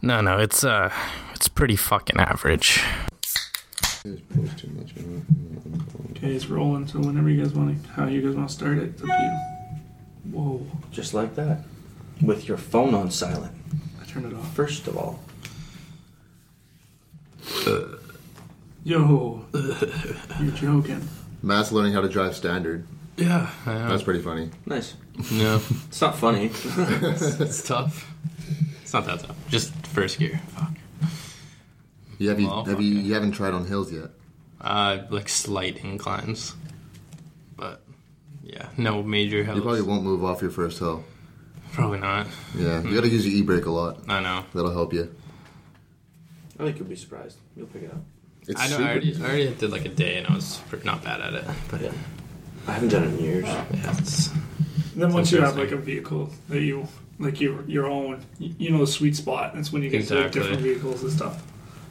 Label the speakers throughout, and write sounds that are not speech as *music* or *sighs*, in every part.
Speaker 1: No, no, it's uh, it's pretty fucking average.
Speaker 2: Okay, it's rolling. So whenever you guys want to, how you guys want to start it, it's up to you. Whoa!
Speaker 3: Just like that. With your phone on silent.
Speaker 2: I turned it off.
Speaker 3: First of all,
Speaker 2: *laughs* Yo, you're joking.
Speaker 4: Matt's learning how to drive standard.
Speaker 1: Yeah,
Speaker 4: That's
Speaker 1: *laughs*
Speaker 4: pretty funny. *laughs*
Speaker 3: nice.
Speaker 1: no,
Speaker 3: It's not *laughs* funny.
Speaker 1: it's tough. It's not that tough. Just first gear. Fuck.
Speaker 4: You have you,
Speaker 1: Well,
Speaker 4: have
Speaker 1: fuck
Speaker 4: you,
Speaker 1: yeah.
Speaker 4: you haven't tried on hills yet.
Speaker 1: Uh, like slight inclines, but yeah, no major helps.
Speaker 4: You probably won't move off your first hill.
Speaker 1: Probably not.
Speaker 4: Yeah,
Speaker 1: Hmm.
Speaker 4: you gotta use your e brake a lot.
Speaker 1: I know.
Speaker 4: That'll help you.
Speaker 3: I think you'll be surprised. You'll pick it up.
Speaker 4: It's
Speaker 1: I know. I already, I already did like a day, and I was pr- not bad at it. But yeah,
Speaker 3: I haven't done it in years.
Speaker 1: it's,
Speaker 2: And then once you have like
Speaker 1: interesting.
Speaker 2: a vehicle that you like your your own, you you know the sweet spot. That's when you get
Speaker 1: Exactly.
Speaker 2: to different vehicles and stuff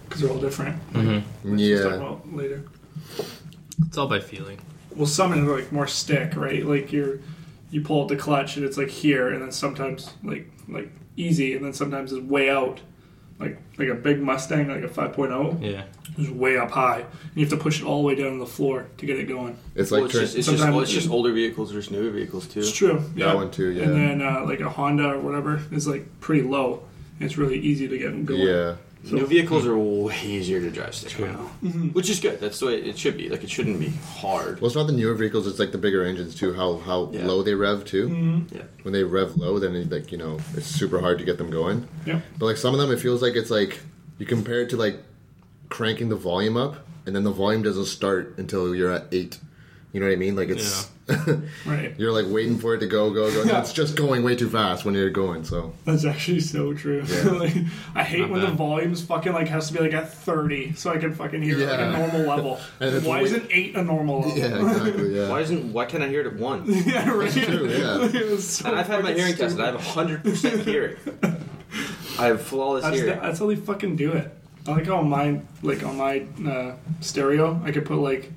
Speaker 2: because they're all different. We'll talk
Speaker 4: yeah.
Speaker 2: about later.
Speaker 1: it's all by feeling.
Speaker 2: Well, some is like more stick, right? Like you're you pull out the clutch and it's like here, and then sometimes like like easy, and then sometimes it's way out. Like, like a big Mustang, like a oh. 5.0,
Speaker 1: Yeah,
Speaker 2: is way up high. And you have to push it all the way down to the floor to get it going.
Speaker 4: It's
Speaker 3: Well,
Speaker 4: like
Speaker 3: it's
Speaker 4: turn-
Speaker 3: just it's just,
Speaker 2: Sometimes-
Speaker 3: well, it's just older vehicles versus newer vehicles too.
Speaker 2: It's true.
Speaker 4: that one too, yeah.
Speaker 2: And then uh, like a Honda or whatever is like pretty low. And it's really easy to get going.
Speaker 4: yeah.
Speaker 3: New vehicles are way easier to drive stick
Speaker 1: True.
Speaker 3: now, *laughs* which is good. That's the way it should be. Like it shouldn't be hard.
Speaker 4: Well, it's not the newer vehicles. It's like the bigger engines too. How how
Speaker 3: Yeah. Mm-hmm.
Speaker 4: low they rev too.
Speaker 3: Yeah.
Speaker 4: When they rev low, then it, like you know it's super hard to get them going.
Speaker 2: Yeah.
Speaker 4: But like some of them, it feels like it's like you compare it to like cranking the volume up, and then the volume doesn't start until you're at eight. You know what I mean? Like it's
Speaker 2: Right.
Speaker 4: you're like waiting for it to go, go, go. and It's just going way too fast when you're going. So
Speaker 2: That's actually so true. *laughs* like, I hate
Speaker 1: Not
Speaker 2: when the
Speaker 1: bad.
Speaker 2: volume's fucking like has to be like at 30 so I can fucking hear it like
Speaker 4: Yeah.
Speaker 2: a normal
Speaker 4: *laughs*
Speaker 2: level.
Speaker 4: And it's
Speaker 2: Why
Speaker 4: way-
Speaker 2: isn't 8 a normal level?
Speaker 4: yeah, exactly. Yeah.
Speaker 3: Why isn't why can't I hear it at one?
Speaker 2: *laughs* yeah, right.
Speaker 4: True, yeah.
Speaker 2: *laughs* It was so
Speaker 3: And I've had my
Speaker 2: fucking
Speaker 3: hearing
Speaker 2: stupid.
Speaker 3: tested. I have hundred percent hearing. I have flawless
Speaker 2: That's,
Speaker 3: hearing.
Speaker 2: that's how they fucking do it. I like how on my like on my uh, stereo, I could put like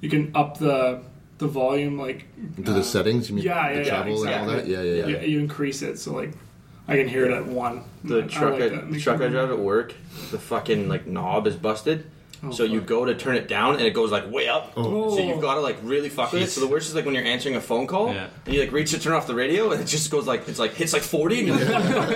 Speaker 2: you can up the the volume like
Speaker 4: To the settings, you mean
Speaker 2: yeah, yeah,
Speaker 4: the
Speaker 2: yeah,
Speaker 4: travel and all that?
Speaker 2: exactly.
Speaker 4: Yeah, yeah, yeah.
Speaker 2: you, you increase it so like I can hear it at one.
Speaker 3: the
Speaker 2: I
Speaker 3: truck
Speaker 2: like
Speaker 3: I,
Speaker 2: that.
Speaker 3: the
Speaker 2: Makes
Speaker 3: truck
Speaker 2: me- *laughs*
Speaker 3: I drive at work, the fucking like knob is busted.
Speaker 2: Oh,
Speaker 3: so you go to turn it down and it goes like way up. So you've got to like really fuck with it. So the worst is like when you're answering a phone call
Speaker 1: Yeah.
Speaker 3: and you like reach to turn off the radio and it just goes like it's like hits like 40 and you're like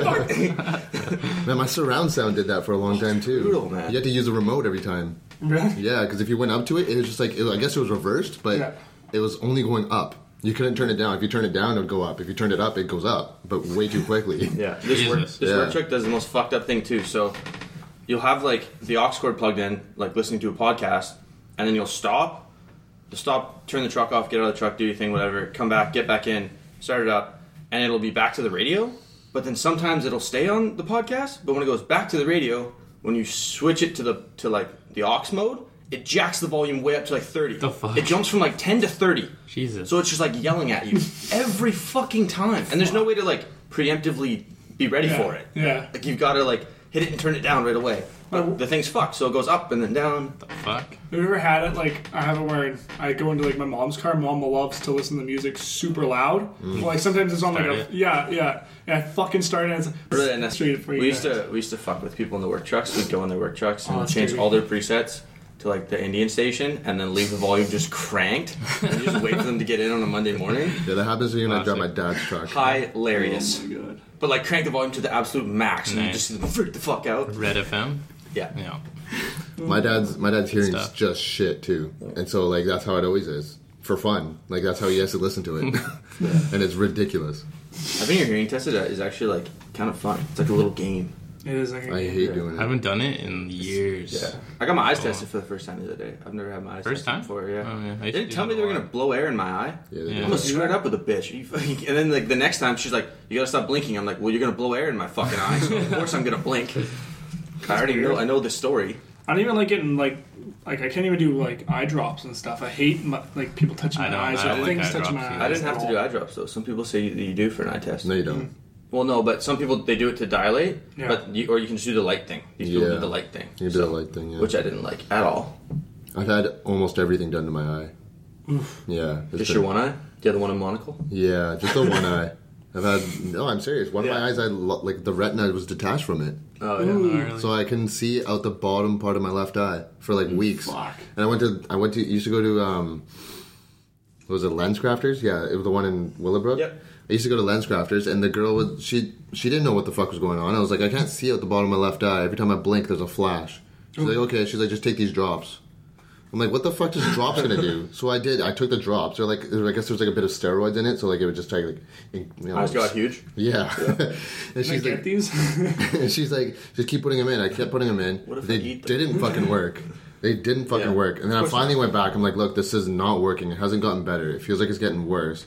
Speaker 3: fuck, fuck, fuck.
Speaker 4: Man, my surround sound did that for a long time too.
Speaker 3: brutal, man.
Speaker 4: You had to use a remote every time.
Speaker 2: Really?
Speaker 4: Yeah, because if you went up to it, it was just like it, I guess it was reversed, but
Speaker 2: Yeah.
Speaker 4: it was only going up. You couldn't turn it down. If you turn it down, it would go up. If you turned it up, it goes up, but way too quickly.
Speaker 3: Yeah, *laughs* this work,
Speaker 1: Jesus.
Speaker 3: this work
Speaker 4: Yeah.
Speaker 3: truck does the most fucked up thing too. So you'll have like the aux cord plugged in, like listening to a podcast, and then you'll stop, you'll stop, turn the truck off, get out of the truck, do your thing, whatever, come back, get back in, start it up, and it'll be back to the radio. But then sometimes it'll stay on the podcast, but when it goes back to the radio, when you switch it to the to like the aux mode, it jacks the volume way up to like thirty.
Speaker 1: The fuck?
Speaker 3: It jumps from like ten to thirty.
Speaker 1: Jesus.
Speaker 3: So it's just like yelling at you every fucking time, and there's no way to like preemptively be ready
Speaker 2: Yeah,
Speaker 3: for it.
Speaker 2: yeah.
Speaker 3: like you've got to like hit it and turn it down right away. But the thing's fucked, so it goes up and then down.
Speaker 1: fuck.
Speaker 2: Have you ever had it like I have it where I go into like my mom's car. Mom loves to listen to music super loud.
Speaker 3: Mm.
Speaker 2: Well, like sometimes it's on like
Speaker 1: Start
Speaker 2: a
Speaker 1: it.
Speaker 2: yeah yeah. And I fucking start it. And it's
Speaker 3: Really, and that's-
Speaker 2: straight for you.
Speaker 3: we used
Speaker 2: guys.
Speaker 3: to we used to fuck with people in the work trucks. We'd go in their work trucks and
Speaker 2: Oh, that's
Speaker 3: change
Speaker 2: scary.
Speaker 3: all their presets to like the Indian station, and then leave the volume just cranked, and just wait for them to get in on a Monday morning.
Speaker 4: Yeah, that happens to me when I drive my
Speaker 1: Classic.
Speaker 4: dad's truck.
Speaker 3: Hilarious,
Speaker 2: Good.
Speaker 3: but like crank the volume to the absolute max, and you
Speaker 1: Nice.
Speaker 3: just see them freak the fuck out.
Speaker 1: Red FM.
Speaker 3: Yeah,
Speaker 1: Yeah.
Speaker 4: My dad's my dad's hearing's
Speaker 1: Stuff.
Speaker 4: just shit too, and so like that's how it always is for fun. Like that's how he has to listen to
Speaker 1: *laughs*
Speaker 4: it, *laughs* and it's ridiculous.
Speaker 3: I think your hearing tested is actually like kind of fun. It's like a little game.
Speaker 2: It is like
Speaker 4: I hate doing
Speaker 1: I
Speaker 4: it.
Speaker 1: haven't done it in years.
Speaker 3: Yeah. I got my eyes
Speaker 1: Oh.
Speaker 3: tested for the first time the other day. I've never had my eyes
Speaker 1: First
Speaker 3: tested
Speaker 1: time?
Speaker 3: before. Yeah.
Speaker 1: Oh, yeah. I
Speaker 3: They
Speaker 1: used to
Speaker 3: didn't
Speaker 1: do
Speaker 3: tell me
Speaker 1: that
Speaker 3: they were
Speaker 1: a
Speaker 3: gonna
Speaker 1: lot.
Speaker 3: blow air in my eye.
Speaker 4: Yeah, they
Speaker 1: Yeah.
Speaker 3: I'm gonna square up with a bitch. *laughs* You fucking- And then like the next time she's like, "You gotta stop blinking." I'm like, "Well, you're gonna blow air in my fucking eye, so of course I'm gonna
Speaker 4: *laughs*
Speaker 3: blink." I already know. I know the story.
Speaker 2: I don't even like getting like like I can't even do like eye drops and stuff. I hate my, like people touching
Speaker 1: I
Speaker 2: my
Speaker 1: don't-
Speaker 2: eyes
Speaker 1: I
Speaker 2: or
Speaker 1: don't like
Speaker 2: things
Speaker 1: eye
Speaker 2: touching my
Speaker 1: drops
Speaker 2: eyes.
Speaker 1: either.
Speaker 3: I didn't have
Speaker 2: at
Speaker 3: to
Speaker 2: all.
Speaker 3: do eye drops though. Some people say you, you do for an eye test.
Speaker 4: No, you don't.
Speaker 3: Well, no, but some people they do it to dilate,
Speaker 2: Yeah.
Speaker 3: but you, or you can just do the light thing. These people
Speaker 4: Yeah.
Speaker 3: do the light thing,
Speaker 4: You do that light thing. Yeah.
Speaker 3: which I didn't like at all.
Speaker 4: I've had almost everything done to my eye. Yeah. it's
Speaker 3: Just
Speaker 4: been-
Speaker 3: your one eye? The other one a monocle?
Speaker 4: Yeah, just
Speaker 3: *laughs*
Speaker 4: the one eye. I've had no. I'm serious. One of
Speaker 3: Yeah.
Speaker 4: my eyes, I lo- like the retina was detached from it,
Speaker 3: Oh, yeah.
Speaker 1: Ooh. Gnarly.
Speaker 4: so I can see out the bottom part of my left eye for like weeks.
Speaker 2: Fuck.
Speaker 4: And I went to I went to used to go to um, what was it Lens Crafters? Yeah, it was the one in Willowbrook.
Speaker 3: Yep.
Speaker 4: I used to go to Lens Crafters, and the girl was she she didn't know what the fuck was going on. I was like, I can't see out the bottom of my left eye. Every time I blink, there's a flash. She's like, okay. She's like, just take these drops. I'm like, what the fuck is drops
Speaker 2: *laughs*
Speaker 4: gonna do? So I did. I took the drops. They're like, I guess there's like a bit of steroids in it, so like it would just take like, in- you know,
Speaker 3: Eyes got huge.
Speaker 4: yeah. *laughs* and
Speaker 2: Can I
Speaker 4: she's
Speaker 2: get
Speaker 4: like,
Speaker 2: these?
Speaker 1: *laughs*
Speaker 4: *laughs* and she's like, just keep putting them in. I kept putting them in.
Speaker 3: What if
Speaker 4: they
Speaker 3: I eat them?
Speaker 4: didn't fucking work. They didn't fucking
Speaker 3: Yeah.
Speaker 4: work. And then I
Speaker 3: course
Speaker 4: finally went back. I'm like, look, this is not working. It hasn't gotten better. It feels like it's getting worse.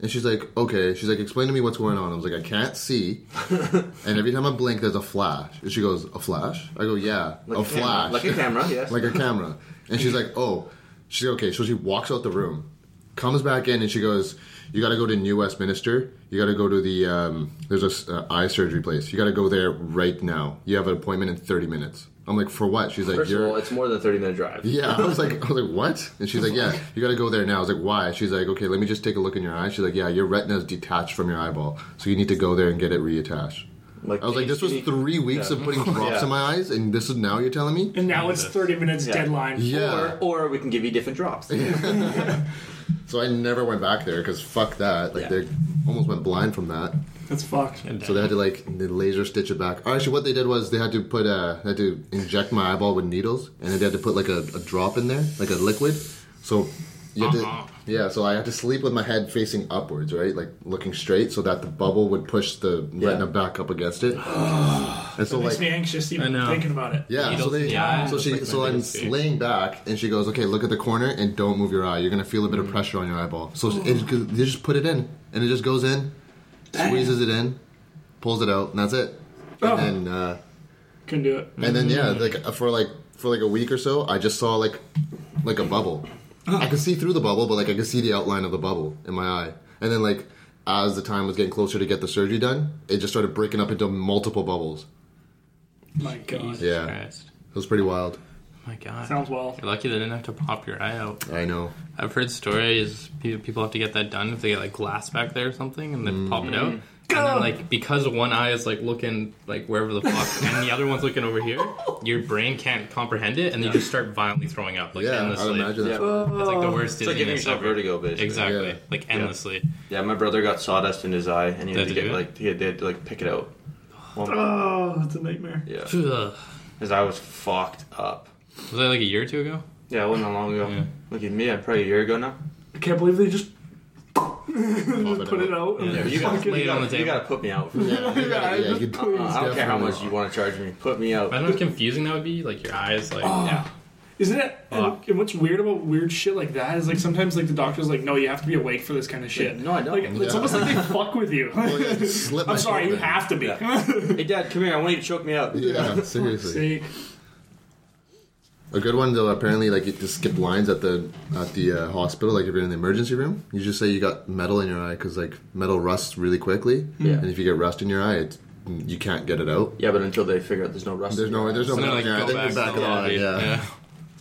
Speaker 4: And she's like, okay. She's like, explain to me what's going on. I was like, I
Speaker 3: *laughs*
Speaker 4: can't see. and every time I blink, there's a flash. And she goes, a flash? I go, yeah,
Speaker 3: Like camera-
Speaker 4: a flash.
Speaker 3: Like a
Speaker 4: *laughs*
Speaker 3: camera, yes.
Speaker 4: like a camera. And she's like, oh. She's like, okay. So she walks out the room, comes back in, and she goes, you got to go to New Westminster. You got to go to the, um, there's a s- uh, eye surgery place. You got to go there right now. You have an appointment in 30 minutes. I'm like, for what? She's like,
Speaker 3: First of
Speaker 4: you're.
Speaker 3: all, it's more than a 30 minute drive.
Speaker 4: *laughs* yeah, I was like, I was like, what? And she's like, yeah, you got to go there now. I was like, why? She's like, okay, let me just take a look in your eye. She's like, yeah, your retina is detached from your eyeball, so you need to go there and get it reattached. I was like, this was three weeks
Speaker 3: Yeah.
Speaker 4: of
Speaker 3: *laughs*
Speaker 4: putting drops
Speaker 3: Yeah.
Speaker 4: in my eyes, and this is now you're telling me?
Speaker 2: and now it's 30 minutes
Speaker 3: Yeah.
Speaker 2: deadline.
Speaker 4: Yeah.
Speaker 3: Or we can give you different drops.
Speaker 4: So I never went back there because fuck that. Like
Speaker 3: Yeah.
Speaker 4: they almost went blind from that.
Speaker 2: That's fucked.
Speaker 4: So they had to like they laser stitch it back. Or actually, what they did was they had to put uh they had to inject my eyeball with needles, and then they had to put like a, a drop in there, like a liquid. So you had
Speaker 2: Uh-huh.
Speaker 1: Uh-uh.
Speaker 4: to, yeah. So I had to sleep with my head facing upwards, right, like looking straight, so that the bubble would push the retina back up against
Speaker 2: *gasps*
Speaker 4: it. and so
Speaker 2: It makes
Speaker 4: like
Speaker 2: me anxious
Speaker 1: I
Speaker 2: even
Speaker 1: know.
Speaker 2: thinking about it.
Speaker 4: yeah, so
Speaker 1: Needles
Speaker 4: they
Speaker 1: in the eye.
Speaker 4: so she
Speaker 1: Like
Speaker 4: so
Speaker 1: my
Speaker 4: I'm
Speaker 1: biggest fear.
Speaker 4: laying back and she goes, okay, look at the corner and don't move your eye. You're gonna feel a bit of pressure on your eyeball. So she- it, they just put it in and it just goes in, squeezes it in, pulls it out, and that's it.
Speaker 2: Oh.
Speaker 4: And then, uh,
Speaker 2: Couldn't do
Speaker 1: *laughs*
Speaker 2: it.
Speaker 4: and then yeah, like uh, for like for like a week or so, I just saw like like a bubble. I could see through the bubble, but like I could see the outline of the bubble in my eye. And then like as the time was getting closer to get the surgery done, it just started breaking up into multiple bubbles.
Speaker 2: My God.
Speaker 4: Yeah.
Speaker 1: Christ.
Speaker 4: It was pretty wild.
Speaker 1: My God.
Speaker 2: Sounds well.
Speaker 1: You're lucky they didn't have to pop your eye out.
Speaker 4: I know.
Speaker 1: I've heard stories pe- people have to get that done if they get like glass back there or something, and then pop it out. And then, like because one eye is like looking like wherever the fuck, and the other one's looking over here, your brain can't comprehend it, and you just start violently throwing up like
Speaker 4: Yeah, I'd
Speaker 1: endlessly.
Speaker 4: imagine that's
Speaker 3: Yeah.
Speaker 1: It's like the
Speaker 2: Oh.
Speaker 1: worst
Speaker 3: It's like giving
Speaker 1: dizziness
Speaker 3: yourself
Speaker 1: ever.
Speaker 3: vertigo, basically.
Speaker 1: Exactly,
Speaker 4: Yeah.
Speaker 1: like endlessly.
Speaker 3: Yeah, my brother got sawdust in his eye, and he had
Speaker 1: Did
Speaker 3: to
Speaker 1: you?
Speaker 3: get like he had, they had to like pick it out. Well,
Speaker 2: Oh, that's a nightmare.
Speaker 3: yeah,
Speaker 1: Ugh.
Speaker 3: his eye was fucked up.
Speaker 1: Was that like a year or two ago?
Speaker 3: Yeah, it wasn't that long ago.
Speaker 1: Yeah.
Speaker 3: Look at me, I'm probably a year ago now.
Speaker 2: I can't believe they just
Speaker 4: Pop
Speaker 2: put it out. and
Speaker 1: Yeah,
Speaker 3: You
Speaker 1: Fuck
Speaker 3: gotta,
Speaker 1: it. Lay
Speaker 3: you,
Speaker 1: it on
Speaker 3: gotta,
Speaker 1: the
Speaker 3: you
Speaker 1: table.
Speaker 3: gotta put me out.
Speaker 2: *laughs*
Speaker 3: Uh,
Speaker 4: Yeah, you gotta- yeah, you-
Speaker 2: Please.
Speaker 3: I don't care how
Speaker 4: Definitely.
Speaker 3: much you want to charge me. Put me out.
Speaker 1: I don't know how confusing that would be. Like your eyes, like
Speaker 2: Oh.
Speaker 3: Yeah.
Speaker 2: Isn't it? And,
Speaker 1: Fuck.
Speaker 2: and what's weird about weird shit like that is like sometimes like the doctor's like, no, you have to be awake for this kind of shit.
Speaker 3: No, I don't.
Speaker 2: Like it's
Speaker 4: Yeah.
Speaker 2: almost like they
Speaker 1: *laughs*
Speaker 2: fuck with you.
Speaker 4: Slip
Speaker 2: I'm
Speaker 4: my
Speaker 2: sorry, you
Speaker 4: foot in.
Speaker 2: have to be.
Speaker 3: Yeah.
Speaker 2: *laughs*
Speaker 3: hey, Dad, come here. I want you to choke me out.
Speaker 4: Yeah, seriously.
Speaker 2: See,
Speaker 4: A good one though. Apparently, like you just skip lines at the at the uh, hospital. Like if you're in the emergency room, you just say you got metal in your eye because like metal rusts really quickly.
Speaker 3: Yeah.
Speaker 4: And if you get rust in your eye, it's, you can't get it out.
Speaker 3: Yeah, but until they figure out there's no rust.
Speaker 4: There's
Speaker 3: in
Speaker 4: no,
Speaker 3: your
Speaker 4: there's no.
Speaker 1: and then like
Speaker 4: yeah, I
Speaker 1: go
Speaker 4: think
Speaker 1: back,
Speaker 4: the back
Speaker 1: to
Speaker 4: of the eye, yeah.
Speaker 3: *laughs*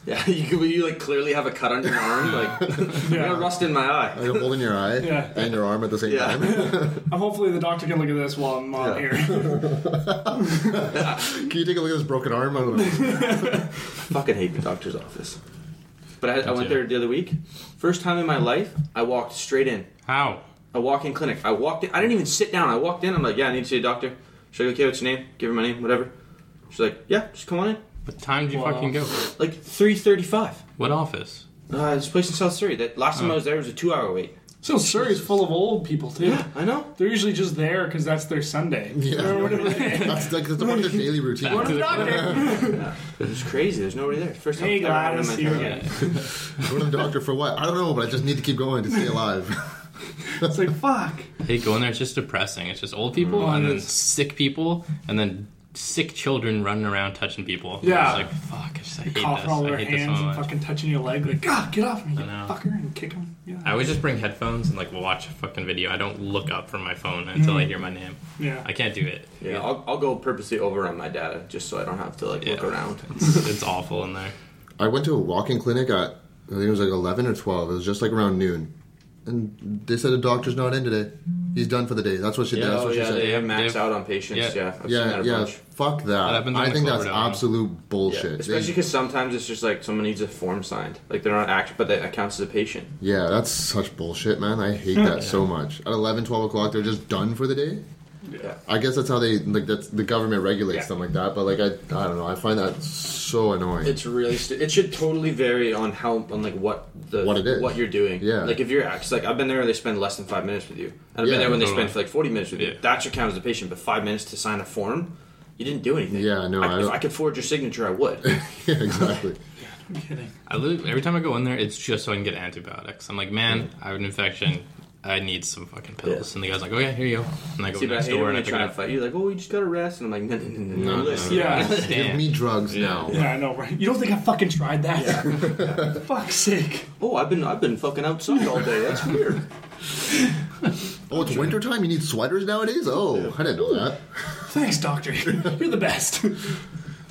Speaker 3: Yeah, you, could- you like clearly have a cut on your arm. Like, I
Speaker 2: Yeah.
Speaker 3: got rust in my eye.
Speaker 4: Like a hole in your
Speaker 2: *laughs*
Speaker 4: eye
Speaker 2: Yeah.
Speaker 4: and your arm at the same
Speaker 3: Yeah.
Speaker 4: time. *laughs*
Speaker 2: I'm Uh, hopefully the doctor can look at this while I'm on
Speaker 3: Yeah. *laughs*
Speaker 2: here.
Speaker 4: Can you take a look at this broken arm? *laughs* I don't know.
Speaker 3: Fucking hate the doctor's office. But I, I went
Speaker 1: too.
Speaker 3: there the other week. First time in my life, I walked straight in.
Speaker 1: How?
Speaker 3: a walk-in clinic. I walked in. I didn't even sit down. I walked in. I'm like, yeah, I need to see a doctor. She's like, okay, what's your name? Give her my name, whatever. She's like, yeah, just come on in.
Speaker 1: What time did you
Speaker 2: Wow.
Speaker 1: fucking go?
Speaker 3: Like 3:35.
Speaker 1: What office?
Speaker 3: Uh, this place in South Surrey. That last time I was there was a two-hour wait.
Speaker 2: so Surrey's full of old people too.
Speaker 3: I know.
Speaker 2: They're usually just there because that's their Sunday.
Speaker 4: Yeah.
Speaker 2: Or *laughs* whatever.
Speaker 4: That's like that's part of their daily routine.
Speaker 2: Go to the doctor.
Speaker 3: It was crazy. There's nobody there. First time
Speaker 2: Hey,
Speaker 3: I've ever had it in my
Speaker 2: Gladys,
Speaker 3: entire
Speaker 2: you're-
Speaker 3: life.
Speaker 4: Go to the doctor for what? I don't know, but I just need to keep going to stay alive. *laughs*
Speaker 2: It's like fuck.
Speaker 1: I hate going there. It's just depressing. It's just old people
Speaker 2: Mm.
Speaker 1: and then
Speaker 2: Yes.
Speaker 1: sick people and then sick children running around touching people.
Speaker 2: Yeah.
Speaker 1: It's like, fuck, I, just, I hate
Speaker 2: Coughing
Speaker 1: this.
Speaker 2: all over
Speaker 1: I hate this so
Speaker 2: hands and
Speaker 1: much.
Speaker 2: fucking touching your leg. Like, God, get off me, you
Speaker 1: know.
Speaker 2: fucker, and kick him. Yeah.
Speaker 1: I would just bring headphones and like watch a fucking video. I don't look up from my phone until I hear my name.
Speaker 2: Yeah.
Speaker 1: I can't do it.
Speaker 3: Mm. Yeah, I'll, I'll go purposely over on my data just so I don't have to like look
Speaker 1: Yeah.
Speaker 3: around.
Speaker 1: It's, it's awful in there.
Speaker 4: I went to a walk-in clinic at I think it was like 11 or 12. It was just like around noon. And they said the doctor's not in today. He's done for the day. That's what she
Speaker 1: Yeah,
Speaker 4: did. That's
Speaker 1: oh,
Speaker 4: what
Speaker 1: yeah,
Speaker 4: she said.
Speaker 1: they-
Speaker 3: They have maxed
Speaker 1: They've-
Speaker 3: out on patients. Yeah,
Speaker 1: yeah.
Speaker 3: I've seen
Speaker 4: yeah,
Speaker 3: that a
Speaker 4: yeah.
Speaker 3: bunch.
Speaker 4: Fuck
Speaker 1: That
Speaker 4: that.
Speaker 1: happens on
Speaker 4: I
Speaker 1: the
Speaker 4: think that's
Speaker 1: Clover Down.
Speaker 4: absolute bullshit.
Speaker 3: Especially
Speaker 4: They-
Speaker 3: because sometimes it's just like someone needs a form signed, like they're not active, but that counts as a patient.
Speaker 4: yeah, that's such bullshit, man. I hate that so much. At 11, 12 o'clock, they're just done for the day.
Speaker 3: Yeah.
Speaker 4: I guess that's how they like that's the government regulates
Speaker 2: Yeah.
Speaker 4: them like that. But like I, I don't know. I find that so annoying. *laughs*
Speaker 3: It's really st- it should totally vary on how on like what the
Speaker 4: What it is.
Speaker 3: what you're doing.
Speaker 4: Yeah.
Speaker 3: Like if you're act- like I've been there when they spend less than five minutes with you, and I've
Speaker 4: Yeah,
Speaker 3: been there when they
Speaker 1: totally.
Speaker 3: spend for like forty minutes with you.
Speaker 1: Yeah.
Speaker 3: That should count as a patient, but five minutes to sign a form, you didn't do anything.
Speaker 4: Yeah, no, I
Speaker 3: I, if
Speaker 4: don't-
Speaker 3: I could forge your signature, I
Speaker 4: *laughs*
Speaker 3: would.
Speaker 4: yeah, exactly.
Speaker 2: I'm kidding.
Speaker 1: I li- every time I go in there, it's just so I can get antibiotics. I'm like, man, I have an infection. I need some fucking pills.
Speaker 3: Mm. Yeah.
Speaker 1: And the guy's like, okay, here you go. And I go
Speaker 3: See, but I
Speaker 1: next
Speaker 3: hate it
Speaker 1: door
Speaker 3: when
Speaker 1: and I
Speaker 3: they
Speaker 1: pick
Speaker 3: try
Speaker 1: it
Speaker 3: to
Speaker 1: up.
Speaker 3: fight you. Like, oh, we just got to rest, and I'm like, no, no, no, no, no.
Speaker 1: no,
Speaker 3: listen.
Speaker 1: no.
Speaker 2: Yeah.
Speaker 1: *laughs*
Speaker 4: Give
Speaker 1: Damn.
Speaker 4: me drugs
Speaker 1: Yeah. *laughs*
Speaker 4: now.
Speaker 2: *laughs* Yeah, I know, right? You don't think I fucking tried that? *laughs* Fuck's sake.
Speaker 3: Oh, I've been I've been fucking outside all day. That's weird.
Speaker 4: Oh, it's wintertime? You need sweaters nowadays? Oh, I didn't know that.
Speaker 2: Thanks, doctor. *laughs* You're the best.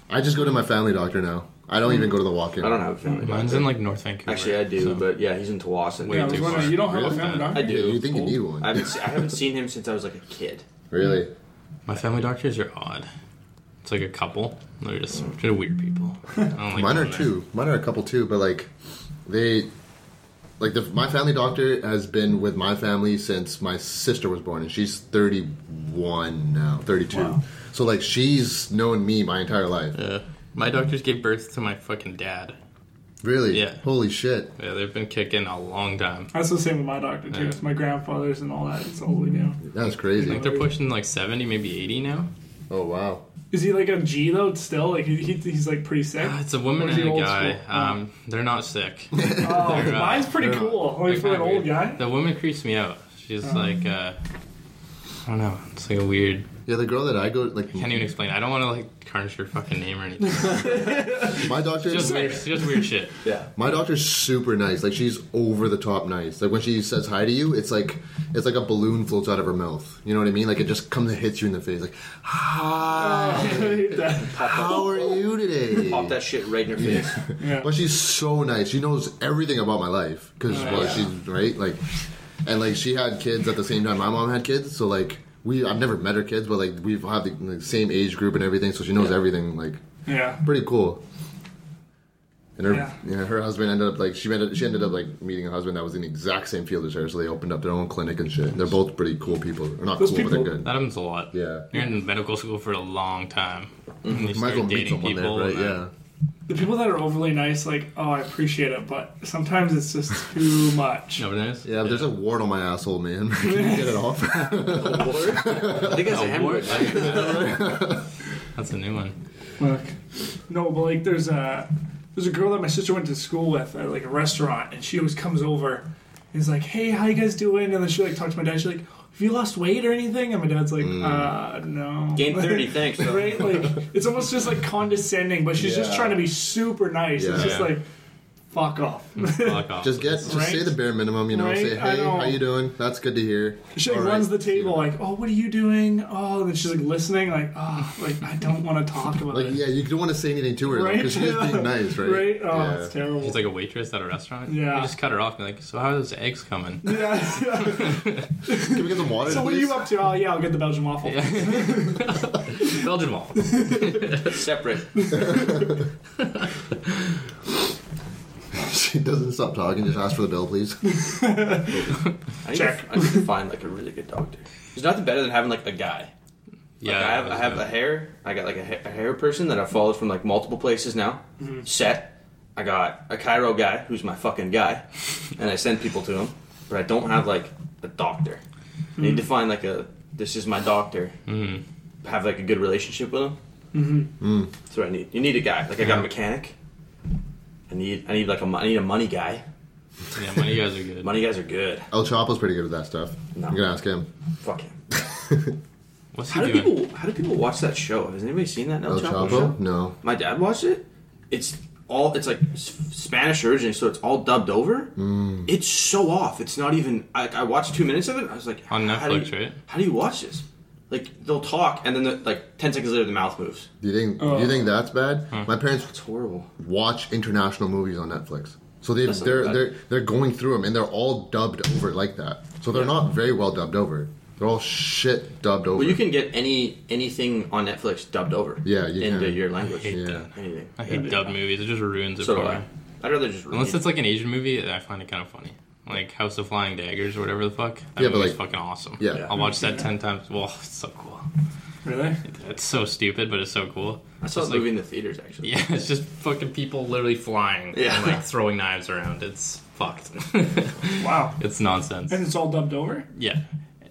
Speaker 4: I just go to my family doctor now. I don't even go to the walk in.
Speaker 3: I don't have a family.
Speaker 1: Mine's
Speaker 3: doctor.
Speaker 1: in like North Vancouver.
Speaker 3: Actually, I do,
Speaker 1: so-
Speaker 3: but yeah, he's in Tawasin.
Speaker 1: Wait,
Speaker 2: Yeah, I was
Speaker 1: dude,
Speaker 2: wondering,
Speaker 1: what?
Speaker 2: you don't have
Speaker 4: Really?
Speaker 2: a family doctor?
Speaker 3: I do.
Speaker 4: You think you need one?
Speaker 3: I haven't, se- I haven't seen him since I was like a kid.
Speaker 4: really?
Speaker 1: my family doctors are odd. It's like a couple. They're just they're weird people. I don't like
Speaker 4: Mine are
Speaker 1: going there.
Speaker 4: two. Mine are a couple too, but like they like the, my family doctor has been with my family since my sister was born and she's 31 now, 32.
Speaker 2: Wow.
Speaker 4: So like she's known me my entire life.
Speaker 1: Yeah. My doctors gave birth to my fucking dad.
Speaker 4: Really?
Speaker 1: Yeah.
Speaker 4: Holy shit.
Speaker 1: Yeah, they've been kicking a long time.
Speaker 2: That's the same with my doctor, too. It's my grandfather's and all that. It's all we know.
Speaker 4: That's crazy.
Speaker 1: Like they're pushing like seventy, maybe eighty now.
Speaker 4: Oh wow.
Speaker 2: Is he like a G, though, still? Like, he, he, he's like pretty sick?
Speaker 1: Uh, It's a woman
Speaker 2: Or is he
Speaker 1: and a
Speaker 2: old
Speaker 1: guy.
Speaker 2: school?
Speaker 1: Um, they're not
Speaker 4: *laughs*
Speaker 1: sick.
Speaker 2: Oh,
Speaker 1: They're, uh,
Speaker 2: mine's pretty
Speaker 1: they're not-
Speaker 2: cool.
Speaker 1: they're
Speaker 2: Like, for an
Speaker 1: kinda
Speaker 2: old
Speaker 1: weird.
Speaker 2: guy. *laughs*
Speaker 1: The woman creeps me out. She's
Speaker 2: Oh.
Speaker 1: like, uh, I don't know. It's like a weird.
Speaker 4: Yeah, the girl that I go like
Speaker 1: Can't even explain. I don't want to like tarnish your fucking name or anything.
Speaker 4: my
Speaker 1: *laughs*
Speaker 4: doctor
Speaker 1: Just weird. Just
Speaker 2: *laughs*
Speaker 1: weird shit.
Speaker 3: Yeah.
Speaker 4: My doctor's super nice. Like she's over the top nice. Like when she says hi to you, it's like it's like a balloon floats out of her mouth. You know what I mean? Like it just comes and hits you in the face. Like, hi,
Speaker 2: That-
Speaker 4: how are you today?
Speaker 3: Oh. *laughs* Pop that shit right in your face.
Speaker 2: yeah.
Speaker 4: But she's so nice. She knows everything about my life because
Speaker 3: Oh,
Speaker 4: well,
Speaker 2: yeah.
Speaker 4: she's right. Like, and like she had kids at the same time my mom had kids. So like we, I've never met her kids, but like we've had the like, same age group and everything. So she knows everything. Like
Speaker 2: yeah.
Speaker 4: pretty cool. And her,
Speaker 2: Yeah.
Speaker 4: yeah. her husband ended up like she ended she ended up like meeting a husband that was in the exact same field as her, so they opened up their own clinic and shit. They're both pretty cool people, or not
Speaker 2: Those
Speaker 4: cool,
Speaker 2: people-
Speaker 4: but they're good.
Speaker 1: That happens a lot.
Speaker 4: Yeah. Mm-hmm.
Speaker 1: You're in medical school for a long time. And you
Speaker 4: Michael
Speaker 1: start
Speaker 4: meets
Speaker 1: dating
Speaker 4: someone
Speaker 1: people.
Speaker 4: there, right?
Speaker 1: and then-
Speaker 4: Yeah,
Speaker 2: The people that are overly nice, like, oh, I appreciate it, but sometimes it's just
Speaker 1: *laughs*
Speaker 2: too much.
Speaker 1: You know what it is?
Speaker 4: yeah. but There's a wart on my asshole, man. *laughs* Can you get it off?
Speaker 3: Award? I think that's a
Speaker 1: A
Speaker 3: hemorrhoid.
Speaker 1: That's a new
Speaker 3: *laughs*
Speaker 1: one.
Speaker 2: Look, no, but like there's a there's a girl that my sister went to school with at like a restaurant, and she always comes over. and is like, hey, how you guys doing? And then she like talks to my dad. She's like, have you lost weight or anything? And my dad's like,
Speaker 1: Mm.
Speaker 2: uh, no. *laughs*
Speaker 3: Gain 30, thanks. though.
Speaker 2: right?
Speaker 4: *laughs*
Speaker 2: Like it's almost just like condescending, but she's just
Speaker 4: Yeah.
Speaker 2: trying to be super nice. It's
Speaker 4: Yeah. Mm-hmm.
Speaker 2: just like, fuck off.
Speaker 1: Fuck off.
Speaker 4: just get, just
Speaker 2: Right?
Speaker 4: say the bare minimum. You know,
Speaker 2: Right?
Speaker 4: say
Speaker 2: I
Speaker 4: hey,
Speaker 2: know.
Speaker 4: how you doing? That's good to hear.
Speaker 2: She like,
Speaker 4: All right.
Speaker 2: runs the table like, oh, what are you doing? Oh, and then she's like listening, like, oh, like I don't want to talk about
Speaker 4: Like
Speaker 2: it.
Speaker 4: yeah, you don't want to say anything to her
Speaker 2: Right?
Speaker 4: because
Speaker 2: *laughs*
Speaker 4: she's being nice, right?
Speaker 2: Right? Oh,
Speaker 4: yeah.
Speaker 2: it's terrible.
Speaker 1: She's like a waitress at a restaurant.
Speaker 2: Yeah.
Speaker 1: You just cut her off and be like, so how are those eggs
Speaker 3: *laughs*
Speaker 1: coming?
Speaker 4: *laughs*
Speaker 2: yeah. *laughs*
Speaker 4: Can we get some water?
Speaker 2: so what are
Speaker 4: please?
Speaker 2: you up to? Oh yeah, I'll get the Belgian waffle.
Speaker 1: Belgian waffles.
Speaker 3: Separate.
Speaker 4: *laughs* she doesn't stop talking. Just ask for the bill,
Speaker 2: *laughs*
Speaker 4: please.
Speaker 3: I need,
Speaker 2: Check.
Speaker 3: To, I need to find like a really good doctor. There's nothing better than having like a guy.
Speaker 1: Yeah.
Speaker 3: Like, I have I have a hair. I got like a, ha- a hair person that I followed from like multiple places now. Set. I got a Cairo guy who's my fucking guy, and I send people to him. But I don't have like a doctor. I need to find like a this is my doctor. Have like a good relationship with him. Mm-hmm. That's what I need. You need a guy. Like I got a mechanic. I need I need like a mo- I need a money guy.
Speaker 1: Yeah, money guys are good.
Speaker 3: Money guys are good.
Speaker 4: El Chapo's pretty good at that stuff.
Speaker 3: No.
Speaker 4: I'm gonna ask him.
Speaker 3: Fuck him.
Speaker 1: What's he
Speaker 3: How do
Speaker 1: doing?
Speaker 3: people how do people watch that show? Has anybody seen that El,
Speaker 4: El
Speaker 3: Chapo,
Speaker 4: Chapo?
Speaker 3: show?
Speaker 4: No.
Speaker 3: My dad watched it. It's all it's like s- Spanish origin, so it's all dubbed over. Mm. It's so off. It's not even. I, I watched two minutes of it. And I was like,
Speaker 1: On
Speaker 3: how do
Speaker 1: Netflix,
Speaker 3: you-
Speaker 1: right?
Speaker 3: How do you watch this? Like they'll talk, and then the, like ten seconds later, the mouth moves.
Speaker 2: Oh.
Speaker 4: Do you think? Do you think that's bad? My parents
Speaker 3: It's horrible.
Speaker 4: watch international movies on Netflix. So they
Speaker 3: That's not
Speaker 4: they're
Speaker 3: bad.
Speaker 4: they're they're going through them and they're all dubbed over like that. So they're not very well dubbed over. They're all shit dubbed over.
Speaker 3: Well, you can get any anything on Netflix dubbed over.
Speaker 4: Yeah, you
Speaker 3: into
Speaker 4: can.
Speaker 3: your language.
Speaker 1: hate
Speaker 4: Yeah.
Speaker 3: Anything.
Speaker 1: I hate dub movies. It just ruins it
Speaker 3: So do
Speaker 1: for me.
Speaker 3: I. I'd rather just read.
Speaker 1: Unless it's like an Asian movie, I find it kind of funny. Like House of Flying Daggers or whatever the fuck. That
Speaker 4: Yeah, but,
Speaker 1: movie's
Speaker 4: like-
Speaker 1: fucking awesome.
Speaker 4: yeah.
Speaker 1: I'll watch that ten times. Whoa, it's so cool.
Speaker 2: Really?
Speaker 1: It's so stupid, but it's so cool.
Speaker 3: I saw
Speaker 1: It's
Speaker 3: the
Speaker 1: like-
Speaker 3: movie in the theaters actually.
Speaker 1: Yeah, it's just fucking people literally flying
Speaker 3: Yeah.
Speaker 1: and like throwing knives around. It's fucked. *laughs*
Speaker 2: Wow.
Speaker 1: it's nonsense.
Speaker 2: And it's all dubbed over?
Speaker 1: Yeah.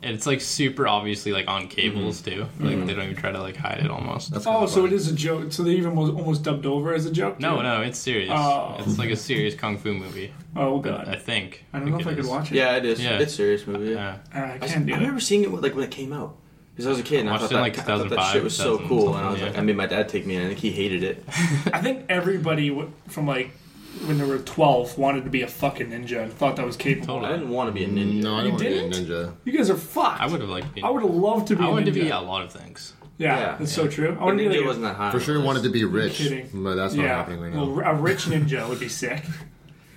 Speaker 1: And it's like super obviously like on cables too. Like they don't even try to like hide it almost.
Speaker 4: Mm-hmm. That's
Speaker 2: Oh,
Speaker 4: kinda
Speaker 2: so it
Speaker 4: funny.
Speaker 2: is a joke. So they even was almost dubbed over as a joke?
Speaker 1: no,
Speaker 2: too?
Speaker 1: no, it's serious.
Speaker 2: Oh.
Speaker 1: It's like a serious kung fu movie.
Speaker 2: Oh,
Speaker 1: I
Speaker 2: God.
Speaker 1: think.
Speaker 2: I don't know if I
Speaker 1: it
Speaker 2: could
Speaker 1: is.
Speaker 2: watch it.
Speaker 3: Yeah, it is.
Speaker 1: Yeah.
Speaker 3: It's a serious movie.
Speaker 1: Yeah.
Speaker 2: Uh, I
Speaker 3: I, s-
Speaker 2: can't do
Speaker 3: I
Speaker 2: it.
Speaker 3: remember seeing it like when it came out because I was a kid and I,
Speaker 1: Watched
Speaker 3: thought
Speaker 1: it
Speaker 3: that,
Speaker 1: in, like,
Speaker 3: I thought that
Speaker 1: 2005,
Speaker 3: shit was so
Speaker 1: 2000
Speaker 3: cool and I was
Speaker 1: something,
Speaker 3: like,
Speaker 1: yeah.
Speaker 3: I made my dad take me and I think he hated it.
Speaker 2: I think everybody w- from like when they were 12 wanted to be a fucking ninja and thought that was capable.
Speaker 1: Totally.
Speaker 3: I didn't want to be a ninja.
Speaker 4: No, I
Speaker 2: You
Speaker 4: don't want to be a
Speaker 2: didn't?
Speaker 4: ninja.
Speaker 2: You guys are fucked.
Speaker 1: I would have liked to be
Speaker 2: I would have loved to be.
Speaker 1: I
Speaker 2: a
Speaker 1: wanted to
Speaker 2: ninja.
Speaker 1: be a lot of things.
Speaker 2: Yeah,
Speaker 3: Yeah.
Speaker 2: that's so true. I
Speaker 3: But
Speaker 2: wanted to be
Speaker 3: ninja
Speaker 2: like,
Speaker 3: wasn't that high.
Speaker 4: For sure, I wanted to be rich,
Speaker 2: Oh, kidding.
Speaker 4: but that's not
Speaker 2: yeah,
Speaker 4: happening right now.
Speaker 2: well, a rich ninja would be
Speaker 4: *laughs*
Speaker 2: sick.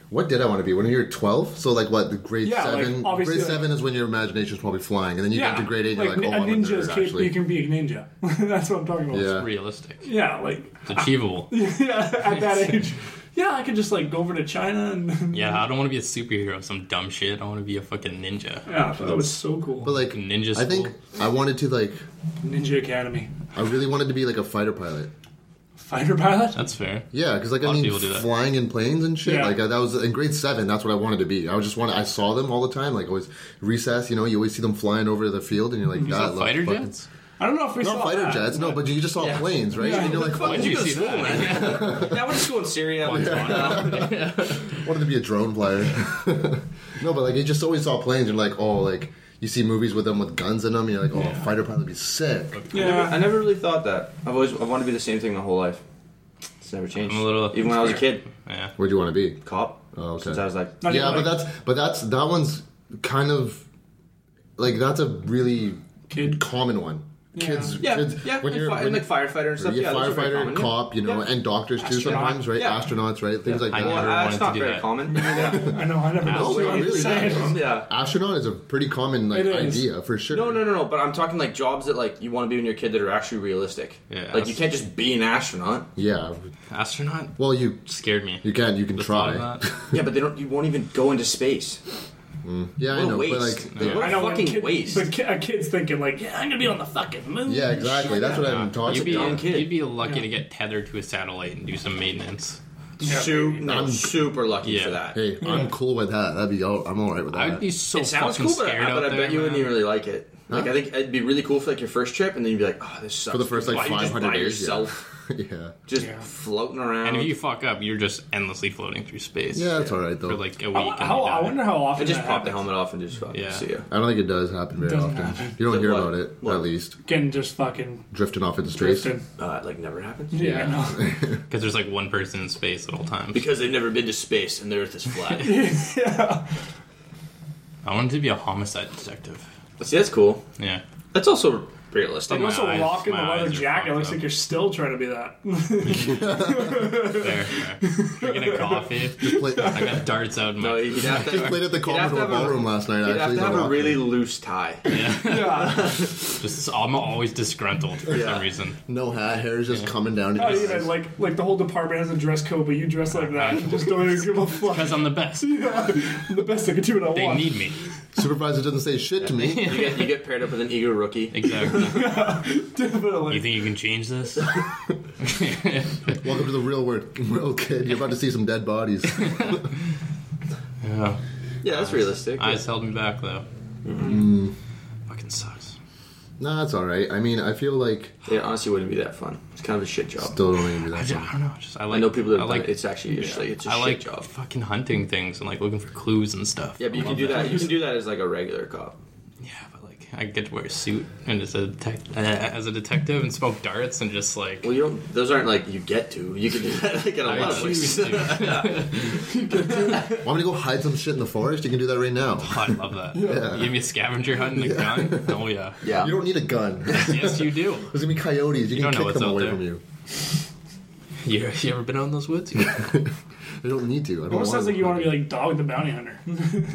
Speaker 4: What did I want to be when you were twelve? So like what? The grade
Speaker 2: Yeah, like,
Speaker 4: seven. grade
Speaker 2: obviously, like-
Speaker 4: seven is when your imagination's probably flying, and then you
Speaker 2: yeah,
Speaker 4: get to grade eight, and
Speaker 2: like,
Speaker 4: you're like, oh,
Speaker 2: a
Speaker 4: I'm a
Speaker 2: ninja is
Speaker 4: nerd
Speaker 2: capable.
Speaker 4: actually.
Speaker 2: You can be a ninja. *laughs* that's what I'm talking about.
Speaker 4: yeah.
Speaker 1: Realistic.
Speaker 2: yeah, like *laughs*
Speaker 1: It's achievable.
Speaker 2: yeah, at that age. Yeah, I could just like go over to China and *laughs*
Speaker 1: yeah, I don't want to be a superhero, some dumb shit. I want to be a fucking ninja.
Speaker 2: yeah, that was so cool.
Speaker 4: But like
Speaker 1: Ninja
Speaker 4: I think
Speaker 1: school.
Speaker 4: I wanted to like
Speaker 2: Ninja Academy,
Speaker 4: I really wanted to be like a fighter pilot.
Speaker 2: fighter *laughs* pilot.
Speaker 1: That's fair.
Speaker 4: Yeah, because like
Speaker 1: lot
Speaker 4: I
Speaker 1: of
Speaker 4: mean,
Speaker 1: people do that.
Speaker 4: flying in planes and shit.
Speaker 2: Yeah.
Speaker 4: Like I, that was in grade seven. That's what I wanted to be. I was just wanted. I saw them all the time. Like always recess. You know, you always see them flying over the field, and you're like, that
Speaker 1: Some
Speaker 4: looks
Speaker 1: fighter
Speaker 4: fucking-
Speaker 1: jets?
Speaker 2: I don't know if we
Speaker 4: Not
Speaker 2: saw
Speaker 4: fighter
Speaker 2: that,
Speaker 4: jets, no, but you just saw
Speaker 3: Yeah.
Speaker 4: planes, right? And you're like,
Speaker 1: Why did you see that?
Speaker 3: That was school in
Speaker 4: *laughs*
Speaker 3: Syria.
Speaker 4: wanted to be a drone flyer. *laughs* no, but like you just always saw planes. You're like, oh, like you see movies with them with guns in them. You're like, oh, a fighter pilot would be sick.
Speaker 3: I never, I
Speaker 2: Yeah,
Speaker 3: never really thought that. I've always I wanted to be the same thing my whole life. It's never changed.
Speaker 1: I'm a little-
Speaker 3: Even when I was a kid,
Speaker 1: *laughs* Yeah.
Speaker 4: Where'd you want to be?
Speaker 3: cop.
Speaker 4: Oh, okay.
Speaker 3: Since I was like,
Speaker 2: Not
Speaker 4: yeah,
Speaker 2: even,
Speaker 4: but
Speaker 2: like,
Speaker 4: that's but that's that one's kind of like that's a really
Speaker 2: Kid.
Speaker 4: common one. Kids,
Speaker 3: yeah,
Speaker 4: kids.
Speaker 3: yeah,
Speaker 4: when
Speaker 3: and
Speaker 4: you're
Speaker 3: fi- and
Speaker 4: when
Speaker 3: like firefighter and stuff.
Speaker 4: you're
Speaker 3: yeah, those are very
Speaker 4: firefighter,
Speaker 3: common, yeah.
Speaker 4: cop, you know,
Speaker 3: Yeah.
Speaker 4: and doctors too
Speaker 2: Astronaut.
Speaker 4: sometimes, right?
Speaker 3: Yeah.
Speaker 4: Astronauts, right? Things like
Speaker 1: I
Speaker 4: that.
Speaker 1: never
Speaker 3: Well, uh,
Speaker 1: wanted
Speaker 3: it's
Speaker 1: to
Speaker 3: not
Speaker 1: do
Speaker 3: very
Speaker 1: that.
Speaker 3: common. *laughs* yeah.
Speaker 2: I know. I never
Speaker 1: No,
Speaker 2: know.
Speaker 4: not really.
Speaker 2: Saying.
Speaker 3: yeah.
Speaker 4: Astronaut is a pretty common
Speaker 2: It
Speaker 4: like
Speaker 2: is.
Speaker 4: idea for sure.
Speaker 3: No, no, no, no. But I'm talking like jobs that like you want to be when you're a kid that are actually realistic.
Speaker 1: Yeah,
Speaker 3: Like you
Speaker 1: that's-
Speaker 3: can't just be an astronaut.
Speaker 4: Yeah,
Speaker 1: Astronaut
Speaker 4: well, you
Speaker 1: scared me.
Speaker 4: you can you can
Speaker 1: The thought of
Speaker 4: try.
Speaker 1: that.
Speaker 3: Yeah, but they don't. You won't even go into space.
Speaker 4: Yeah, I
Speaker 3: What a
Speaker 4: know,
Speaker 3: waste.
Speaker 4: but like,
Speaker 3: Like, what a
Speaker 2: I know. when
Speaker 3: fucking
Speaker 2: kid,
Speaker 3: waste.
Speaker 2: But ki- a kid's thinking like, yeah, I'm gonna be on the fucking moon.
Speaker 4: yeah, exactly. That's what I'm talking
Speaker 1: You'd be,
Speaker 4: about.
Speaker 3: dumb kid.
Speaker 1: you'd be lucky to get tethered to a satellite and do some maintenance.
Speaker 2: Yeah.
Speaker 3: Su- no, I'm super lucky
Speaker 1: Yeah.
Speaker 3: for that.
Speaker 4: Hey, I'm cool with that. That'd be all, I'm all right with that.
Speaker 1: I would be so
Speaker 3: it sounds
Speaker 1: fucking
Speaker 3: cool, but,
Speaker 1: scared
Speaker 3: I,
Speaker 1: out
Speaker 3: but I
Speaker 1: there.
Speaker 3: bet you wouldn't
Speaker 1: man.
Speaker 3: even really like it. Like
Speaker 4: Huh?
Speaker 3: I think it'd be really cool for like your first trip, and then you'd be like, "Oh, this sucks."
Speaker 4: for the first
Speaker 3: Why
Speaker 4: like
Speaker 3: you just
Speaker 4: 500
Speaker 3: by
Speaker 4: years.
Speaker 3: yourself,
Speaker 4: Yeah. *laughs* yeah,
Speaker 3: just
Speaker 2: Yeah.
Speaker 3: floating around.
Speaker 1: And if you fuck up, you're just endlessly floating through space.
Speaker 4: yeah, that's all right though.
Speaker 1: For like a week.
Speaker 2: I,
Speaker 1: and
Speaker 2: how,
Speaker 1: you die.
Speaker 2: I wonder how often
Speaker 3: And just
Speaker 2: that
Speaker 3: pop the
Speaker 2: happens.
Speaker 3: helmet off and just fucking
Speaker 1: Yeah.
Speaker 3: see ya.
Speaker 4: I don't think it does happen very
Speaker 2: Doesn't
Speaker 4: often.
Speaker 2: happen.
Speaker 4: You don't
Speaker 3: Does
Speaker 4: hear
Speaker 3: what?
Speaker 4: about it,
Speaker 3: What?
Speaker 4: at least.
Speaker 2: Again, just fucking
Speaker 4: Drifting off into space.
Speaker 2: drifting.
Speaker 3: Uh, it, like never happens.
Speaker 2: Yeah, no.
Speaker 1: *laughs* Because there's like one person in space at all times.
Speaker 3: Because they've never been to space and the Earth is flat.
Speaker 2: *laughs* yeah.
Speaker 1: I wanted to be a homicide detective.
Speaker 3: See, that's cool.
Speaker 1: Yeah.
Speaker 3: That's also realistic.
Speaker 2: And also,
Speaker 1: eyes-
Speaker 2: walk in the
Speaker 1: my
Speaker 2: leather
Speaker 1: eyes are
Speaker 2: jacket
Speaker 1: fucked
Speaker 2: looks
Speaker 1: up.
Speaker 2: like you're still trying to be that. *laughs*
Speaker 1: There. there. *laughs* Drinking a coffee.
Speaker 4: Played,
Speaker 1: I got darts out in my.
Speaker 3: No, he'd have to.
Speaker 4: played
Speaker 3: *laughs*
Speaker 4: at the
Speaker 3: have to
Speaker 4: Commodore
Speaker 3: have a-
Speaker 4: Ballroom last night,
Speaker 3: You'd
Speaker 4: actually.
Speaker 3: have to
Speaker 4: the
Speaker 3: have a
Speaker 4: rock
Speaker 3: really
Speaker 4: band.
Speaker 3: loose tie.
Speaker 2: yeah.
Speaker 1: Just, I'm always disgruntled for
Speaker 3: Yeah.
Speaker 1: some reason.
Speaker 4: No hat, hair is just coming down.
Speaker 2: Oh,
Speaker 4: To
Speaker 2: you
Speaker 4: your
Speaker 2: know,
Speaker 4: eyes.
Speaker 2: like like the whole department has a dress code, but you dress like that. You just don't even give a fuck.
Speaker 1: Because I'm the
Speaker 2: *laughs*
Speaker 1: best.
Speaker 2: Yeah. I'm the best I can do what I
Speaker 1: They
Speaker 2: want.
Speaker 1: need me.
Speaker 4: Supervisor doesn't say shit
Speaker 3: *laughs*
Speaker 4: to me.
Speaker 3: You get, you get paired up with an eager rookie.
Speaker 1: Exactly.
Speaker 2: *laughs*
Speaker 1: *laughs*
Speaker 2: Definitely.
Speaker 1: You think you can change this?
Speaker 4: Welcome to the real world, world kid. You're about to see some
Speaker 3: *laughs*
Speaker 4: dead bodies.
Speaker 1: yeah.
Speaker 3: Yeah, that's realistic.
Speaker 1: Eyes held me back though. Mm. Fucking sucks.
Speaker 4: nah, that's all right. I mean, I feel like
Speaker 3: It honestly wouldn't be that fun. It's kind of a shit job.
Speaker 4: still don't even do
Speaker 1: I,
Speaker 4: that.
Speaker 1: ju- I don't know. Just I like.
Speaker 3: I know people that
Speaker 1: I
Speaker 3: have
Speaker 1: like.
Speaker 3: done it. It's actually it's like- it's a
Speaker 1: I
Speaker 3: shit
Speaker 1: like
Speaker 3: job.
Speaker 1: fucking hunting things and like looking for clues and stuff.
Speaker 3: Yeah, but you
Speaker 1: I
Speaker 3: can
Speaker 1: love
Speaker 3: do that. You can do that as like a regular cop.
Speaker 1: Yeah, but like I get to wear a suit and as a detec- uh, as a detective and smoke darts and just like.
Speaker 3: Well, you don't. Those aren't like you get to. You can do *laughs* that like in a
Speaker 1: I oh,
Speaker 3: lot of
Speaker 1: choose
Speaker 3: places.
Speaker 1: to. *laughs* Yeah.
Speaker 4: Want me to go hide some shit in the forest? You can do that right now.
Speaker 1: I love that. You give me a scavenger hunt and a gun. Oh yeah.
Speaker 3: *laughs* *laughs* Yeah.
Speaker 4: You don't need
Speaker 3: *laughs*
Speaker 4: a gun. *laughs* There's
Speaker 1: Yes, you do.
Speaker 4: gonna be coyotes. You,
Speaker 1: don't know
Speaker 4: can kick
Speaker 1: what's
Speaker 4: them
Speaker 1: out
Speaker 4: away
Speaker 1: there.
Speaker 4: from you.
Speaker 2: *laughs*
Speaker 1: You, you ever been out in those woods?
Speaker 4: I don't need to. I
Speaker 2: Almost
Speaker 4: don't want
Speaker 2: sounds like you want to be like Dog the Bounty Hunter. *laughs* he was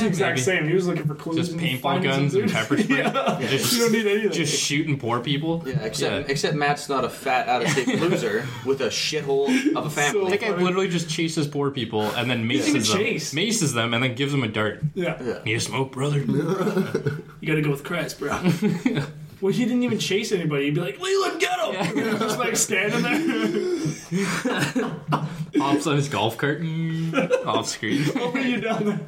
Speaker 1: Yeah,
Speaker 2: the exact
Speaker 1: maybe.
Speaker 2: same. He was looking for clues.
Speaker 1: Just
Speaker 2: and
Speaker 1: paintball
Speaker 2: finding
Speaker 1: guns
Speaker 2: some
Speaker 1: and
Speaker 2: dude.
Speaker 1: pepper spray.
Speaker 2: yeah.
Speaker 1: Just-
Speaker 2: *laughs* you don't need
Speaker 1: *laughs*
Speaker 2: anything.
Speaker 1: Just shooting poor people.
Speaker 3: Yeah, except
Speaker 1: Yeah.
Speaker 3: except Matt's not a fat out
Speaker 1: *laughs*
Speaker 3: of shape loser with a shithole of a
Speaker 1: I
Speaker 3: family.
Speaker 1: think I literally just chases poor people and then
Speaker 2: even
Speaker 1: maces them,
Speaker 2: chase.
Speaker 1: maces them, and then gives them a dart.
Speaker 2: yeah.
Speaker 1: Need a smoke, brother?
Speaker 2: You gotta go with
Speaker 1: *laughs*
Speaker 2: Christ, bro. well, he didn't even chase anybody. He'd be like, Leland, get him! *laughs* just like standing
Speaker 1: *laughs*
Speaker 2: there.
Speaker 1: Hops on his golf cart, Mm, off screen. *laughs*
Speaker 2: What are you down there?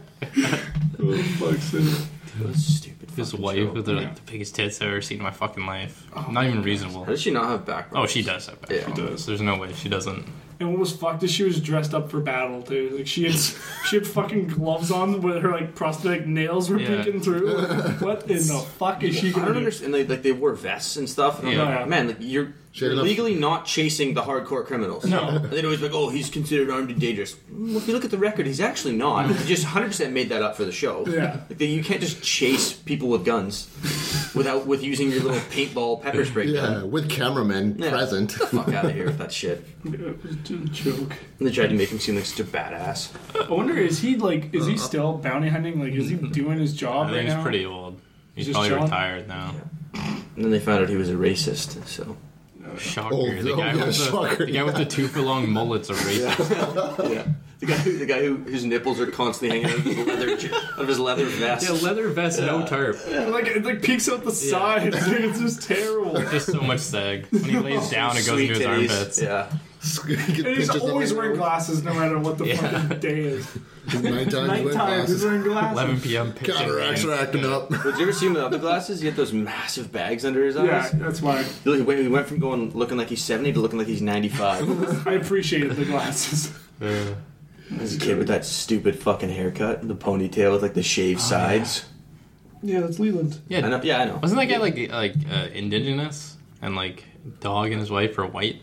Speaker 2: oh, fuck's sake.
Speaker 3: stupid.
Speaker 1: His
Speaker 3: fucking
Speaker 1: wife
Speaker 3: show.
Speaker 1: with the, like, the biggest tits I've ever seen in my fucking life. Not even reasonable.
Speaker 3: How does she not have backbone?
Speaker 1: Oh, she does have back
Speaker 3: Yeah.
Speaker 1: problems.
Speaker 2: does.
Speaker 1: There's no way she doesn't.
Speaker 2: And what was fucked is she was dressed up for battle, too. Like, she had, she had fucking gloves on with her, like, prosthetic nails were
Speaker 1: Yeah.
Speaker 2: peeking through.
Speaker 1: *laughs*
Speaker 2: Like, what in the fuck is she
Speaker 3: I
Speaker 2: gonna
Speaker 3: don't
Speaker 2: do?
Speaker 3: understand. Like, like they wore vests and stuff. And I'm
Speaker 1: Yeah.
Speaker 3: like, man, like you're,
Speaker 4: She had
Speaker 3: you're
Speaker 4: enough-
Speaker 3: legally not chasing the hardcore criminals.
Speaker 2: No.
Speaker 3: and they'd always be like, oh, he's considered armed and dangerous. Well, if you look at the record, he's actually not. He just 100 percent made that up for the show.
Speaker 2: Yeah.
Speaker 3: like they, you can't just chase people with guns without with using your little paintball pepper spray
Speaker 4: Yeah,
Speaker 3: gun.
Speaker 4: with cameramen
Speaker 3: Yeah. *laughs*
Speaker 4: present.
Speaker 3: Fuck out of here with that shit.
Speaker 2: It was just a joke.
Speaker 3: And they tried to make him seem like such a badass.
Speaker 2: I wonder, is he, like, is he still bounty hunting?
Speaker 1: *laughs*
Speaker 2: Like, is he doing his job
Speaker 1: I
Speaker 2: right
Speaker 1: think he's
Speaker 2: now?
Speaker 1: pretty old. He's
Speaker 2: Just
Speaker 1: probably
Speaker 2: chilling?
Speaker 1: retired now.
Speaker 3: And then they found out he was a racist. So
Speaker 1: Shocker.
Speaker 4: Oh,
Speaker 1: the,
Speaker 4: oh,
Speaker 1: guy
Speaker 4: yeah,
Speaker 1: with the,
Speaker 4: shocker,
Speaker 1: the guy with the two for long mullets a racist.
Speaker 3: yeah, the guy, who, the guy who whose nipples are constantly hanging out of his leather, out of his leather vest.
Speaker 1: Yeah, leather vest, no tarp.
Speaker 2: Yeah, like it like peeks out the sides. Like, it's just
Speaker 1: *laughs*
Speaker 2: terrible. And
Speaker 1: Just so much sag. When he lays down, it goes into
Speaker 3: Sweet
Speaker 1: his
Speaker 3: titties.
Speaker 1: armpits.
Speaker 3: Yeah.
Speaker 2: he's always wearing glasses no matter what the
Speaker 1: Yeah.
Speaker 2: fucking day is.
Speaker 4: Night times wearing
Speaker 2: Nighttime, he's
Speaker 4: glasses.
Speaker 2: wearing glasses.
Speaker 1: 11 p.m. pitch
Speaker 4: Cataracts are acting up.
Speaker 3: Did you ever see him without the glasses? He had those massive bags under his
Speaker 2: Yeah,
Speaker 3: eyes.
Speaker 2: that's why
Speaker 3: He look- He went from going looking like he's 70 to looking like he's *laughs* 95.
Speaker 2: I appreciated the glasses.
Speaker 1: Yeah.
Speaker 3: As a kid with that stupid fucking haircut and the ponytail with like the shaved sides.
Speaker 2: Yeah, that's Leland.
Speaker 3: I know,
Speaker 1: yeah.
Speaker 3: yeah, I know.
Speaker 1: Wasn't that guy like like uh, indigenous and like dog and his wife are white?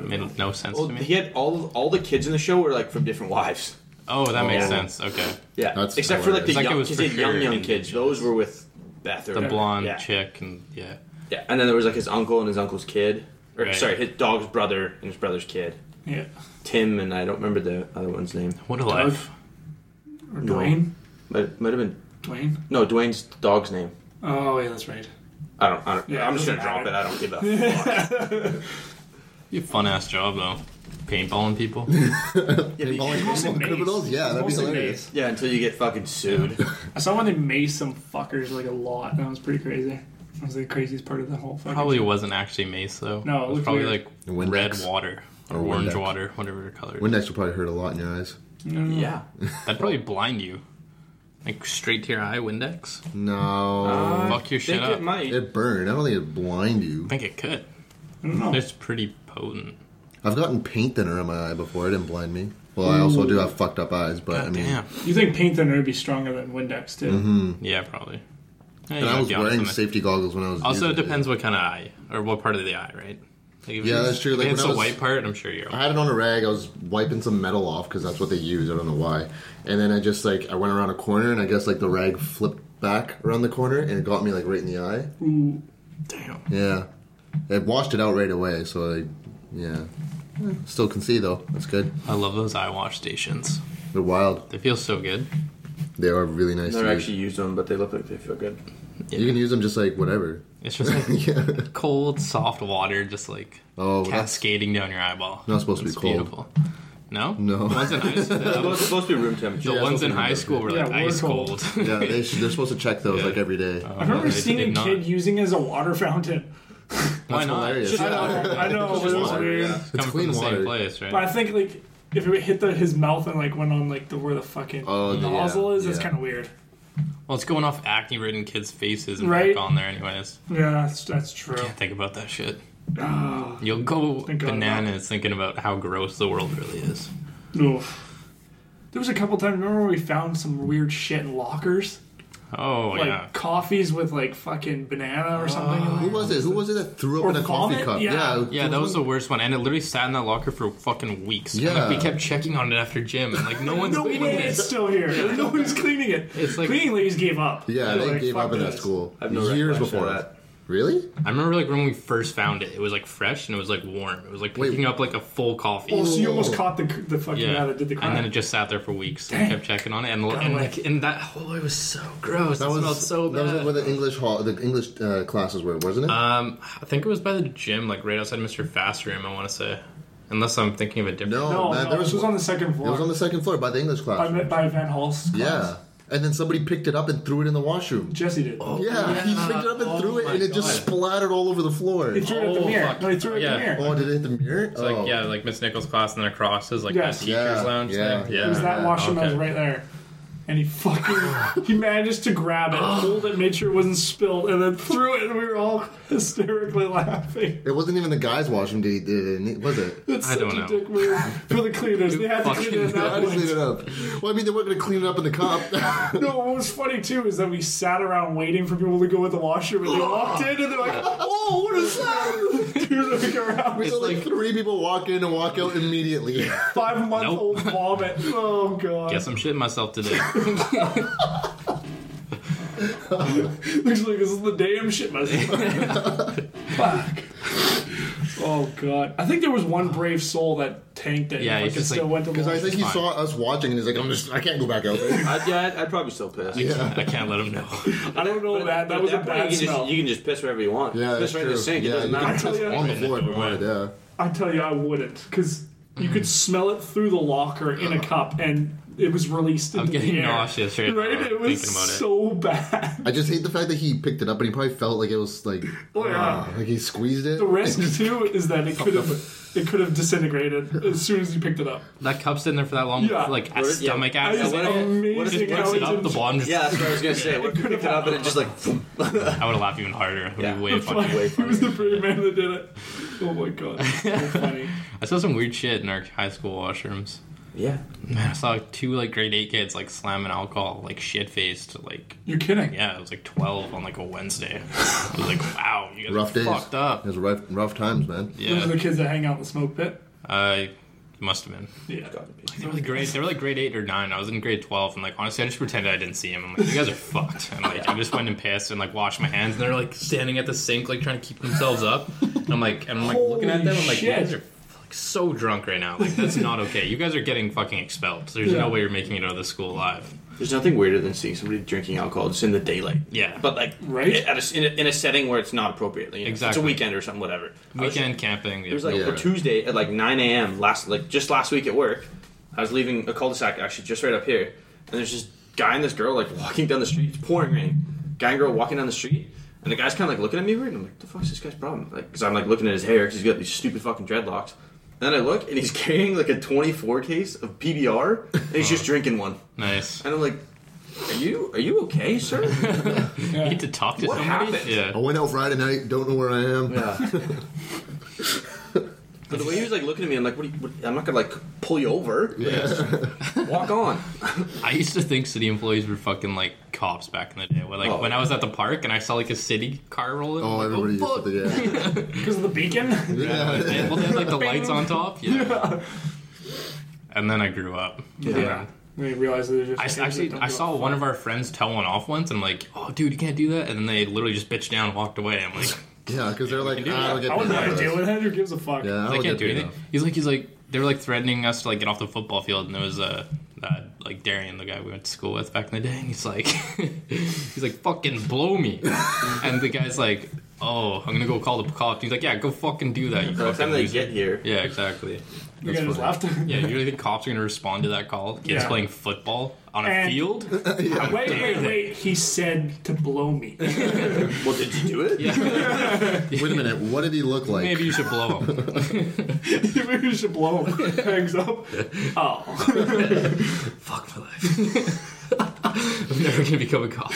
Speaker 1: Made no sense
Speaker 3: Well,
Speaker 1: to me.
Speaker 3: he had all all the kids in the show were like from different wives.
Speaker 1: oh, that makes
Speaker 3: Yeah.
Speaker 1: sense. Okay,
Speaker 3: Yeah,
Speaker 4: That's
Speaker 3: except for like the
Speaker 1: hilarious. Like, it
Speaker 3: young,
Speaker 1: was
Speaker 3: 'cause he
Speaker 1: for
Speaker 3: had young
Speaker 1: sure
Speaker 3: young
Speaker 1: in-
Speaker 3: kids. Those were with Beth or
Speaker 1: the blonde
Speaker 3: yeah.
Speaker 1: chick and yeah,
Speaker 3: Yeah, and then there was like his uncle and his uncle's kid, or
Speaker 1: Right.
Speaker 3: sorry, his dog's brother and his brother's kid,
Speaker 2: Yeah.
Speaker 3: Tim, and I don't remember the other one's name.
Speaker 1: what a life.
Speaker 2: Or
Speaker 3: No.
Speaker 2: Dwayne.
Speaker 3: Might might have been
Speaker 2: Dwayne.
Speaker 3: no Dwayne's dog's name.
Speaker 2: Oh yeah, that's *laughs* right.
Speaker 3: I don't. I don't
Speaker 2: Yeah,
Speaker 3: I'm just
Speaker 2: it
Speaker 3: gonna
Speaker 2: doesn't
Speaker 3: drop it.
Speaker 2: matter.
Speaker 3: I don't give
Speaker 2: *laughs*
Speaker 3: a.
Speaker 1: You fun ass job though, paintballing
Speaker 2: *laughs*
Speaker 1: people.
Speaker 4: Involving
Speaker 2: mostly mace.
Speaker 4: criminals? Yeah, that'd be
Speaker 2: Mostly
Speaker 4: hilarious.
Speaker 3: yeah, until you get fucking sued.
Speaker 2: *laughs* I saw when they maced some fuckers like a lot. That was pretty crazy. That was the craziest part of the whole fucking
Speaker 1: Probably wasn't actually mace though.
Speaker 2: No, it
Speaker 1: it was
Speaker 2: looked
Speaker 1: probably
Speaker 2: weird.
Speaker 1: like
Speaker 4: Windex.
Speaker 1: red water or,
Speaker 4: Or
Speaker 1: orange
Speaker 4: Windex.
Speaker 1: water, whatever color. it is.
Speaker 4: Windex will probably hurt a lot in your eyes.
Speaker 2: No, no, no.
Speaker 3: yeah,
Speaker 1: That'd probably blind you, like straight to your eye. Windex,
Speaker 4: No.
Speaker 1: fuck your
Speaker 3: think
Speaker 1: shit
Speaker 3: it
Speaker 1: up.
Speaker 3: might.
Speaker 4: it burned. I don't think it blind you.
Speaker 1: I think it could.
Speaker 2: I don't know.
Speaker 1: It's pretty potent.
Speaker 4: I've gotten paint thinner in my eye before. It didn't blind me. Well, I also do have fucked up eyes, but I
Speaker 1: God
Speaker 4: mean,
Speaker 1: damn.
Speaker 2: You think paint thinner would be stronger than Windex too?
Speaker 4: Mm-hmm.
Speaker 1: Yeah, probably. Yeah, you
Speaker 4: and
Speaker 1: might
Speaker 4: I was
Speaker 1: be onto
Speaker 4: wearing
Speaker 1: something.
Speaker 4: safety goggles when I was.
Speaker 1: Also, it
Speaker 4: using
Speaker 1: depends what kind of eye or what part of the eye, right? Like if
Speaker 4: Yeah,
Speaker 1: it's-
Speaker 4: that's true.
Speaker 1: if
Speaker 4: Like,
Speaker 1: it's
Speaker 4: when I
Speaker 1: the
Speaker 4: was-
Speaker 1: white part. I'm sure you're.
Speaker 4: I had it on a rag. I was wiping some metal off because that's what they use. I don't know why. And then I just like I went around a corner and I guess like the rag flipped back around the corner and it got me like right in the eye.
Speaker 2: Ooh.
Speaker 1: Damn.
Speaker 4: Yeah, it washed it out right away. So like, yeah, Eh, still can see though. That's good.
Speaker 1: I love those eye wash stations.
Speaker 4: They're wild.
Speaker 1: They feel so good.
Speaker 4: They are really nice.
Speaker 3: Never
Speaker 4: to use.
Speaker 3: actually used them, but they look like they feel good.
Speaker 4: You can use them just like whatever. *laughs*
Speaker 1: It's just like
Speaker 4: yeah.
Speaker 1: cold, soft water, just like
Speaker 4: Oh, that's
Speaker 1: cascading down your eyeball.
Speaker 4: not supposed to be
Speaker 1: It's
Speaker 4: cold.
Speaker 1: beautiful. No,
Speaker 4: No.
Speaker 1: The ones in high school,
Speaker 3: It's supposed, supposed to be room temperature.
Speaker 1: the
Speaker 4: Yeah,
Speaker 1: ones in
Speaker 4: something
Speaker 1: high
Speaker 4: like
Speaker 1: school were
Speaker 2: Yeah,
Speaker 1: like
Speaker 2: we're
Speaker 1: ice
Speaker 2: cold.
Speaker 1: cold. *laughs*
Speaker 4: *laughs* yeah. They should, they're supposed to check those like every day.
Speaker 2: I remember
Speaker 1: They
Speaker 2: seeing a
Speaker 1: did not.
Speaker 2: kid using it as a water
Speaker 4: *laughs*
Speaker 2: fountain.
Speaker 1: Why not?
Speaker 4: hilarious.
Speaker 2: I know, I know, but it was
Speaker 4: water,
Speaker 2: weird.
Speaker 1: It's coming
Speaker 4: clean
Speaker 1: from the
Speaker 4: water.
Speaker 1: same place, right?
Speaker 2: But I think like if it hit the, his mouth and like went on like the where the fucking
Speaker 4: Oh, the-
Speaker 2: nozzle
Speaker 4: yeah,
Speaker 2: is, that's
Speaker 4: yeah.
Speaker 2: kind of weird.
Speaker 1: Well, it's going off acne-ridden kids' faces and
Speaker 2: Right?
Speaker 1: back on there, anyways.
Speaker 2: Yeah, that's that's true.
Speaker 1: Can't think about that shit.
Speaker 2: Ah,
Speaker 1: You'll go
Speaker 2: Thank God not.
Speaker 1: bananas thinking about how gross the world really is.
Speaker 2: oof. There was a couple times. Remember when we found some weird shit in lockers,
Speaker 1: Oh
Speaker 2: like
Speaker 1: yeah.
Speaker 2: coffees with like fucking banana or something.
Speaker 1: Oh.
Speaker 4: Who was it? Who was it that threw up
Speaker 2: Or
Speaker 4: in a coffee
Speaker 2: vomit?
Speaker 4: cup?
Speaker 2: Yeah.
Speaker 1: Yeah, that was the worst one, and it literally sat in that locker for fucking weeks. And,
Speaker 4: Yeah.
Speaker 1: like, we kept checking on it after gym, and like no one's
Speaker 2: *laughs* no
Speaker 1: cleaning
Speaker 2: way
Speaker 1: this.
Speaker 2: it's still here. No one's cleaning it.
Speaker 1: It's like-
Speaker 2: cleaning ladies gave up.
Speaker 4: Yeah,
Speaker 2: They're
Speaker 4: they
Speaker 2: like,
Speaker 4: gave
Speaker 2: "Fuck
Speaker 4: up in that
Speaker 2: this."
Speaker 4: school
Speaker 3: I have no
Speaker 4: years
Speaker 3: recollection
Speaker 4: before
Speaker 3: of
Speaker 4: that. Really?
Speaker 1: I remember like when we first found it, it was like fresh and it was like warm. It was like
Speaker 4: Wait.
Speaker 1: picking up like a full coffee.
Speaker 2: Oh, so you
Speaker 4: Whoa.
Speaker 2: almost caught the the fucking guy that did the crime.
Speaker 1: and then it just sat there for weeks. And I
Speaker 2: Dang.
Speaker 1: kept checking on it, and, and
Speaker 2: away.
Speaker 1: like and that oh, it was so gross. That it smelled so bad.
Speaker 4: That was where the English hall, the English uh, classes were, wasn't it?
Speaker 1: um, I think it was by the gym, like right outside Mr. Fast room. I want to say, unless I'm thinking of a different.
Speaker 4: no,
Speaker 2: no,
Speaker 4: man,
Speaker 2: no,
Speaker 4: there
Speaker 2: this was
Speaker 4: was.
Speaker 2: on the second
Speaker 4: it
Speaker 2: floor.
Speaker 4: was on the second floor by the English class.
Speaker 2: by, by Van Hal's class.
Speaker 4: yeah, and then somebody picked it up and threw it in the washroom.
Speaker 2: Jesse did. Oh,
Speaker 4: Yeah, *laughs* he picked it up and
Speaker 1: Oh
Speaker 4: threw it,
Speaker 1: my
Speaker 4: and it just
Speaker 1: God.
Speaker 4: splattered all over the floor.
Speaker 2: He threw it at
Speaker 1: Oh,
Speaker 2: the mirror.
Speaker 1: fuck.
Speaker 2: No, he threw it
Speaker 1: Yeah.
Speaker 2: at the mirror.
Speaker 4: Oh, did it hit the mirror? Oh.
Speaker 1: It's like yeah, like Miss Nichols' class and then across is like
Speaker 2: Yes.
Speaker 1: that teacher's
Speaker 4: Yeah,
Speaker 1: lounge
Speaker 4: yeah.
Speaker 1: thing. Yeah,
Speaker 2: It was that
Speaker 1: yeah,
Speaker 2: washroom that was
Speaker 1: Uh, okay.
Speaker 2: right there. And
Speaker 1: *laughs*
Speaker 2: he fucking he managed to grab it,
Speaker 1: *gasps*
Speaker 2: hold it, made sure it wasn't spilled, and then threw it. And we were all hysterically laughing.
Speaker 4: It wasn't even the guys' washroom. Did he, did it, was it?
Speaker 2: It's
Speaker 1: I
Speaker 2: such
Speaker 1: don't
Speaker 2: a
Speaker 1: know.
Speaker 2: dick move for the cleaners. They had to clean it
Speaker 4: *laughs* How
Speaker 2: at
Speaker 4: to
Speaker 2: that
Speaker 4: clean
Speaker 2: point.
Speaker 4: it up? Well, I mean, they weren't going to clean it up in the cup.
Speaker 2: No, what was funny too is that we sat around waiting for people to go in the washroom,
Speaker 1: *gasps*
Speaker 2: and they walked in, and they're like, "Oh, what is that?" *laughs* Dude, like around
Speaker 4: we saw like,
Speaker 1: like-
Speaker 4: three people walk in and walk out immediately.
Speaker 2: five month old vomit. Oh god,
Speaker 1: Guess I'm shitting myself today.
Speaker 2: looks like this is the day I'm shit myself. Fuck. Oh god, I think there was one brave soul that tanked it.
Speaker 1: Yeah,
Speaker 2: and
Speaker 1: he's
Speaker 2: fucking
Speaker 1: just
Speaker 2: still
Speaker 1: like-
Speaker 2: went to the
Speaker 4: Because I think he
Speaker 1: Fine.
Speaker 4: saw us watching, and he's like, "I'm just, I can't go back out." there."
Speaker 3: I'd, yeah, I'd, I'd probably still piss.
Speaker 1: I can't let him know.
Speaker 2: I don't know
Speaker 3: But-
Speaker 2: that.
Speaker 3: but
Speaker 2: That
Speaker 3: at
Speaker 2: was a
Speaker 3: point,
Speaker 2: bad
Speaker 3: you can,
Speaker 2: smell.
Speaker 3: Just, you can just piss wherever you want.
Speaker 4: Yeah,
Speaker 3: piss
Speaker 4: that's
Speaker 3: right in
Speaker 4: true.
Speaker 3: the sink.
Speaker 4: Yeah,
Speaker 3: it doesn't *laughs*
Speaker 4: you
Speaker 3: matter.
Speaker 4: can
Speaker 2: tell
Speaker 4: piss
Speaker 2: you-
Speaker 4: on the floor if you
Speaker 1: Yeah.
Speaker 4: wanted, yeah.
Speaker 2: I tell you, I wouldn't, because you could smell it through the locker in a cup, and it was released.
Speaker 1: I'm
Speaker 2: into
Speaker 1: getting
Speaker 2: the air.
Speaker 1: nauseous right,
Speaker 2: *laughs* Right?
Speaker 1: now,
Speaker 2: It
Speaker 1: thinking
Speaker 2: was
Speaker 1: about it.
Speaker 2: so bad. *laughs*
Speaker 4: I just hate the fact that he picked it up, and he probably felt like it was like,
Speaker 2: Oh, yeah.
Speaker 4: ah, like he squeezed it.
Speaker 2: The
Speaker 4: *laughs*
Speaker 2: risk too is that it could have it could have disintegrated as soon as you picked it up.
Speaker 1: That cup's in there for that long,
Speaker 2: Yeah.
Speaker 1: like
Speaker 3: What
Speaker 1: a
Speaker 3: if- yeah.
Speaker 1: stomach
Speaker 2: I
Speaker 1: acid.
Speaker 2: just
Speaker 3: what if- what if
Speaker 2: amazing
Speaker 1: Just
Speaker 2: how
Speaker 1: picks
Speaker 2: it
Speaker 1: it up, the
Speaker 2: didn't-
Speaker 1: bottom. Just,
Speaker 3: Yeah, that's what I
Speaker 1: *laughs*
Speaker 3: was gonna say. What if you picked it up and it just like
Speaker 1: I would have laughed even harder. It would
Speaker 3: Yeah.
Speaker 1: be
Speaker 2: *laughs*
Speaker 1: way funnier.
Speaker 2: He was the brave man that did it. Oh my
Speaker 1: *laughs*
Speaker 2: god, that's so funny.
Speaker 1: I saw some weird shit in our high school washrooms.
Speaker 3: *laughs* yeah.
Speaker 1: Man, I saw like, two like grade eight kids like slamming alcohol, like shit faced. Like
Speaker 2: You're kidding.
Speaker 1: yeah, it was like twelve on like a Wednesday. *laughs* I was like, wow, you guys
Speaker 4: rough
Speaker 1: are
Speaker 4: days.
Speaker 1: fucked up.
Speaker 4: It was rough, rough times, man.
Speaker 2: Those are
Speaker 1: Yeah,
Speaker 2: the kids that hang out in the smoke pit.
Speaker 1: I must have been.
Speaker 2: Yeah.
Speaker 1: They were like grade. They were like grade eight or nine. I was in grade twelve, and like honestly, I just pretended I didn't see him. I'm like, you guys are fucked. And like, I just went and pissed and like washed my hands, and they're like standing at the sink, like trying to keep themselves up. And I'm like, and I'm like looking at
Speaker 2: Holy
Speaker 1: them. I'm like,
Speaker 2: shit.
Speaker 1: you guys are like so drunk right now. Like that's not okay. You guys are getting fucking expelled. There's
Speaker 2: Yeah.
Speaker 1: no way you're making it out of this school alive.
Speaker 3: There's nothing weirder than seeing somebody drinking alcohol just in the daylight.
Speaker 1: Yeah.
Speaker 3: But like,
Speaker 2: Right?
Speaker 3: at a, in, a, in a setting where it's not appropriate. You know? It's a
Speaker 1: Exactly.
Speaker 3: weekend or something, whatever. I was-
Speaker 1: Weekend camping.
Speaker 3: It was like
Speaker 4: Yeah.
Speaker 3: a Tuesday at like 9 a.m. last, like just last week at work. I was leaving a cul-de-sac actually just right up here, and there's this guy and this girl like walking down the street. It's pouring rain. Guy and girl walking down the street, and the guy's kind of like looking at me weird. And I'm like, "The fuck's this guy's problem?" Like, because I'm like looking at his hair because he's got these stupid fucking dreadlocks. And then I look, and he's *laughs* carrying like a 24 case of PBR, and he's just drinking one. *laughs*
Speaker 1: nice.
Speaker 3: And I'm like, "Are you are you okay, sir?"
Speaker 1: You need to talk to
Speaker 3: What
Speaker 1: somebody.
Speaker 3: happened?
Speaker 4: I
Speaker 1: Yeah.
Speaker 4: went out Friday night, don't know where I am.
Speaker 1: *laughs*
Speaker 3: Yeah. but the way he was like looking at me, I'm like, what, do you, what I'm not gonna like pull you over.
Speaker 1: *laughs*
Speaker 3: Walk on.
Speaker 1: I used to think city employees were fucking like cops back in the day. Where, like
Speaker 3: Oh.
Speaker 1: when I was at the park and I saw like a city car rolling.
Speaker 4: Oh,
Speaker 1: I'm like,
Speaker 4: everybody
Speaker 1: fuck.
Speaker 4: used to think, yeah.
Speaker 2: Because of the beacon?
Speaker 1: Yeah,
Speaker 4: Yeah.
Speaker 1: they- well, they had like the lights on top. Yeah. And then I grew up.
Speaker 2: *laughs* Yeah. We realized that there's just
Speaker 1: I s-
Speaker 2: kids that
Speaker 1: actually
Speaker 2: don't
Speaker 1: I
Speaker 2: give a
Speaker 1: saw one of our friends tell one off once, and I'm like, "Oh, dude, you can't do that." And then they literally just bitched down and walked away.
Speaker 3: *laughs*
Speaker 1: I'm like,
Speaker 4: Yeah, because they're like,
Speaker 1: do
Speaker 4: "Ah, I don't get
Speaker 2: I wouldn't want
Speaker 4: paid for
Speaker 2: to
Speaker 4: this."
Speaker 2: deal with it. Who gives a fuck?
Speaker 4: Yeah, I
Speaker 1: "I
Speaker 4: don't
Speaker 1: can't
Speaker 4: get
Speaker 1: do
Speaker 4: paid
Speaker 1: anything."
Speaker 4: enough.
Speaker 1: He's like, "He's like, they were like threatening us to like get off the football field." And there was uh, that like Darian, the guy we went to school with back in the day, and he's like, *laughs* he's like, "Fucking blow
Speaker 3: *laughs*
Speaker 1: me," and the guy's like, "Oh, I'm gonna go call the cops." He's like, "Yeah, go fucking do that." You
Speaker 3: By the time
Speaker 1: fucking
Speaker 3: they
Speaker 1: loser."
Speaker 3: get here,
Speaker 1: yeah, exactly.
Speaker 2: You guys
Speaker 4: That's
Speaker 2: just laughed.
Speaker 1: Yeah, you really think cops are going to respond to that call? Kids
Speaker 2: Yeah.
Speaker 1: playing football on a
Speaker 2: And-
Speaker 1: field?
Speaker 2: *laughs* Wait,
Speaker 1: *laughs*
Speaker 2: wait, wait. He said to blow *laughs* me.
Speaker 3: well, did you do it?
Speaker 1: Yeah,
Speaker 4: Wait a minute, what did he look
Speaker 1: *laughs*
Speaker 4: like?
Speaker 1: maybe you should blow them.
Speaker 2: Maybe we should blow him. *laughs* Hangs up. Oh.
Speaker 1: *laughs* Fuck my life. *laughs* I'm never going to become a cop.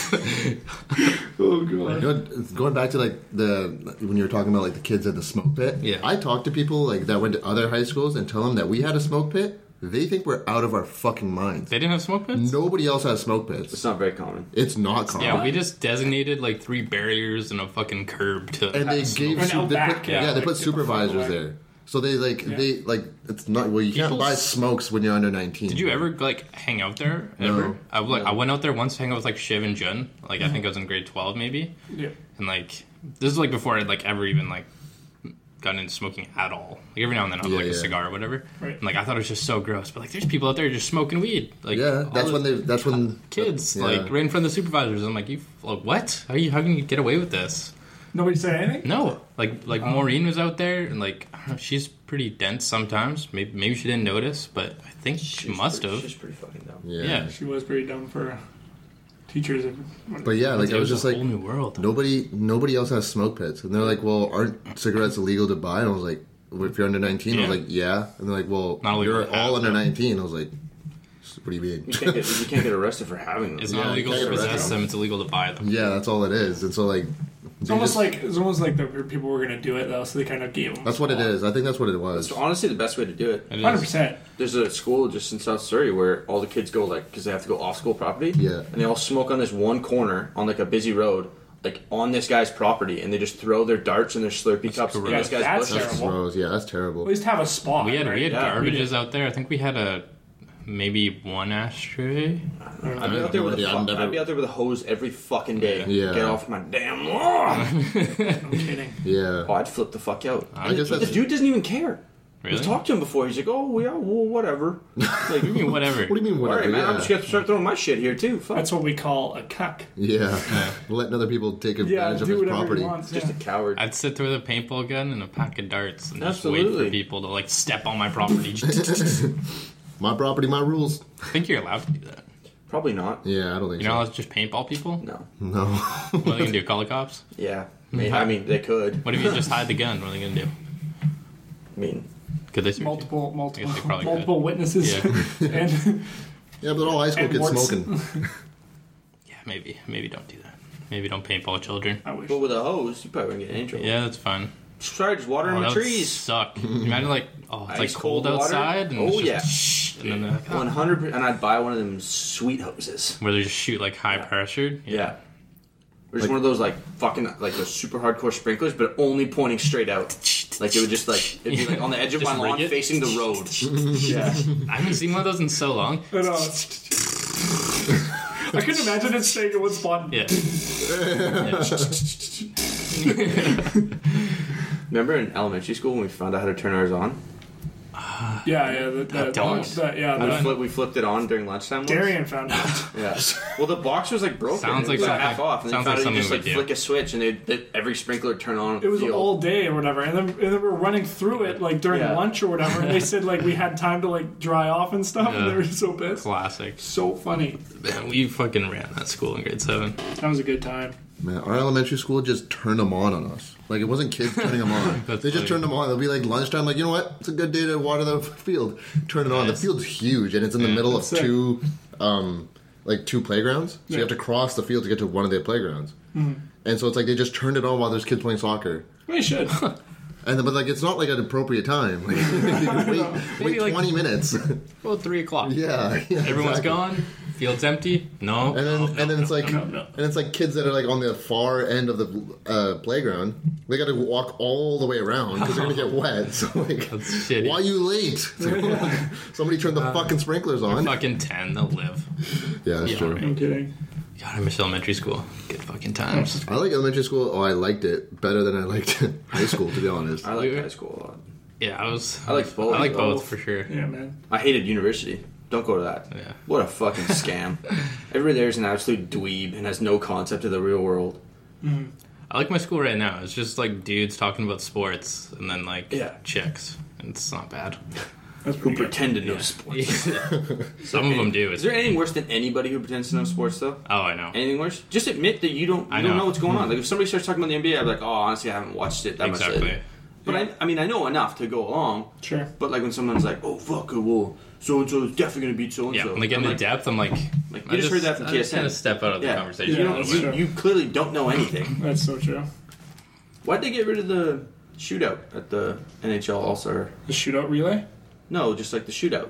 Speaker 2: Oh,
Speaker 4: You
Speaker 2: God.
Speaker 4: know, it's going back to like the when you were talking about like the kids at the smoke pit.
Speaker 1: Yeah.
Speaker 4: I talk to people like that went to other high schools and tell them that we had a smoke pit. They think we're out of our fucking minds.
Speaker 1: they didn't have smoke pits?
Speaker 4: Nobody else has smoke pits.
Speaker 3: It's not very common.
Speaker 4: It's not common.
Speaker 1: Yeah, we just designated like three barriers and a fucking curb to.
Speaker 4: and they
Speaker 1: have
Speaker 4: gave
Speaker 2: And
Speaker 4: su-
Speaker 2: out
Speaker 4: they
Speaker 2: back,
Speaker 4: put,
Speaker 2: yeah,
Speaker 4: yeah, they
Speaker 2: like,
Speaker 4: put
Speaker 2: get the fuck
Speaker 4: supervisors
Speaker 2: away.
Speaker 4: there. So they like
Speaker 2: Yeah.
Speaker 4: they like it's not well you can't
Speaker 1: People-
Speaker 4: buy smokes when you're under nineteen.
Speaker 1: Did you ever like hang out there ever?
Speaker 4: No.
Speaker 1: I like I went out there once to hang out with like Shiv and Jun. Like I think I was in grade twelve maybe,
Speaker 2: Yeah.
Speaker 1: and like this is like before I'd like ever even like gotten into smoking at all. Like every now and then I'll have,
Speaker 4: Yeah,
Speaker 1: like
Speaker 4: yeah.
Speaker 1: a cigar or whatever.
Speaker 2: Right.
Speaker 1: And like I thought it was just so gross, but like there's people out there just smoking weed. Like
Speaker 4: Yeah,
Speaker 1: all
Speaker 4: that's
Speaker 1: the
Speaker 4: when they.
Speaker 1: *laughs*
Speaker 4: That's when
Speaker 1: kids
Speaker 4: Yeah.
Speaker 1: like right in front of the supervisors. I'm like you like what? How you how can you get away with this?
Speaker 2: Nobody said anything.
Speaker 1: No, like
Speaker 3: Um,
Speaker 1: like Maureen was out there, and like I don't know, she's pretty dense sometimes. Maybe maybe she didn't notice, but I think she
Speaker 3: She's
Speaker 1: must
Speaker 3: pretty-
Speaker 1: have.
Speaker 3: She's pretty fucking dumb.
Speaker 4: Yeah.
Speaker 1: Yeah.
Speaker 2: She was pretty dumb for teachers. And
Speaker 4: But yeah, like
Speaker 1: It
Speaker 4: I was just
Speaker 1: a
Speaker 4: like
Speaker 1: whole new world.
Speaker 4: nobody nobody else has smoke pits, and they're like, well, aren't cigarettes illegal to buy? And I was like, well, if you're under nineteen, I
Speaker 1: Yeah.
Speaker 4: was like, yeah, and they're like, well,
Speaker 1: Not illegal
Speaker 4: you're
Speaker 1: to have
Speaker 4: all under
Speaker 1: them.
Speaker 4: nineteen. I was like, what do you mean?
Speaker 3: You can't get you can't get arrested for having them.
Speaker 1: It's
Speaker 4: Yeah,
Speaker 1: not illegal to
Speaker 4: exactly.
Speaker 1: possess them; it's illegal to buy them.
Speaker 4: *laughs* yeah, that's all it is, and so like,
Speaker 2: It's almost like it's almost like the people were gonna do it though, so they kind of gave them.
Speaker 4: that's what it is. I think that's what it was.
Speaker 3: It's honestly the best way to do it.
Speaker 1: It is-
Speaker 2: Hundred percent.
Speaker 3: There's a school just in South Surrey where all the kids go like because they have to go off school property.
Speaker 4: Yeah.
Speaker 3: And they all smoke on this one corner on like a busy road, like on this guy's property, and they just throw their darts and their Slurpee cups in
Speaker 1: correct.
Speaker 3: this guy's
Speaker 2: Yeah, that's
Speaker 3: bush.
Speaker 2: terrible.
Speaker 4: Gross. Yeah, that's terrible.
Speaker 2: At least have a spot.
Speaker 1: We had
Speaker 2: right?
Speaker 1: we had
Speaker 3: Yeah, we
Speaker 1: garbages out there. I think we had a maybe one ashtray.
Speaker 3: I'd be out there with a
Speaker 4: Yeah,
Speaker 3: fu-
Speaker 4: I've never-
Speaker 3: I'd be out there with a hose every fucking day.
Speaker 4: Yeah.
Speaker 3: Get off my damn lawn.
Speaker 2: No kidding.
Speaker 4: Yeah,
Speaker 3: oh, I'd flip the fuck out.
Speaker 4: I guess
Speaker 3: But the
Speaker 4: that's
Speaker 3: dude doesn't even care.
Speaker 1: Really?
Speaker 3: We've talked to him before. He's like, oh yeah, well whatever. Like,
Speaker 1: I *laughs* mean,
Speaker 3: *laughs*
Speaker 1: whatever.
Speaker 4: What do you mean?
Speaker 3: all
Speaker 4: Whatever.
Speaker 3: right, man. I'm
Speaker 4: yeah.
Speaker 3: just gonna start throwing my shit here too. Fuck.
Speaker 2: That's what we call a cuck.
Speaker 4: Yeah, *laughs* letting other people take advantage of his property.
Speaker 3: just a coward.
Speaker 1: I'd sit there with a paintball gun and a pack of darts and just wait
Speaker 3: Absolutely.
Speaker 1: for people to like step on my property.
Speaker 4: *laughs*
Speaker 1: *laughs*
Speaker 4: My property, my rules.
Speaker 1: I think you're allowed to do that.
Speaker 3: Probably not.
Speaker 4: Yeah, I don't think
Speaker 1: You're not allowed to just paintball people.
Speaker 3: No.
Speaker 4: so. No. *laughs*
Speaker 1: What are they gonna do?
Speaker 3: *laughs*
Speaker 1: Call the cops?
Speaker 3: Yeah. I mean, I mean, they could.
Speaker 1: What if you just hide the gun? What are they gonna do?
Speaker 3: I mean,
Speaker 1: Could they search you?
Speaker 2: multiple multiple
Speaker 1: they probably
Speaker 2: multiple witnesses *laughs* and
Speaker 4: yeah, but all high school
Speaker 2: And
Speaker 4: kids
Speaker 2: warts.
Speaker 4: smoking.
Speaker 1: Yeah, maybe. Maybe don't do that. Maybe don't paintball children.
Speaker 2: I wish
Speaker 3: but with a hose, you probably wouldn't get any trouble.
Speaker 1: Yeah, that's fun.
Speaker 3: Just try just watering
Speaker 1: Oh,
Speaker 3: the
Speaker 1: that would
Speaker 3: trees.
Speaker 1: suck. Imagine like oh, it's like
Speaker 3: Ice cold
Speaker 1: cold
Speaker 3: water?
Speaker 1: outside and
Speaker 3: Oh,
Speaker 1: it's just shh, and then they're like,
Speaker 3: One hundred percent. And I'd buy one of them sweet hoses.
Speaker 1: where they just shoot like high pressured.
Speaker 3: Yeah. Or just one of those like fucking like those super hardcore sprinklers, but only pointing straight out. Like it would just like it'd be like on the edge of
Speaker 1: Just
Speaker 3: my
Speaker 1: rig
Speaker 3: lawn,
Speaker 1: it.
Speaker 3: facing the
Speaker 1: *laughs*
Speaker 3: road. yeah.
Speaker 1: I haven't seen one of those in so long.
Speaker 2: But, uh, *laughs* I couldn't imagine it staying in one spot.
Speaker 1: Yeah.
Speaker 3: Remember in elementary school when we found out how to turn ours on?
Speaker 2: yeah, yeah. The, the,
Speaker 1: I don't.
Speaker 2: the- yeah,
Speaker 3: We,
Speaker 2: the,
Speaker 3: flip, we flipped it on during lunchtime. once.
Speaker 2: Darian found
Speaker 1: *laughs*
Speaker 2: out.
Speaker 3: Yeah. Well, the box was like broken.
Speaker 1: Sounds
Speaker 3: it
Speaker 1: like
Speaker 3: was, like
Speaker 1: something-
Speaker 3: half off, and then you
Speaker 1: sounds
Speaker 3: found
Speaker 1: like
Speaker 3: out you just like
Speaker 1: something we
Speaker 3: flick a switch, and it, it, every sprinkler would turn on.
Speaker 2: It was
Speaker 3: feel.
Speaker 2: all day or whatever, and then, and then we were running through it like during
Speaker 3: Yeah.
Speaker 2: lunch or whatever. And they said like we had time to like dry off and stuff, and they
Speaker 1: Yeah.
Speaker 2: were so pissed.
Speaker 1: Classic.
Speaker 2: So funny.
Speaker 1: Man, we fucking ran that school in grade seven.
Speaker 2: That was a good time.
Speaker 4: Man, our elementary school just turned them on on us. Like it wasn't kids turning them on.
Speaker 1: *laughs*
Speaker 4: they
Speaker 1: That's
Speaker 4: just
Speaker 1: funny.
Speaker 4: turned them on. They'll be like lunchtime. Like you know what? It's a good day to water the *laughs* field. Turn it on. The
Speaker 1: Yes.
Speaker 4: field's huge, and it's in the middle of
Speaker 2: That's it.
Speaker 4: two, um, like two playgrounds. So you
Speaker 2: Yeah.
Speaker 4: have to cross the field to get to one of their playgrounds.
Speaker 1: Mm-hmm.
Speaker 4: And so it's like they just turned it on while there's kids playing soccer.
Speaker 2: We should.
Speaker 4: And then, but like it's not like an appropriate time.
Speaker 1: *laughs*
Speaker 4: *laughs* Like, wait wait
Speaker 1: Maybe, like-
Speaker 4: twenty minutes. *laughs*
Speaker 1: Well, three o'clock.
Speaker 4: yeah, yeah,
Speaker 1: Everyone's
Speaker 4: exactly.
Speaker 1: gone. Field's empty. No.
Speaker 4: And then,
Speaker 1: no,
Speaker 4: and then
Speaker 1: no,
Speaker 4: it's like,
Speaker 1: *laughs* no, no.
Speaker 4: and it's like kids that are like on the far end of the uh, playground. They got to walk all the way around because they're
Speaker 1: *laughs*
Speaker 4: gonna get wet. So like,
Speaker 1: That's shitty. Uh,
Speaker 4: why are you late? *laughs* Somebody turned the fucking sprinklers on.
Speaker 1: fucking ten. They'll live.
Speaker 4: Yeah, that's
Speaker 1: Yeah,
Speaker 4: true.
Speaker 1: right.
Speaker 2: I'm kidding.
Speaker 1: God, I miss elementary school. Good fucking times.
Speaker 4: I like elementary school. Oh, I liked it better than I liked *laughs* high school. To be honest,
Speaker 3: I
Speaker 4: I,
Speaker 3: like high school a lot.
Speaker 1: Yeah, I was.
Speaker 3: I like both.
Speaker 1: I like both,
Speaker 2: Both.
Speaker 1: for sure.
Speaker 2: Yeah, man.
Speaker 3: I hated university. Don't go to that.
Speaker 1: Yeah.
Speaker 3: What a
Speaker 1: *laughs*
Speaker 3: fucking scam. Everybody there is an absolute dweeb and has no concept of the real world.
Speaker 1: I like my school right now. It's just like dudes talking about sports and then like
Speaker 3: Yeah.
Speaker 1: chicks. It's not
Speaker 3: *laughs*
Speaker 1: bad.
Speaker 2: That's
Speaker 3: Who
Speaker 2: pretty good.
Speaker 3: pretend to know sports.
Speaker 1: Some of them do.
Speaker 3: Is
Speaker 1: It's,
Speaker 3: there anything worse than anybody who pretends to know sports though?
Speaker 1: oh, I know.
Speaker 3: Anything worse? Just admit that you don't you
Speaker 1: I
Speaker 3: don't
Speaker 1: know. Hmm.
Speaker 3: know what's going on. Like if somebody starts talking about the NBA, I'd be like, oh, honestly, I haven't watched it that much.
Speaker 1: Exactly.
Speaker 3: lately." But I, I mean, I know enough to go along.
Speaker 2: Sure.
Speaker 3: But like when someone's like, oh fuck, well, so and so is definitely gonna beat so and
Speaker 1: Yeah,
Speaker 3: so.
Speaker 1: when they get into depth, I'm like,
Speaker 3: Like, you
Speaker 1: I
Speaker 3: just heard that from
Speaker 1: I just
Speaker 3: TSN.
Speaker 1: Kind of step out of the
Speaker 3: yeah,
Speaker 1: conversation
Speaker 3: You,
Speaker 1: a
Speaker 3: don't-
Speaker 1: little
Speaker 2: Yeah.
Speaker 1: bit.
Speaker 3: you- you clearly don't know anything.
Speaker 2: That's so true.
Speaker 3: Why'd they get rid of the shootout at the NHL All Star?
Speaker 2: The shootout relay.
Speaker 3: No, just like the shootout.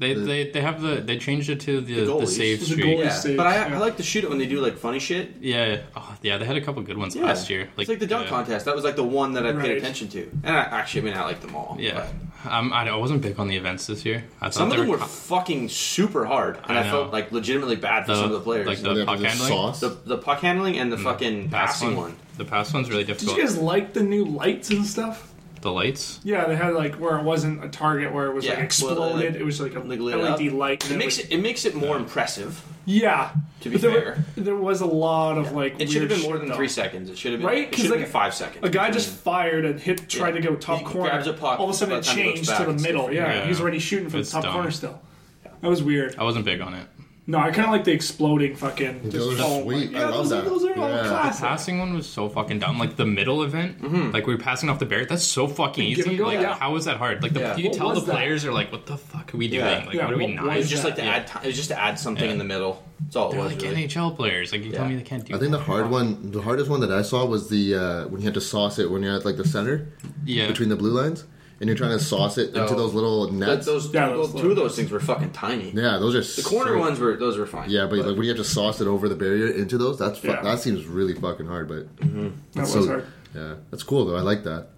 Speaker 1: They, they they have the they changed it to the
Speaker 3: The
Speaker 1: the,
Speaker 3: goalies.
Speaker 1: save
Speaker 2: The
Speaker 1: streak.
Speaker 2: goal-
Speaker 3: Yeah,
Speaker 2: Saves,
Speaker 3: but I,
Speaker 2: yeah.
Speaker 3: I like to shoot it when they do like funny shit.
Speaker 1: Yeah, oh, yeah. They had a couple good ones
Speaker 3: Yeah.
Speaker 1: last year.
Speaker 3: it's like the dunk
Speaker 1: yeah.
Speaker 3: contest. That was like the one that I paid
Speaker 2: Right.
Speaker 3: attention to. And I actually, I mean, I like them all.
Speaker 1: Yeah,
Speaker 3: but
Speaker 1: um, I, I wasn't big on the events this year. I thought
Speaker 3: Some of
Speaker 1: they
Speaker 3: them were
Speaker 1: co-
Speaker 3: fucking super hard, and
Speaker 1: I
Speaker 3: I,
Speaker 1: know.
Speaker 3: felt like legitimately bad for
Speaker 1: The-
Speaker 3: some of the players.
Speaker 1: like
Speaker 4: What
Speaker 1: The
Speaker 4: happened
Speaker 1: puck
Speaker 4: to the
Speaker 1: handling?
Speaker 4: sauce.
Speaker 3: the, the puck handling and the fucking
Speaker 1: pass
Speaker 3: passing
Speaker 1: one.
Speaker 3: one.
Speaker 1: The pass one's really
Speaker 2: Did
Speaker 1: difficult.
Speaker 2: you guys like the new lights and stuff?
Speaker 1: the lights.
Speaker 2: Yeah, they had like where it wasn't a target where it was
Speaker 3: Yeah,
Speaker 2: like
Speaker 3: well,
Speaker 2: exploded.
Speaker 3: like-
Speaker 2: it was like a
Speaker 3: like, lit
Speaker 2: LED
Speaker 3: up.
Speaker 2: light. and
Speaker 3: It makes
Speaker 2: was-
Speaker 3: it it makes it more impressive.
Speaker 2: Yeah.
Speaker 3: To be
Speaker 2: But there were-
Speaker 3: fair.
Speaker 2: there was a lot of like.
Speaker 3: It should
Speaker 2: weird
Speaker 3: have been more
Speaker 2: shit,
Speaker 3: than
Speaker 2: though.
Speaker 3: three seconds. It should have been
Speaker 2: Right?
Speaker 3: It
Speaker 2: 'Cause,
Speaker 3: should have
Speaker 2: like,
Speaker 3: been five seconds.
Speaker 2: A guy just fired and hit, tried
Speaker 3: Yeah.
Speaker 2: to go top
Speaker 3: He
Speaker 2: corner.
Speaker 3: grabs a puck,
Speaker 2: All of a sudden,
Speaker 3: by
Speaker 2: it
Speaker 3: the time he looks
Speaker 2: changed
Speaker 3: back,
Speaker 2: to the
Speaker 3: it's
Speaker 2: middle.
Speaker 3: different.
Speaker 2: Yeah,
Speaker 1: Yeah.
Speaker 2: he was already shooting from
Speaker 1: It's
Speaker 2: the top
Speaker 1: dumb.
Speaker 2: corner still. That was weird.
Speaker 1: I wasn't big on it.
Speaker 2: No, I kind of like the exploding fucking. just
Speaker 4: Those are
Speaker 2: foam.
Speaker 4: sweet.
Speaker 2: Yeah,
Speaker 4: I love
Speaker 2: those,
Speaker 4: that.
Speaker 2: Those are all
Speaker 4: Yeah.
Speaker 2: classic.
Speaker 1: Passing one was so fucking dumb. Like the middle event,
Speaker 3: Mm-hmm.
Speaker 1: like we were passing off the bear. That's so fucking
Speaker 2: give
Speaker 1: easy.
Speaker 2: and go,
Speaker 1: like
Speaker 2: yeah.
Speaker 1: how is that hard? Like the,
Speaker 3: Yeah.
Speaker 1: you can
Speaker 2: What
Speaker 1: tell
Speaker 2: was
Speaker 1: the
Speaker 2: that?
Speaker 1: players are like, what the fuck are we doing?
Speaker 3: Yeah.
Speaker 1: Like
Speaker 2: Yeah,
Speaker 1: what are we
Speaker 2: what
Speaker 1: not?
Speaker 3: It
Speaker 2: was
Speaker 1: They're
Speaker 3: was just like to
Speaker 1: Yeah.
Speaker 3: add time. It was just to add something
Speaker 1: Yeah.
Speaker 3: in the middle. That's all it was.
Speaker 1: like
Speaker 3: really.
Speaker 1: NHL players. Like you tell
Speaker 3: Yeah.
Speaker 1: me they can't do.
Speaker 4: I think the hard one, the hardest one that I saw was the uh, when you had to sauce it when you're at like the center
Speaker 1: yeah.
Speaker 4: between the blue lines, and you're trying to sauce it into
Speaker 3: Oh.
Speaker 4: those little
Speaker 3: That,
Speaker 4: nets.
Speaker 3: those,
Speaker 2: Yeah,
Speaker 3: those
Speaker 2: those
Speaker 3: two of those things were fucking tiny.
Speaker 4: yeah, those are
Speaker 3: The corner
Speaker 4: so-
Speaker 3: ones were those were fine.
Speaker 4: Yeah, but, like when you have to sauce it over the barrier into those, that's fu-
Speaker 2: Yeah.
Speaker 4: that seems really fucking hard. But
Speaker 2: That was
Speaker 4: so,
Speaker 2: hard.
Speaker 4: yeah, that's cool though. I like that.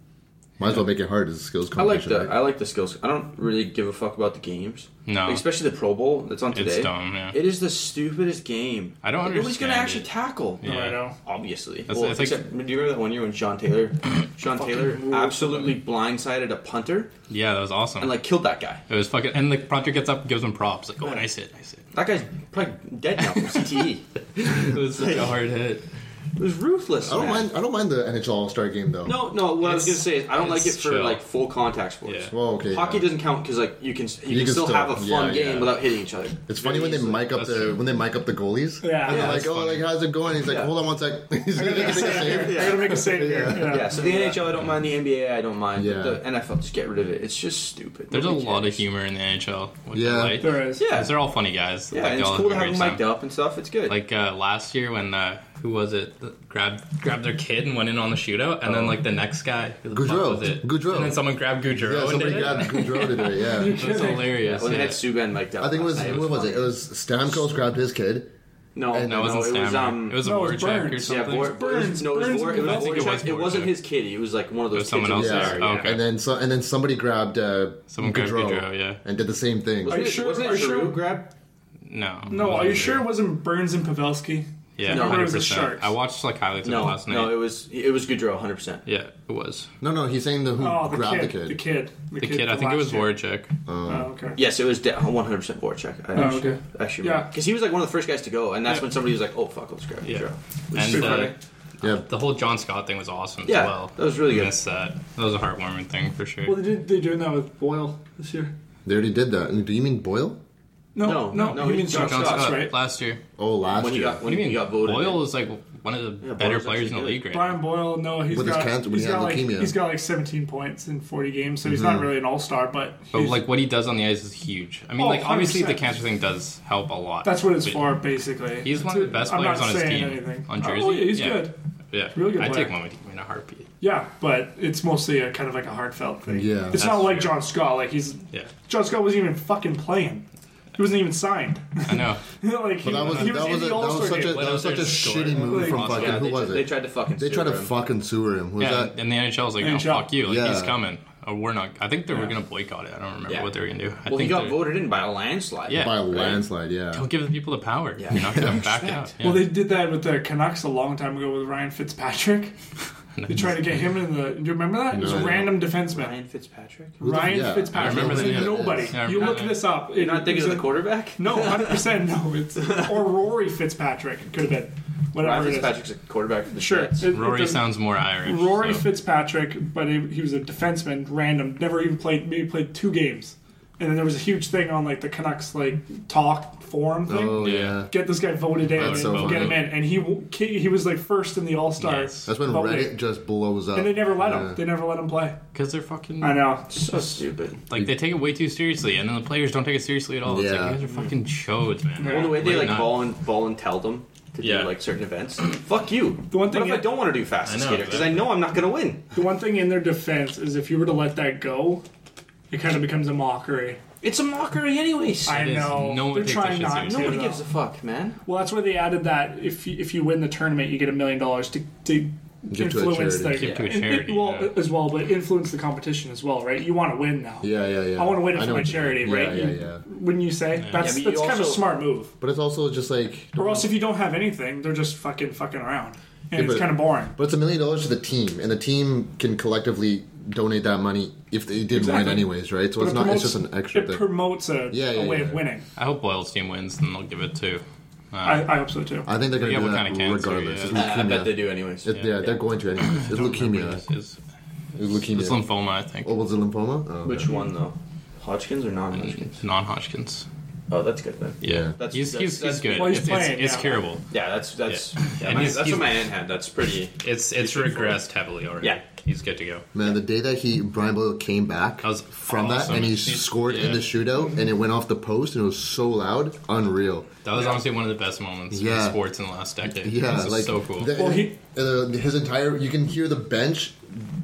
Speaker 4: Might as well make it hard as a skills
Speaker 3: I like
Speaker 4: competition.
Speaker 3: the I
Speaker 4: right?
Speaker 3: like the skills. I don't really give a fuck about the games.
Speaker 1: No.
Speaker 3: Like, especially the Pro Bowl that's on today.
Speaker 1: It's dumb. Yeah.
Speaker 3: It is the stupidest game.
Speaker 1: I don't
Speaker 3: Nobody's gonna actually
Speaker 1: understand
Speaker 3: tackle.
Speaker 1: Yeah.
Speaker 2: I know.
Speaker 3: Obviously.
Speaker 1: That's-
Speaker 3: well,
Speaker 1: it's like-
Speaker 3: except, do you remember that one year when
Speaker 1: *coughs*
Speaker 3: Sean Taylor, Sean Taylor
Speaker 2: rules.
Speaker 3: absolutely blindsided a punter
Speaker 1: Yeah, that was awesome.
Speaker 3: and like killed that guy.
Speaker 1: it was fucking. And the punter gets up, and gives him props. Like, oh, nice hit, nice hit.
Speaker 3: That guy's probably dead now from
Speaker 1: *laughs*
Speaker 3: CTE.
Speaker 1: It was such a hard hit.
Speaker 3: It was ruthless.
Speaker 4: I don't
Speaker 3: man.
Speaker 4: mind. I don't mind the NHL All Star game though.
Speaker 3: No, no. What I was
Speaker 1: It's-
Speaker 3: gonna say is I don't like it
Speaker 1: it's
Speaker 3: for
Speaker 1: chill.
Speaker 3: like full contact sports.
Speaker 1: Yeah.
Speaker 4: Well, okay. uh,
Speaker 3: Hockey
Speaker 4: yeah.
Speaker 3: doesn't count because like you can you, can,
Speaker 4: can
Speaker 3: still,
Speaker 4: still-
Speaker 3: have a fun
Speaker 4: yeah,
Speaker 3: game
Speaker 4: yeah.
Speaker 3: without hitting each other.
Speaker 4: It's funny when they
Speaker 1: easily.
Speaker 4: mic up
Speaker 1: That's
Speaker 4: the
Speaker 1: true.
Speaker 4: when they mic up the goalies.
Speaker 2: Yeah.
Speaker 4: They're
Speaker 3: Yeah.
Speaker 4: like,
Speaker 1: that's
Speaker 4: oh,
Speaker 1: funny.
Speaker 4: like how's it going? He's like,
Speaker 3: Yeah.
Speaker 4: hold on one sec. *laughs* He's gonna make a save.
Speaker 2: I gotta make a save here. Yeah.
Speaker 3: Yeah, so the NHL I don't mind, the NBA I don't mind,
Speaker 4: Yeah.
Speaker 3: but the NFL just get rid of it. It's just stupid.
Speaker 1: There's a
Speaker 3: Nobody
Speaker 1: lot of
Speaker 3: cares.
Speaker 1: humor in the NHL. Which
Speaker 4: Yeah.
Speaker 1: I like.
Speaker 2: There is.
Speaker 3: Yeah,
Speaker 1: Because they're all funny guys.
Speaker 3: yeah,
Speaker 1: Like,
Speaker 3: and
Speaker 1: they
Speaker 3: it's
Speaker 1: all
Speaker 3: cool to
Speaker 1: have a
Speaker 3: have them
Speaker 1: great
Speaker 3: mic'd
Speaker 1: time.
Speaker 3: up and stuff. It's good.
Speaker 1: Like uh, last year when uh, who was it that grabbed grabbed their kid and went in on the shootout, and then like the next guy who the fuck
Speaker 4: Oh. Goudreau.
Speaker 1: was it?
Speaker 4: Goudreau.
Speaker 1: and then someone grabbed Goudreau.
Speaker 4: Yeah,
Speaker 1: and
Speaker 4: somebody
Speaker 1: did it.
Speaker 4: grabbed Goudreau to do it. Yeah.
Speaker 1: That's hilarious.
Speaker 3: when they
Speaker 1: yeah.
Speaker 3: had Subban mic'd up. *laughs*
Speaker 4: I think it was
Speaker 3: last night,
Speaker 4: what was
Speaker 3: funny.
Speaker 4: it? It was Stamkos grabbed his kid.
Speaker 3: No,
Speaker 4: and
Speaker 1: that
Speaker 3: no,
Speaker 1: wasn't
Speaker 3: it was
Speaker 1: Stammer.
Speaker 3: um,
Speaker 1: it was a
Speaker 2: no, it was
Speaker 1: Voracek or
Speaker 2: Burns.
Speaker 3: yeah,
Speaker 1: something.
Speaker 3: Vor-
Speaker 2: Burns.
Speaker 3: No, it was
Speaker 2: Burns
Speaker 3: Vor-
Speaker 2: and
Speaker 3: it was
Speaker 2: Goudreau. I
Speaker 1: think it was
Speaker 3: Voracek. It wasn't
Speaker 1: Voracek.
Speaker 3: his kid. It was like one of those.
Speaker 1: was someone
Speaker 3: kids
Speaker 1: else
Speaker 3: who was
Speaker 1: there.
Speaker 4: Yeah.
Speaker 3: there,
Speaker 1: Oh, okay.
Speaker 4: And then so and then somebody grabbed uh,
Speaker 1: Someone grabbed Goudreau, yeah.
Speaker 4: and did the same thing.
Speaker 2: Are you
Speaker 3: Wasn't it-
Speaker 2: sure-
Speaker 3: Wasn't
Speaker 2: are
Speaker 3: it
Speaker 2: you sure?
Speaker 3: Giroux grab?
Speaker 1: No.
Speaker 2: No, are you sure it wasn't Burns and Pavelski?
Speaker 1: Yeah,
Speaker 3: No, it was
Speaker 1: hundred
Speaker 2: the
Speaker 1: percent.
Speaker 2: Sharks.
Speaker 1: I watched like highlights of it
Speaker 3: No,
Speaker 1: last night.
Speaker 3: no, it was it was Goudreau, hundred percent.
Speaker 1: yeah, it was
Speaker 4: No, no, he's saying the who
Speaker 2: Oh, the
Speaker 4: grabbed
Speaker 2: kid, The kid.
Speaker 1: the kid. I
Speaker 2: from
Speaker 1: think it
Speaker 2: last
Speaker 1: was
Speaker 2: year.
Speaker 1: Voracek.
Speaker 2: Oh, okay.
Speaker 3: Yes, it was one hundred percent Voracek. I actually,
Speaker 2: okay.
Speaker 3: actually
Speaker 2: Yeah.
Speaker 3: because he was like one of the first guys to go, and that's
Speaker 1: Yeah.
Speaker 3: when somebody was like, "Oh fuck, let's grab
Speaker 1: Yeah.
Speaker 3: Goudreau." Which is
Speaker 1: And
Speaker 3: pretty
Speaker 1: uh,
Speaker 3: funny.
Speaker 4: Yeah,
Speaker 1: the whole John Scott thing was awesome
Speaker 3: Yeah,
Speaker 1: as well.
Speaker 3: that was really
Speaker 1: I
Speaker 3: good.
Speaker 1: missed that. That was a heartwarming thing for sure.
Speaker 2: Well, they did, they're doing that with Boyle this year.
Speaker 4: they already did that. And Do you mean Boyle?
Speaker 2: No,
Speaker 3: No,
Speaker 2: no,
Speaker 3: no,
Speaker 2: you
Speaker 3: he
Speaker 2: mean
Speaker 3: did
Speaker 2: John
Speaker 1: John
Speaker 2: Scott's,
Speaker 1: Scott
Speaker 2: right?
Speaker 1: last year.
Speaker 4: Oh, last
Speaker 3: when he
Speaker 4: year.
Speaker 3: got when
Speaker 1: What do you
Speaker 3: he
Speaker 1: mean?
Speaker 3: got voted,
Speaker 1: Boyle
Speaker 3: in.
Speaker 1: is like one of the
Speaker 3: Yeah,
Speaker 1: better
Speaker 3: Boyle's
Speaker 1: players in the
Speaker 3: actually
Speaker 1: league
Speaker 3: good.
Speaker 1: right now.
Speaker 2: Brian Boyle, no, he's
Speaker 4: With his
Speaker 2: got
Speaker 4: cancer, when
Speaker 2: he's
Speaker 4: he had
Speaker 2: got like
Speaker 4: leukemia. Mm-hmm.
Speaker 2: he's got like 17 points in 40 games, so he's not really an all star, but,
Speaker 1: But
Speaker 2: he's-
Speaker 1: like what he does on the ice is huge. I mean,
Speaker 2: Oh,
Speaker 1: like obviously the
Speaker 2: 100%.
Speaker 1: cancer thing does help a lot.
Speaker 2: that's what it's
Speaker 1: But
Speaker 2: for, basically.
Speaker 1: He's one of the best
Speaker 2: I'm
Speaker 1: players
Speaker 2: not
Speaker 1: on his
Speaker 2: saying
Speaker 1: team.
Speaker 2: Anything.
Speaker 1: On
Speaker 2: Oh,
Speaker 1: Jersey,
Speaker 2: yeah, he's
Speaker 1: yeah.
Speaker 2: good.
Speaker 1: Yeah,
Speaker 2: Really good
Speaker 1: I
Speaker 2: player.
Speaker 1: take one with you in a heartbeat.
Speaker 2: Yeah, but it's mostly a kind of like a heartfelt thing.
Speaker 4: Yeah.
Speaker 2: it's not
Speaker 1: That's
Speaker 2: like
Speaker 1: true.
Speaker 2: John Scott. Like he's
Speaker 1: Yeah,
Speaker 2: John Scott wasn't even fucking playing. He wasn't even signed.
Speaker 1: I
Speaker 3: *laughs*
Speaker 1: know.
Speaker 2: *laughs* like he,
Speaker 4: But that was
Speaker 2: he was
Speaker 4: that
Speaker 2: in
Speaker 4: was, a,
Speaker 2: the
Speaker 4: that
Speaker 2: All
Speaker 4: was
Speaker 2: Star
Speaker 4: such
Speaker 2: game.
Speaker 4: a that
Speaker 1: Went
Speaker 4: was
Speaker 1: out
Speaker 4: such a
Speaker 1: there and
Speaker 4: shitty
Speaker 1: scored.
Speaker 4: move from
Speaker 2: Like,
Speaker 4: fucking
Speaker 3: Yeah,
Speaker 4: who
Speaker 3: they,
Speaker 4: was
Speaker 3: tried,
Speaker 4: it?
Speaker 3: they tried to fucking.
Speaker 4: They tried
Speaker 3: sewer
Speaker 4: to
Speaker 3: him.
Speaker 4: fucking sewer him. Who's
Speaker 1: Yeah,
Speaker 4: that?
Speaker 1: and the NHL was like,
Speaker 2: NHL.
Speaker 1: "No, fuck you. Like he's
Speaker 4: Yeah.
Speaker 1: coming, or we're not." I think they were gonna boycott it. I don't remember
Speaker 3: Yeah.
Speaker 1: what they were gonna do. I
Speaker 3: Well, he
Speaker 1: think
Speaker 3: got
Speaker 1: they're-
Speaker 3: voted in by a landslide.
Speaker 1: Yeah.
Speaker 4: By a
Speaker 3: Right.
Speaker 4: landslide. Yeah.
Speaker 1: Don't give the people the power.
Speaker 3: Yeah.
Speaker 1: You're not
Speaker 2: *laughs*
Speaker 1: gonna back out. Yeah.
Speaker 2: Well, they did that with the Canucks a long time ago with Ryan Fitzpatrick. *laughs* They tried to get him in the. Do you remember that? It was a
Speaker 4: No.
Speaker 2: random defenseman.
Speaker 3: Ryan Fitzpatrick.
Speaker 4: the-
Speaker 2: Ryan
Speaker 4: yeah, I
Speaker 2: Fitzpatrick.
Speaker 1: remember
Speaker 2: It's
Speaker 1: that, yeah.
Speaker 2: Nobody.
Speaker 1: Yeah, I
Speaker 2: you
Speaker 1: remember
Speaker 2: look
Speaker 1: that.
Speaker 2: this up.
Speaker 3: You're not thinking of the quarterback?
Speaker 2: No, hundred percent. No, it's or Rory Fitzpatrick. It could have been whatever
Speaker 3: Ryan
Speaker 2: it is.
Speaker 3: Fitzpatrick's a quarterback for the
Speaker 2: Sure.
Speaker 3: Jets.
Speaker 2: it- it
Speaker 1: Rory
Speaker 2: doesn't-
Speaker 1: sounds more Irish.
Speaker 2: Rory
Speaker 1: so-
Speaker 2: Fitzpatrick, but he, he was a defenseman, random, never even played, maybe played two games. And then there was a huge thing on like the Canucks like talk forum thing.
Speaker 4: Oh
Speaker 1: Yeah.
Speaker 4: yeah.
Speaker 2: Get this guy voted in, and
Speaker 4: That's so
Speaker 2: get him
Speaker 4: funny.
Speaker 2: in, and he w- ki- he was like first in the All Star.
Speaker 1: Nice.
Speaker 4: That's when Reddit just blows up.
Speaker 2: and they never let him.
Speaker 4: Yeah.
Speaker 2: They never let him play.
Speaker 1: because they're fucking.
Speaker 2: I know.
Speaker 3: So stupid.
Speaker 1: Like they take it way too seriously, and then the players don't take it seriously at all. It's
Speaker 4: Yeah.
Speaker 1: like you guys are fucking chodes, man.
Speaker 2: Yeah.
Speaker 3: Well, the way they
Speaker 1: Why
Speaker 3: like
Speaker 1: not?
Speaker 3: ball and ball and tell them to
Speaker 1: Yeah.
Speaker 3: do like certain events. Fuck you.
Speaker 2: The one thing
Speaker 3: what
Speaker 2: you-
Speaker 3: if I don't want to do
Speaker 1: I
Speaker 3: fastest
Speaker 1: know,
Speaker 3: skater because
Speaker 1: but-
Speaker 3: I know I'm not gonna win.
Speaker 2: The one thing in their defense is if you were to let that go, it kind of becomes a mockery.
Speaker 3: It's a mockery, anyways.
Speaker 2: I
Speaker 1: It is.
Speaker 2: know.
Speaker 1: No one
Speaker 2: They're
Speaker 1: takes that
Speaker 2: trying
Speaker 1: shit
Speaker 2: not to.
Speaker 1: seriously.
Speaker 3: Nobody
Speaker 2: though.
Speaker 3: gives a fuck, man.
Speaker 2: Well, that's why they added that if you, if you win the tournament, you get a million dollars to to
Speaker 4: Give to a
Speaker 2: influence the
Speaker 4: charity.
Speaker 1: Give to a
Speaker 2: and- and-
Speaker 1: charity,
Speaker 2: well,
Speaker 1: yeah.
Speaker 2: as well, but influence the competition as well, right? You want to win now.
Speaker 4: Yeah, yeah, yeah.
Speaker 2: I want to win it
Speaker 4: I
Speaker 2: for
Speaker 4: know
Speaker 2: my
Speaker 4: what you
Speaker 2: charity,
Speaker 4: mean.
Speaker 2: right?
Speaker 4: Yeah,
Speaker 2: You-
Speaker 4: yeah, yeah.
Speaker 2: Wouldn't you say that's
Speaker 3: Yeah, but you
Speaker 2: that's kind of a
Speaker 3: also-
Speaker 2: smart move?
Speaker 4: But it's also just like,
Speaker 2: Or else, if you don't have anything, they're just fucking fucking around, and
Speaker 4: Yeah,
Speaker 2: it's
Speaker 4: but-
Speaker 2: kind of boring.
Speaker 4: but it's a million dollars to the team, and the team can collectively donate that money if they did win
Speaker 2: Exactly.
Speaker 4: anyways, right? So
Speaker 2: But
Speaker 4: it's
Speaker 2: it
Speaker 4: not.
Speaker 2: promotes-
Speaker 4: It's just an extra
Speaker 2: It
Speaker 4: thing.
Speaker 2: promotes a,
Speaker 4: Yeah, yeah,
Speaker 2: a way
Speaker 4: yeah.
Speaker 2: of winning.
Speaker 1: I hope Boyle's team wins, and they'll give it to. Uh,
Speaker 2: I, I hope so too.
Speaker 4: I think they're going
Speaker 1: Yeah,
Speaker 4: to
Speaker 1: what
Speaker 4: do
Speaker 1: kind
Speaker 4: that
Speaker 1: of cancer,
Speaker 4: regardless.
Speaker 1: yeah.
Speaker 4: It's
Speaker 1: Uh,
Speaker 3: I bet
Speaker 4: leukemia.
Speaker 3: they do, anyways.
Speaker 4: It- yeah, they're going to anyways. It's leukemia.
Speaker 1: It's, it's,
Speaker 4: It's leukemia.
Speaker 1: it's lymphoma, I think.
Speaker 4: Oh, was it lymphoma? Oh,
Speaker 3: Which one though? Hodgkins or non-Hodgkins?
Speaker 1: Non-Hodgkins.
Speaker 3: Oh, that's good then.
Speaker 1: Yeah,
Speaker 3: That's-
Speaker 1: he's,
Speaker 3: that's-
Speaker 1: he's,
Speaker 3: that's-
Speaker 1: he's good.
Speaker 2: Well, he's
Speaker 1: it's, it's-
Speaker 2: playing,
Speaker 1: it's
Speaker 2: yeah.
Speaker 1: curable.
Speaker 3: Yeah, that's that's
Speaker 1: Yeah.
Speaker 3: yeah,
Speaker 1: And
Speaker 3: my-
Speaker 1: he's-
Speaker 3: that's
Speaker 1: he's-
Speaker 3: what my aunt had. That's pretty.
Speaker 1: It's it's regressed heavily already.
Speaker 3: Yeah.
Speaker 1: he's good to go.
Speaker 4: Man, the day that he Brian Boyle came back
Speaker 1: That was
Speaker 4: from
Speaker 1: awesome.
Speaker 4: that and he
Speaker 1: He-
Speaker 4: scored in
Speaker 1: yeah.
Speaker 4: the shootout and it went off the post and it was so loud, unreal.
Speaker 1: That was honestly one of the best moments
Speaker 4: Yeah.
Speaker 1: in sports in the last decade.
Speaker 4: Yeah,
Speaker 1: This is
Speaker 4: like
Speaker 1: so cool.
Speaker 4: the-
Speaker 2: Well, he-
Speaker 4: and the- his entire you can hear the bench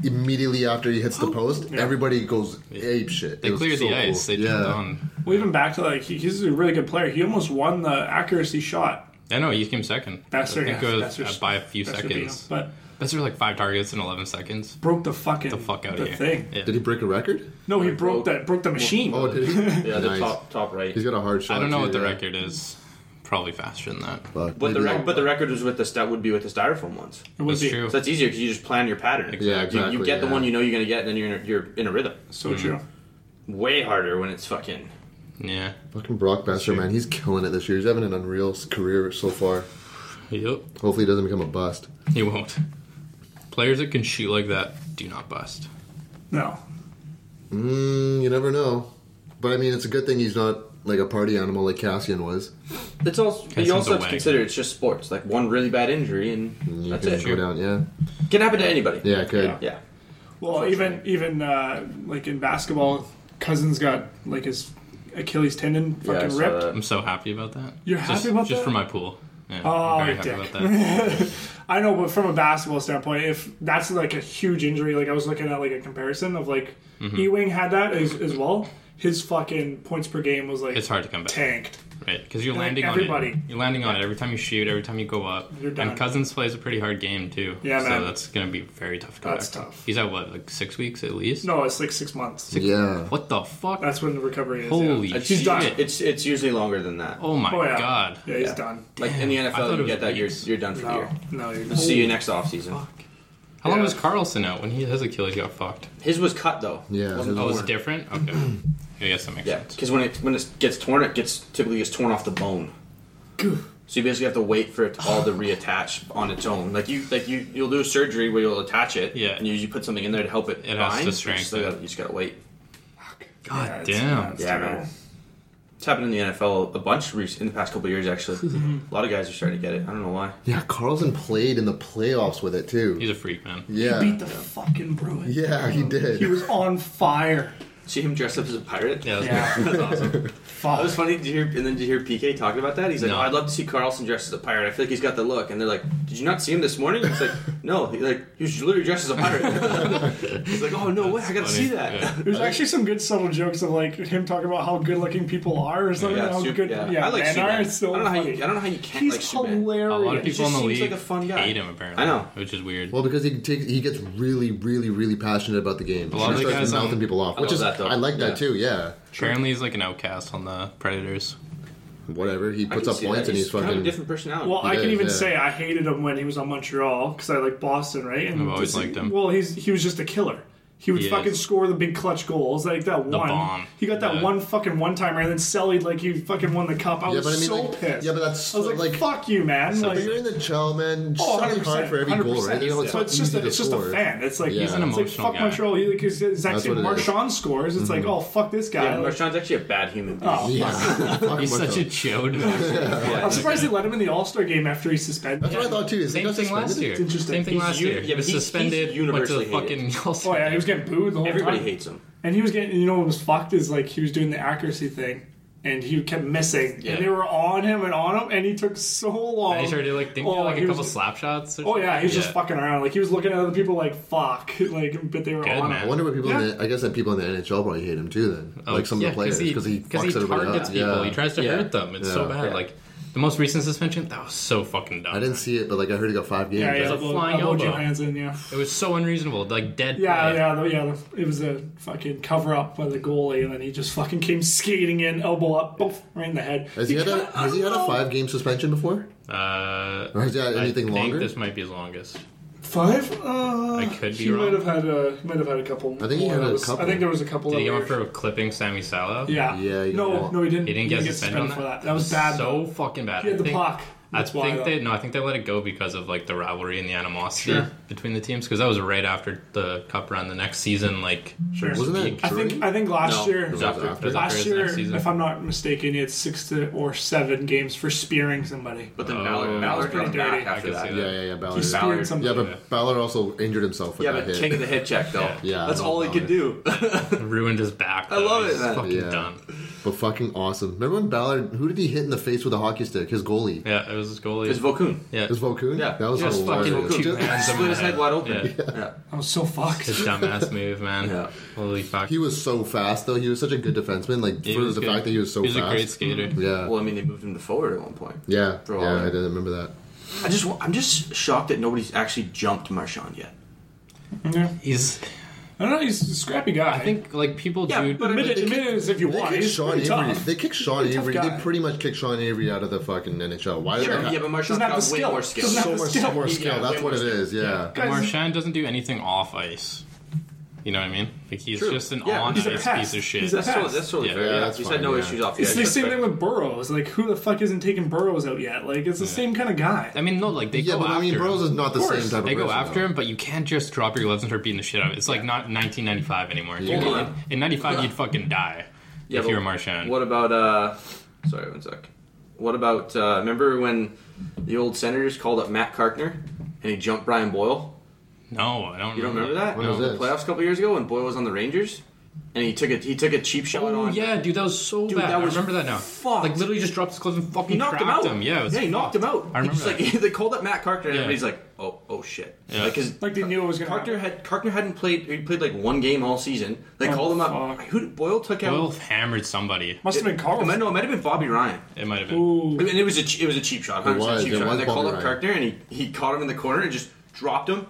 Speaker 4: immediately after he hits the post.
Speaker 2: Oh, Yeah.
Speaker 4: Everybody goes ape shit.
Speaker 1: they
Speaker 4: It was
Speaker 1: cleared
Speaker 4: so
Speaker 1: the ice.
Speaker 4: cool.
Speaker 1: They jumped on.
Speaker 2: Well, even back to like he, he's a really good player. He almost won the accuracy shot.
Speaker 1: I know he came second.
Speaker 2: That's
Speaker 1: I
Speaker 2: their
Speaker 1: think
Speaker 2: yeah,
Speaker 1: it was
Speaker 2: that's their-
Speaker 1: uh, by a few
Speaker 2: that's their
Speaker 1: seconds.
Speaker 2: beat 'em. but
Speaker 1: That's were like five targets in eleven seconds.
Speaker 2: broke the fucking
Speaker 1: The fuck out
Speaker 2: the
Speaker 1: of here.
Speaker 2: thing.
Speaker 1: Yeah.
Speaker 4: Did he break a record?
Speaker 2: No, he
Speaker 3: Like,
Speaker 2: broke
Speaker 3: broke-
Speaker 2: that broke the machine.
Speaker 4: Oh, did he?
Speaker 3: Yeah, the
Speaker 4: *laughs* Nice.
Speaker 3: top top right.
Speaker 4: He's got a hard shot.
Speaker 1: I don't know
Speaker 4: too,
Speaker 1: what the
Speaker 4: yeah.
Speaker 1: record is. Probably faster than that.
Speaker 4: Fuck,
Speaker 3: But the
Speaker 4: maybe-
Speaker 3: rec- but the record was with the stat would be with the styrofoam ones.
Speaker 2: it was
Speaker 1: That's
Speaker 2: he-
Speaker 1: true.
Speaker 3: So that's easier because you just plan your pattern.
Speaker 4: Yeah,
Speaker 3: You- You,
Speaker 4: exactly,
Speaker 3: get the
Speaker 4: yeah.
Speaker 3: one you know you're gonna get, and then you're in a, you're in a rhythm.
Speaker 2: So
Speaker 4: Mm-hmm.
Speaker 2: true.
Speaker 3: Way harder when it's fucking.
Speaker 1: Yeah.
Speaker 4: Fucking Brock Besser, man, he's killing it this year. He's having an unreal s- career so far.
Speaker 1: Yep.
Speaker 4: Hopefully, he doesn't become a bust.
Speaker 1: He won't. Players that can shoot like that do not bust.
Speaker 2: No,
Speaker 4: Mm, you never know. But I mean, it's a good thing he's not like a party animal like Cassian was.
Speaker 3: It's also
Speaker 1: Kinda
Speaker 3: you
Speaker 1: sounds
Speaker 3: also have to
Speaker 1: away.
Speaker 3: consider it's just sports. Like one really bad injury and
Speaker 4: You
Speaker 3: that's
Speaker 4: can
Speaker 3: it.
Speaker 4: go down, yeah,
Speaker 3: Can happen to anybody.
Speaker 4: yeah, it could.
Speaker 2: Yeah.
Speaker 3: Yeah.
Speaker 2: Well, even even uh, like in basketball, Cousins got like his Achilles tendon
Speaker 3: Yeah, uh, I
Speaker 2: fucking
Speaker 3: saw
Speaker 2: ripped.
Speaker 3: that.
Speaker 1: I'm so happy about that.
Speaker 2: You're
Speaker 1: just,
Speaker 2: happy about
Speaker 1: just
Speaker 2: that?
Speaker 1: for my pool. Yeah,
Speaker 2: Oh,
Speaker 1: I'm very
Speaker 2: you
Speaker 1: happy
Speaker 2: dick.
Speaker 1: about
Speaker 2: *laughs*
Speaker 1: that.
Speaker 2: I know, but from a basketball standpoint, if that's like a huge injury, like I was looking at like a comparison of like
Speaker 1: Mm-hmm.
Speaker 2: Ewing had that as, as well. His fucking points per game was like
Speaker 1: It's hard to come back.
Speaker 2: tanked.
Speaker 1: Right, because you're
Speaker 2: Like
Speaker 1: landing on
Speaker 2: everybody.
Speaker 1: it. You're landing on it every time you shoot, every time you go up.
Speaker 2: You're done.
Speaker 1: And Cousins plays a pretty hard game too.
Speaker 2: Yeah,
Speaker 1: so
Speaker 2: man.
Speaker 1: that's gonna be very tough. To go
Speaker 2: That's
Speaker 1: back from.
Speaker 2: tough.
Speaker 1: He's out what, like six weeks at least?
Speaker 2: No, it's like six months.
Speaker 4: Yeah.
Speaker 1: What the fuck?
Speaker 2: That's when the recovery is.
Speaker 1: Holy
Speaker 2: yeah.
Speaker 3: It's, he's
Speaker 1: shit!
Speaker 3: done. It's it's usually longer than that.
Speaker 1: Oh my
Speaker 2: Oh, yeah.
Speaker 1: god!
Speaker 2: Yeah, he's
Speaker 3: Yeah.
Speaker 2: done.
Speaker 3: like in the
Speaker 1: damn. I thought
Speaker 3: NFL,
Speaker 1: it
Speaker 3: you
Speaker 1: was
Speaker 3: get that you're
Speaker 1: weeks.
Speaker 3: you're done for the
Speaker 2: No,
Speaker 3: year.
Speaker 2: no, you're
Speaker 3: We'll
Speaker 2: not.
Speaker 3: see you next off season.
Speaker 1: Fuck. How long
Speaker 2: Yeah.
Speaker 1: was Carlson out when he his Achilles got fucked?
Speaker 3: His was cut though.
Speaker 4: Yeah,
Speaker 3: It wasn't
Speaker 4: his
Speaker 1: Oh, it's
Speaker 3: torn.
Speaker 1: different. Okay, I guess that makes
Speaker 3: Yeah,
Speaker 1: sense.
Speaker 3: because when it when it gets torn, it gets typically gets torn off the bone. So you basically have to wait for it
Speaker 1: *sighs*
Speaker 3: to all to reattach on its own. Like you like you you'll do a surgery where you'll attach it.
Speaker 1: Yeah.
Speaker 3: And you, you put something in there to help it.
Speaker 1: It has to
Speaker 3: bind, but You,
Speaker 1: strengthen.
Speaker 3: still gotta, you just gotta wait.
Speaker 1: God
Speaker 2: Yeah, it's-
Speaker 1: damn!
Speaker 2: it's
Speaker 3: Yeah,
Speaker 2: terrible.
Speaker 3: man. It's happened in the NFL a bunch rec- in the past couple of years.
Speaker 1: *laughs*
Speaker 3: Actually, a lot of guys are starting to get it. I don't know why.
Speaker 4: Yeah, Carlson played in the playoffs with it too.
Speaker 1: He's a freak, man.
Speaker 4: Yeah.
Speaker 2: Beat the fucking Bruins.
Speaker 4: yeah, he did.
Speaker 2: He was on fire.
Speaker 3: See him dressed up as a pirate.
Speaker 1: Yeah, that's
Speaker 2: Yeah.
Speaker 3: That's awesome.
Speaker 2: Fuck.
Speaker 3: That was funny. Did you hear? And then did you hear PK talking about that? He's like,
Speaker 1: No.
Speaker 3: oh, "I'd love to see Carlson dressed as a pirate. I feel like he's got the look." And they're like, "Did you not see him this morning?" He's like, "No." He like he was literally dressed as a pirate. *laughs* he's like, "Oh no way! I
Speaker 1: funny.
Speaker 3: gotta see *laughs* that."
Speaker 1: Yeah.
Speaker 2: There's actually some good subtle jokes of like him talking about how good looking people are or something.
Speaker 3: Yeah,
Speaker 2: how
Speaker 3: Sup-
Speaker 2: good,
Speaker 3: yeah.
Speaker 2: yeah,
Speaker 3: I like
Speaker 2: men
Speaker 3: Superman.
Speaker 2: are. It's so
Speaker 3: I don't know how
Speaker 2: funny.
Speaker 3: you. I don't know how you can't
Speaker 2: He's
Speaker 3: like Superman.
Speaker 2: hilarious.
Speaker 1: A lot of people in the
Speaker 3: seems
Speaker 1: league
Speaker 3: like a fun guy.
Speaker 1: hate him apparently.
Speaker 3: I know.
Speaker 1: which is weird.
Speaker 4: Well, because he takes, he gets really, really, really passionate about the game.
Speaker 1: A lot of
Speaker 4: he
Speaker 1: the
Speaker 4: starts
Speaker 1: guys on-
Speaker 4: mouthing people off, which
Speaker 3: love
Speaker 4: is
Speaker 3: that, though.
Speaker 4: I like that
Speaker 3: Yeah.
Speaker 4: too. Yeah,
Speaker 1: Apparently, he's like an outcast on the Predators.
Speaker 4: whatever. He
Speaker 3: I
Speaker 4: puts
Speaker 3: can
Speaker 4: up
Speaker 3: see
Speaker 4: points
Speaker 3: that.
Speaker 4: and he's,
Speaker 3: kind of a
Speaker 4: fucking.
Speaker 3: different personality.
Speaker 2: Well,
Speaker 4: He
Speaker 2: I can
Speaker 4: is,
Speaker 2: even
Speaker 4: yeah.
Speaker 2: say I hated him when he was on Montreal because I like Boston, right? And
Speaker 1: I've always
Speaker 2: just-
Speaker 1: liked him.
Speaker 2: Well, he's he was just a killer. He would
Speaker 1: He
Speaker 2: fucking
Speaker 1: is.
Speaker 2: score the big clutch goals, like that one.
Speaker 1: bomb.
Speaker 2: He got that
Speaker 1: Yeah.
Speaker 2: one fucking one timer, and then sallied like he fucking won the cup. I
Speaker 4: Yeah,
Speaker 2: was
Speaker 4: but I mean,
Speaker 2: so
Speaker 4: like-
Speaker 2: pissed.
Speaker 4: yeah, but that's
Speaker 2: I was
Speaker 4: so-
Speaker 2: like,
Speaker 4: like-
Speaker 2: fuck you, man.
Speaker 4: But
Speaker 2: Like,
Speaker 4: you're in the chow, man. It's
Speaker 2: Oh,
Speaker 4: something
Speaker 2: 100%,
Speaker 4: hard for every goal, right? It's
Speaker 2: So it's just
Speaker 4: easy
Speaker 2: a,
Speaker 4: to
Speaker 2: it's just a
Speaker 4: score.
Speaker 2: fan. It's like
Speaker 4: Yeah. He's an
Speaker 2: it's like
Speaker 1: emotional
Speaker 2: fuck
Speaker 1: guy.
Speaker 2: Montreal. He like his exact
Speaker 4: That's
Speaker 2: same.
Speaker 4: what it is. Mm-hmm.
Speaker 2: Marchand scores. It's like oh fuck this guy.
Speaker 3: yeah,
Speaker 2: Like,
Speaker 3: Marchand's actually a bad human being.
Speaker 2: oh,
Speaker 4: Yeah, Fucking
Speaker 1: He's
Speaker 4: bunch
Speaker 1: such a
Speaker 4: of-
Speaker 1: chode.
Speaker 2: I'm surprised they let him in the All Star game after he's suspended.
Speaker 4: That's what I thought too. Is he
Speaker 1: Same
Speaker 4: got
Speaker 1: thing last
Speaker 4: suspended?
Speaker 1: year.
Speaker 2: interesting.
Speaker 1: Same thing
Speaker 2: He's
Speaker 1: last
Speaker 3: u-
Speaker 1: year.
Speaker 3: yeah, but
Speaker 1: was
Speaker 3: he's- he's
Speaker 1: suspended. went to the
Speaker 3: universally
Speaker 1: fucking.
Speaker 3: hated.
Speaker 2: Oh yeah, he was getting booed the whole
Speaker 3: Everybody
Speaker 2: time.
Speaker 3: hates him.
Speaker 2: And he was getting, you know, what was fucked is like he was doing the accuracy thing, and he kept missing.
Speaker 3: Yeah.
Speaker 2: And they were on him and on him, and he took so long.
Speaker 1: And he started like didn't
Speaker 2: Oh,
Speaker 1: do like
Speaker 2: he
Speaker 1: a
Speaker 2: was-
Speaker 1: couple slap shots. Or
Speaker 2: Oh yeah, he was just
Speaker 1: Yeah.
Speaker 2: fucking around. Like he was looking at other people like fuck. *laughs* Like but they were
Speaker 1: Good,
Speaker 2: on
Speaker 1: man.
Speaker 4: I
Speaker 2: him.
Speaker 4: wonder what people.
Speaker 2: Yeah.
Speaker 4: In the, I guess that people in the NHL probably hate him too. Then,
Speaker 1: Oh,
Speaker 4: like some
Speaker 1: yeah,
Speaker 4: of the players, because he, fucks
Speaker 1: he
Speaker 4: everybody
Speaker 1: targets
Speaker 4: up.
Speaker 1: people.
Speaker 4: Yeah.
Speaker 1: He tries to
Speaker 3: Yeah.
Speaker 1: hurt them. It's so
Speaker 4: Yeah.
Speaker 1: bad.
Speaker 3: Yeah.
Speaker 1: Like the most recent suspension, that was so fucking dumb.
Speaker 4: I didn't see it, but like I heard he got five games.
Speaker 2: Yeah, yeah,
Speaker 1: a
Speaker 4: right?
Speaker 2: elbow-
Speaker 1: flying
Speaker 2: elbow
Speaker 1: elbow.
Speaker 2: Johansson, yeah.
Speaker 1: It was so unreasonable. Like dead.
Speaker 2: Yeah,
Speaker 1: play.
Speaker 2: yeah, the, yeah. The, it was a fucking cover up by the goalie, and then he just fucking came skating in, elbow up, poof, right in the head.
Speaker 4: Has he had a
Speaker 2: kinda- I
Speaker 4: Has he had a
Speaker 2: don't know.
Speaker 4: five game suspension before?
Speaker 1: Uh,
Speaker 4: Or has he had
Speaker 1: Oh.
Speaker 4: anything
Speaker 1: I think
Speaker 4: longer?
Speaker 1: this might be his longest.
Speaker 2: Five? Uh,
Speaker 1: I could be
Speaker 2: he
Speaker 1: wrong.
Speaker 2: Might have had a might have had a couple.
Speaker 4: I think he
Speaker 2: more.
Speaker 4: had
Speaker 2: That
Speaker 4: a
Speaker 2: was-
Speaker 4: couple.
Speaker 2: I think there was a couple.
Speaker 1: Did he
Speaker 2: that
Speaker 1: go
Speaker 2: were-
Speaker 1: on for clipping Sammy Salo?
Speaker 2: Yeah.
Speaker 4: Yeah, he got
Speaker 2: No,
Speaker 4: one.
Speaker 2: no, he didn't.
Speaker 1: He didn't get suspended on that.
Speaker 2: for that. That was bad.
Speaker 1: So
Speaker 2: though.
Speaker 1: fucking bad.
Speaker 2: he had
Speaker 1: I
Speaker 2: the
Speaker 1: think-
Speaker 2: puck.
Speaker 1: I
Speaker 2: That's why,
Speaker 1: think
Speaker 2: though.
Speaker 1: they no. I think they let it go because of like the rivalry and the animosity
Speaker 2: Sure.
Speaker 1: between the teams. Because that was right after the cup run. The next season, like
Speaker 2: Sure.
Speaker 4: Wasn't that
Speaker 2: I think I think last
Speaker 3: No,
Speaker 2: year.
Speaker 4: was
Speaker 1: after,
Speaker 4: after.
Speaker 1: it was after
Speaker 2: Last
Speaker 1: his
Speaker 2: year,
Speaker 1: next season.
Speaker 2: if I'm not mistaken, he had six to or seven games for spearing somebody.
Speaker 3: But then
Speaker 1: Oh.
Speaker 3: Ballard,
Speaker 1: That
Speaker 2: was
Speaker 3: Ballard dropped
Speaker 2: pretty
Speaker 3: back
Speaker 2: dirty.
Speaker 1: I
Speaker 3: after
Speaker 1: can
Speaker 3: that.
Speaker 1: see
Speaker 4: Yeah, yeah, yeah.
Speaker 2: He
Speaker 4: Ballard.
Speaker 2: speared
Speaker 3: Ballard.
Speaker 4: Yeah,
Speaker 2: somebody.
Speaker 4: but Ballard also injured himself with
Speaker 3: Yeah,
Speaker 4: that
Speaker 3: but
Speaker 4: hit.
Speaker 3: king of the hit check though.
Speaker 4: Yeah, I
Speaker 3: that's
Speaker 4: know
Speaker 3: all he could
Speaker 4: about
Speaker 3: do. *laughs*
Speaker 1: ruined his back. though.
Speaker 3: love it,
Speaker 1: He's
Speaker 3: man.
Speaker 1: Fucking
Speaker 4: Yeah.
Speaker 1: done.
Speaker 4: But fucking awesome. Remember when Ballard? Who did he hit in the face with a hockey stick? His goalie.
Speaker 1: Yeah, it was his goalie.
Speaker 3: It's Vokun.
Speaker 1: yeah,
Speaker 4: It was Volkun.
Speaker 3: Yeah.
Speaker 4: that was
Speaker 1: Just
Speaker 4: hilarious.
Speaker 1: fucking two
Speaker 4: Just-
Speaker 1: hands
Speaker 3: Split his head wide open.
Speaker 1: Yeah.
Speaker 3: Yeah.
Speaker 2: I was so fucked.
Speaker 4: *laughs*
Speaker 1: his dumbass move, man.
Speaker 3: Yeah.
Speaker 1: Holy fuck.
Speaker 4: He was so fast though. He was such a good defenseman. Like
Speaker 1: He
Speaker 4: for
Speaker 1: was
Speaker 4: the
Speaker 1: good.
Speaker 4: fact that he was so
Speaker 1: He's
Speaker 4: fast. Mm-hmm.
Speaker 1: a great skater.
Speaker 4: Yeah.
Speaker 3: Well, I mean, they moved him to forward at one point.
Speaker 4: yeah.
Speaker 3: For a
Speaker 4: yeah.
Speaker 3: while.
Speaker 4: I didn't remember that.
Speaker 3: I just, wa- I'm just shocked that nobody's actually jumped Marchand yet.
Speaker 2: Yeah.
Speaker 1: He's.
Speaker 2: I don't know. He's a scrappy guy.
Speaker 1: I think like people
Speaker 3: Yeah,
Speaker 1: do.
Speaker 3: but-
Speaker 2: admit it, admit it as if you
Speaker 4: They
Speaker 2: want.
Speaker 4: kicked
Speaker 2: He's
Speaker 4: Sean
Speaker 2: pretty
Speaker 4: Avery.
Speaker 2: tough.
Speaker 4: They kicked Sean
Speaker 2: He's a tough
Speaker 4: Avery.
Speaker 2: guy.
Speaker 4: They pretty much kicked Sean Avery out of the fucking NHL. Why? did
Speaker 3: Yeah,
Speaker 4: that?
Speaker 3: but Marchand's
Speaker 2: Doesn't have
Speaker 3: got
Speaker 2: the
Speaker 3: way
Speaker 2: skill.
Speaker 3: more skill.
Speaker 2: Doesn't
Speaker 4: so
Speaker 2: have the
Speaker 4: much
Speaker 2: skill.
Speaker 4: more
Speaker 2: Yeah,
Speaker 4: skill.
Speaker 3: way
Speaker 4: That's
Speaker 3: more
Speaker 4: what it
Speaker 3: skill.
Speaker 4: is. Yeah.
Speaker 2: Guys-
Speaker 1: Marchand doesn't do anything off ice. You know what I mean? Like he's
Speaker 3: True.
Speaker 1: just an
Speaker 3: Yeah,
Speaker 1: on
Speaker 2: he's a
Speaker 1: ice
Speaker 2: pest.
Speaker 1: piece of shit.
Speaker 2: He's a-
Speaker 3: *laughs* That's totally, that's totally
Speaker 1: Yeah,
Speaker 3: fair.
Speaker 4: yeah,
Speaker 3: Yeah,
Speaker 4: that's
Speaker 3: he's
Speaker 4: fine,
Speaker 3: had no
Speaker 4: yeah.
Speaker 3: issues off the
Speaker 2: It's
Speaker 3: ice.
Speaker 2: the
Speaker 3: That's
Speaker 2: same thing
Speaker 3: fair.
Speaker 2: with Burrows. Like, who the fuck isn't taking Burrows out yet? Like, it's the same kind of guy.
Speaker 1: I mean, no, like they
Speaker 4: Yeah,
Speaker 1: go
Speaker 4: but
Speaker 1: after
Speaker 4: I mean, Burrows
Speaker 1: him.
Speaker 4: is not the
Speaker 2: Of course.
Speaker 4: same type of
Speaker 1: They go
Speaker 4: person,
Speaker 1: after
Speaker 4: though.
Speaker 1: him, but you can't just drop your gloves and start beating the shit out of it. It's like not 1995 anymore. You
Speaker 4: Yeah.
Speaker 1: could-
Speaker 3: Yeah.
Speaker 1: in 95, you'd fucking die
Speaker 3: Yeah,
Speaker 1: if
Speaker 3: but
Speaker 1: you were Marchand.
Speaker 3: What about uh? Sorry, one sec. What about uh? Remember when the old Senators called up Matt Karkner and he jumped Brian Boyle?
Speaker 1: No, I don't.
Speaker 3: You don't remember that?
Speaker 4: When
Speaker 1: No.
Speaker 4: was this?
Speaker 3: Playoffs a couple years ago when Boyle was on the Rangers, and he took a he took a cheap shot
Speaker 1: Oh
Speaker 3: on.
Speaker 1: yeah, dude, that was so
Speaker 3: Dude,
Speaker 1: bad.
Speaker 3: that was
Speaker 1: I remember that now.
Speaker 3: fucked.
Speaker 1: Like literally, just dropped his gloves and fucking
Speaker 3: He knocked him
Speaker 1: cracked
Speaker 3: out.
Speaker 1: Yeah, it was
Speaker 3: yeah, he knocked him out.
Speaker 1: I remember
Speaker 3: He just, like *laughs* they called up Matt Karkner, and
Speaker 1: Yeah.
Speaker 3: everybody's like, "Oh, oh shit!"
Speaker 1: Yeah.
Speaker 3: Because
Speaker 2: like, they knew it was going to
Speaker 3: Karkner
Speaker 2: happen.
Speaker 3: had Karkner hadn't played. He played like one game all season. They
Speaker 2: Oh,
Speaker 3: called him up.
Speaker 2: fuck.
Speaker 3: Who did Boyle took out?
Speaker 1: Boyle hammered somebody.
Speaker 2: Must have been
Speaker 3: It might,
Speaker 2: Carlson.
Speaker 3: no, it might have been Bobby Ryan.
Speaker 1: It might have been.
Speaker 2: Ooh.
Speaker 3: And it was a che- it was a cheap shot. 100%
Speaker 4: was,
Speaker 3: cheap
Speaker 4: it
Speaker 3: shot.
Speaker 4: was
Speaker 3: And they called up
Speaker 4: Bobby Ryan.
Speaker 3: Karkner, and he, he caught him in the corner and just dropped him.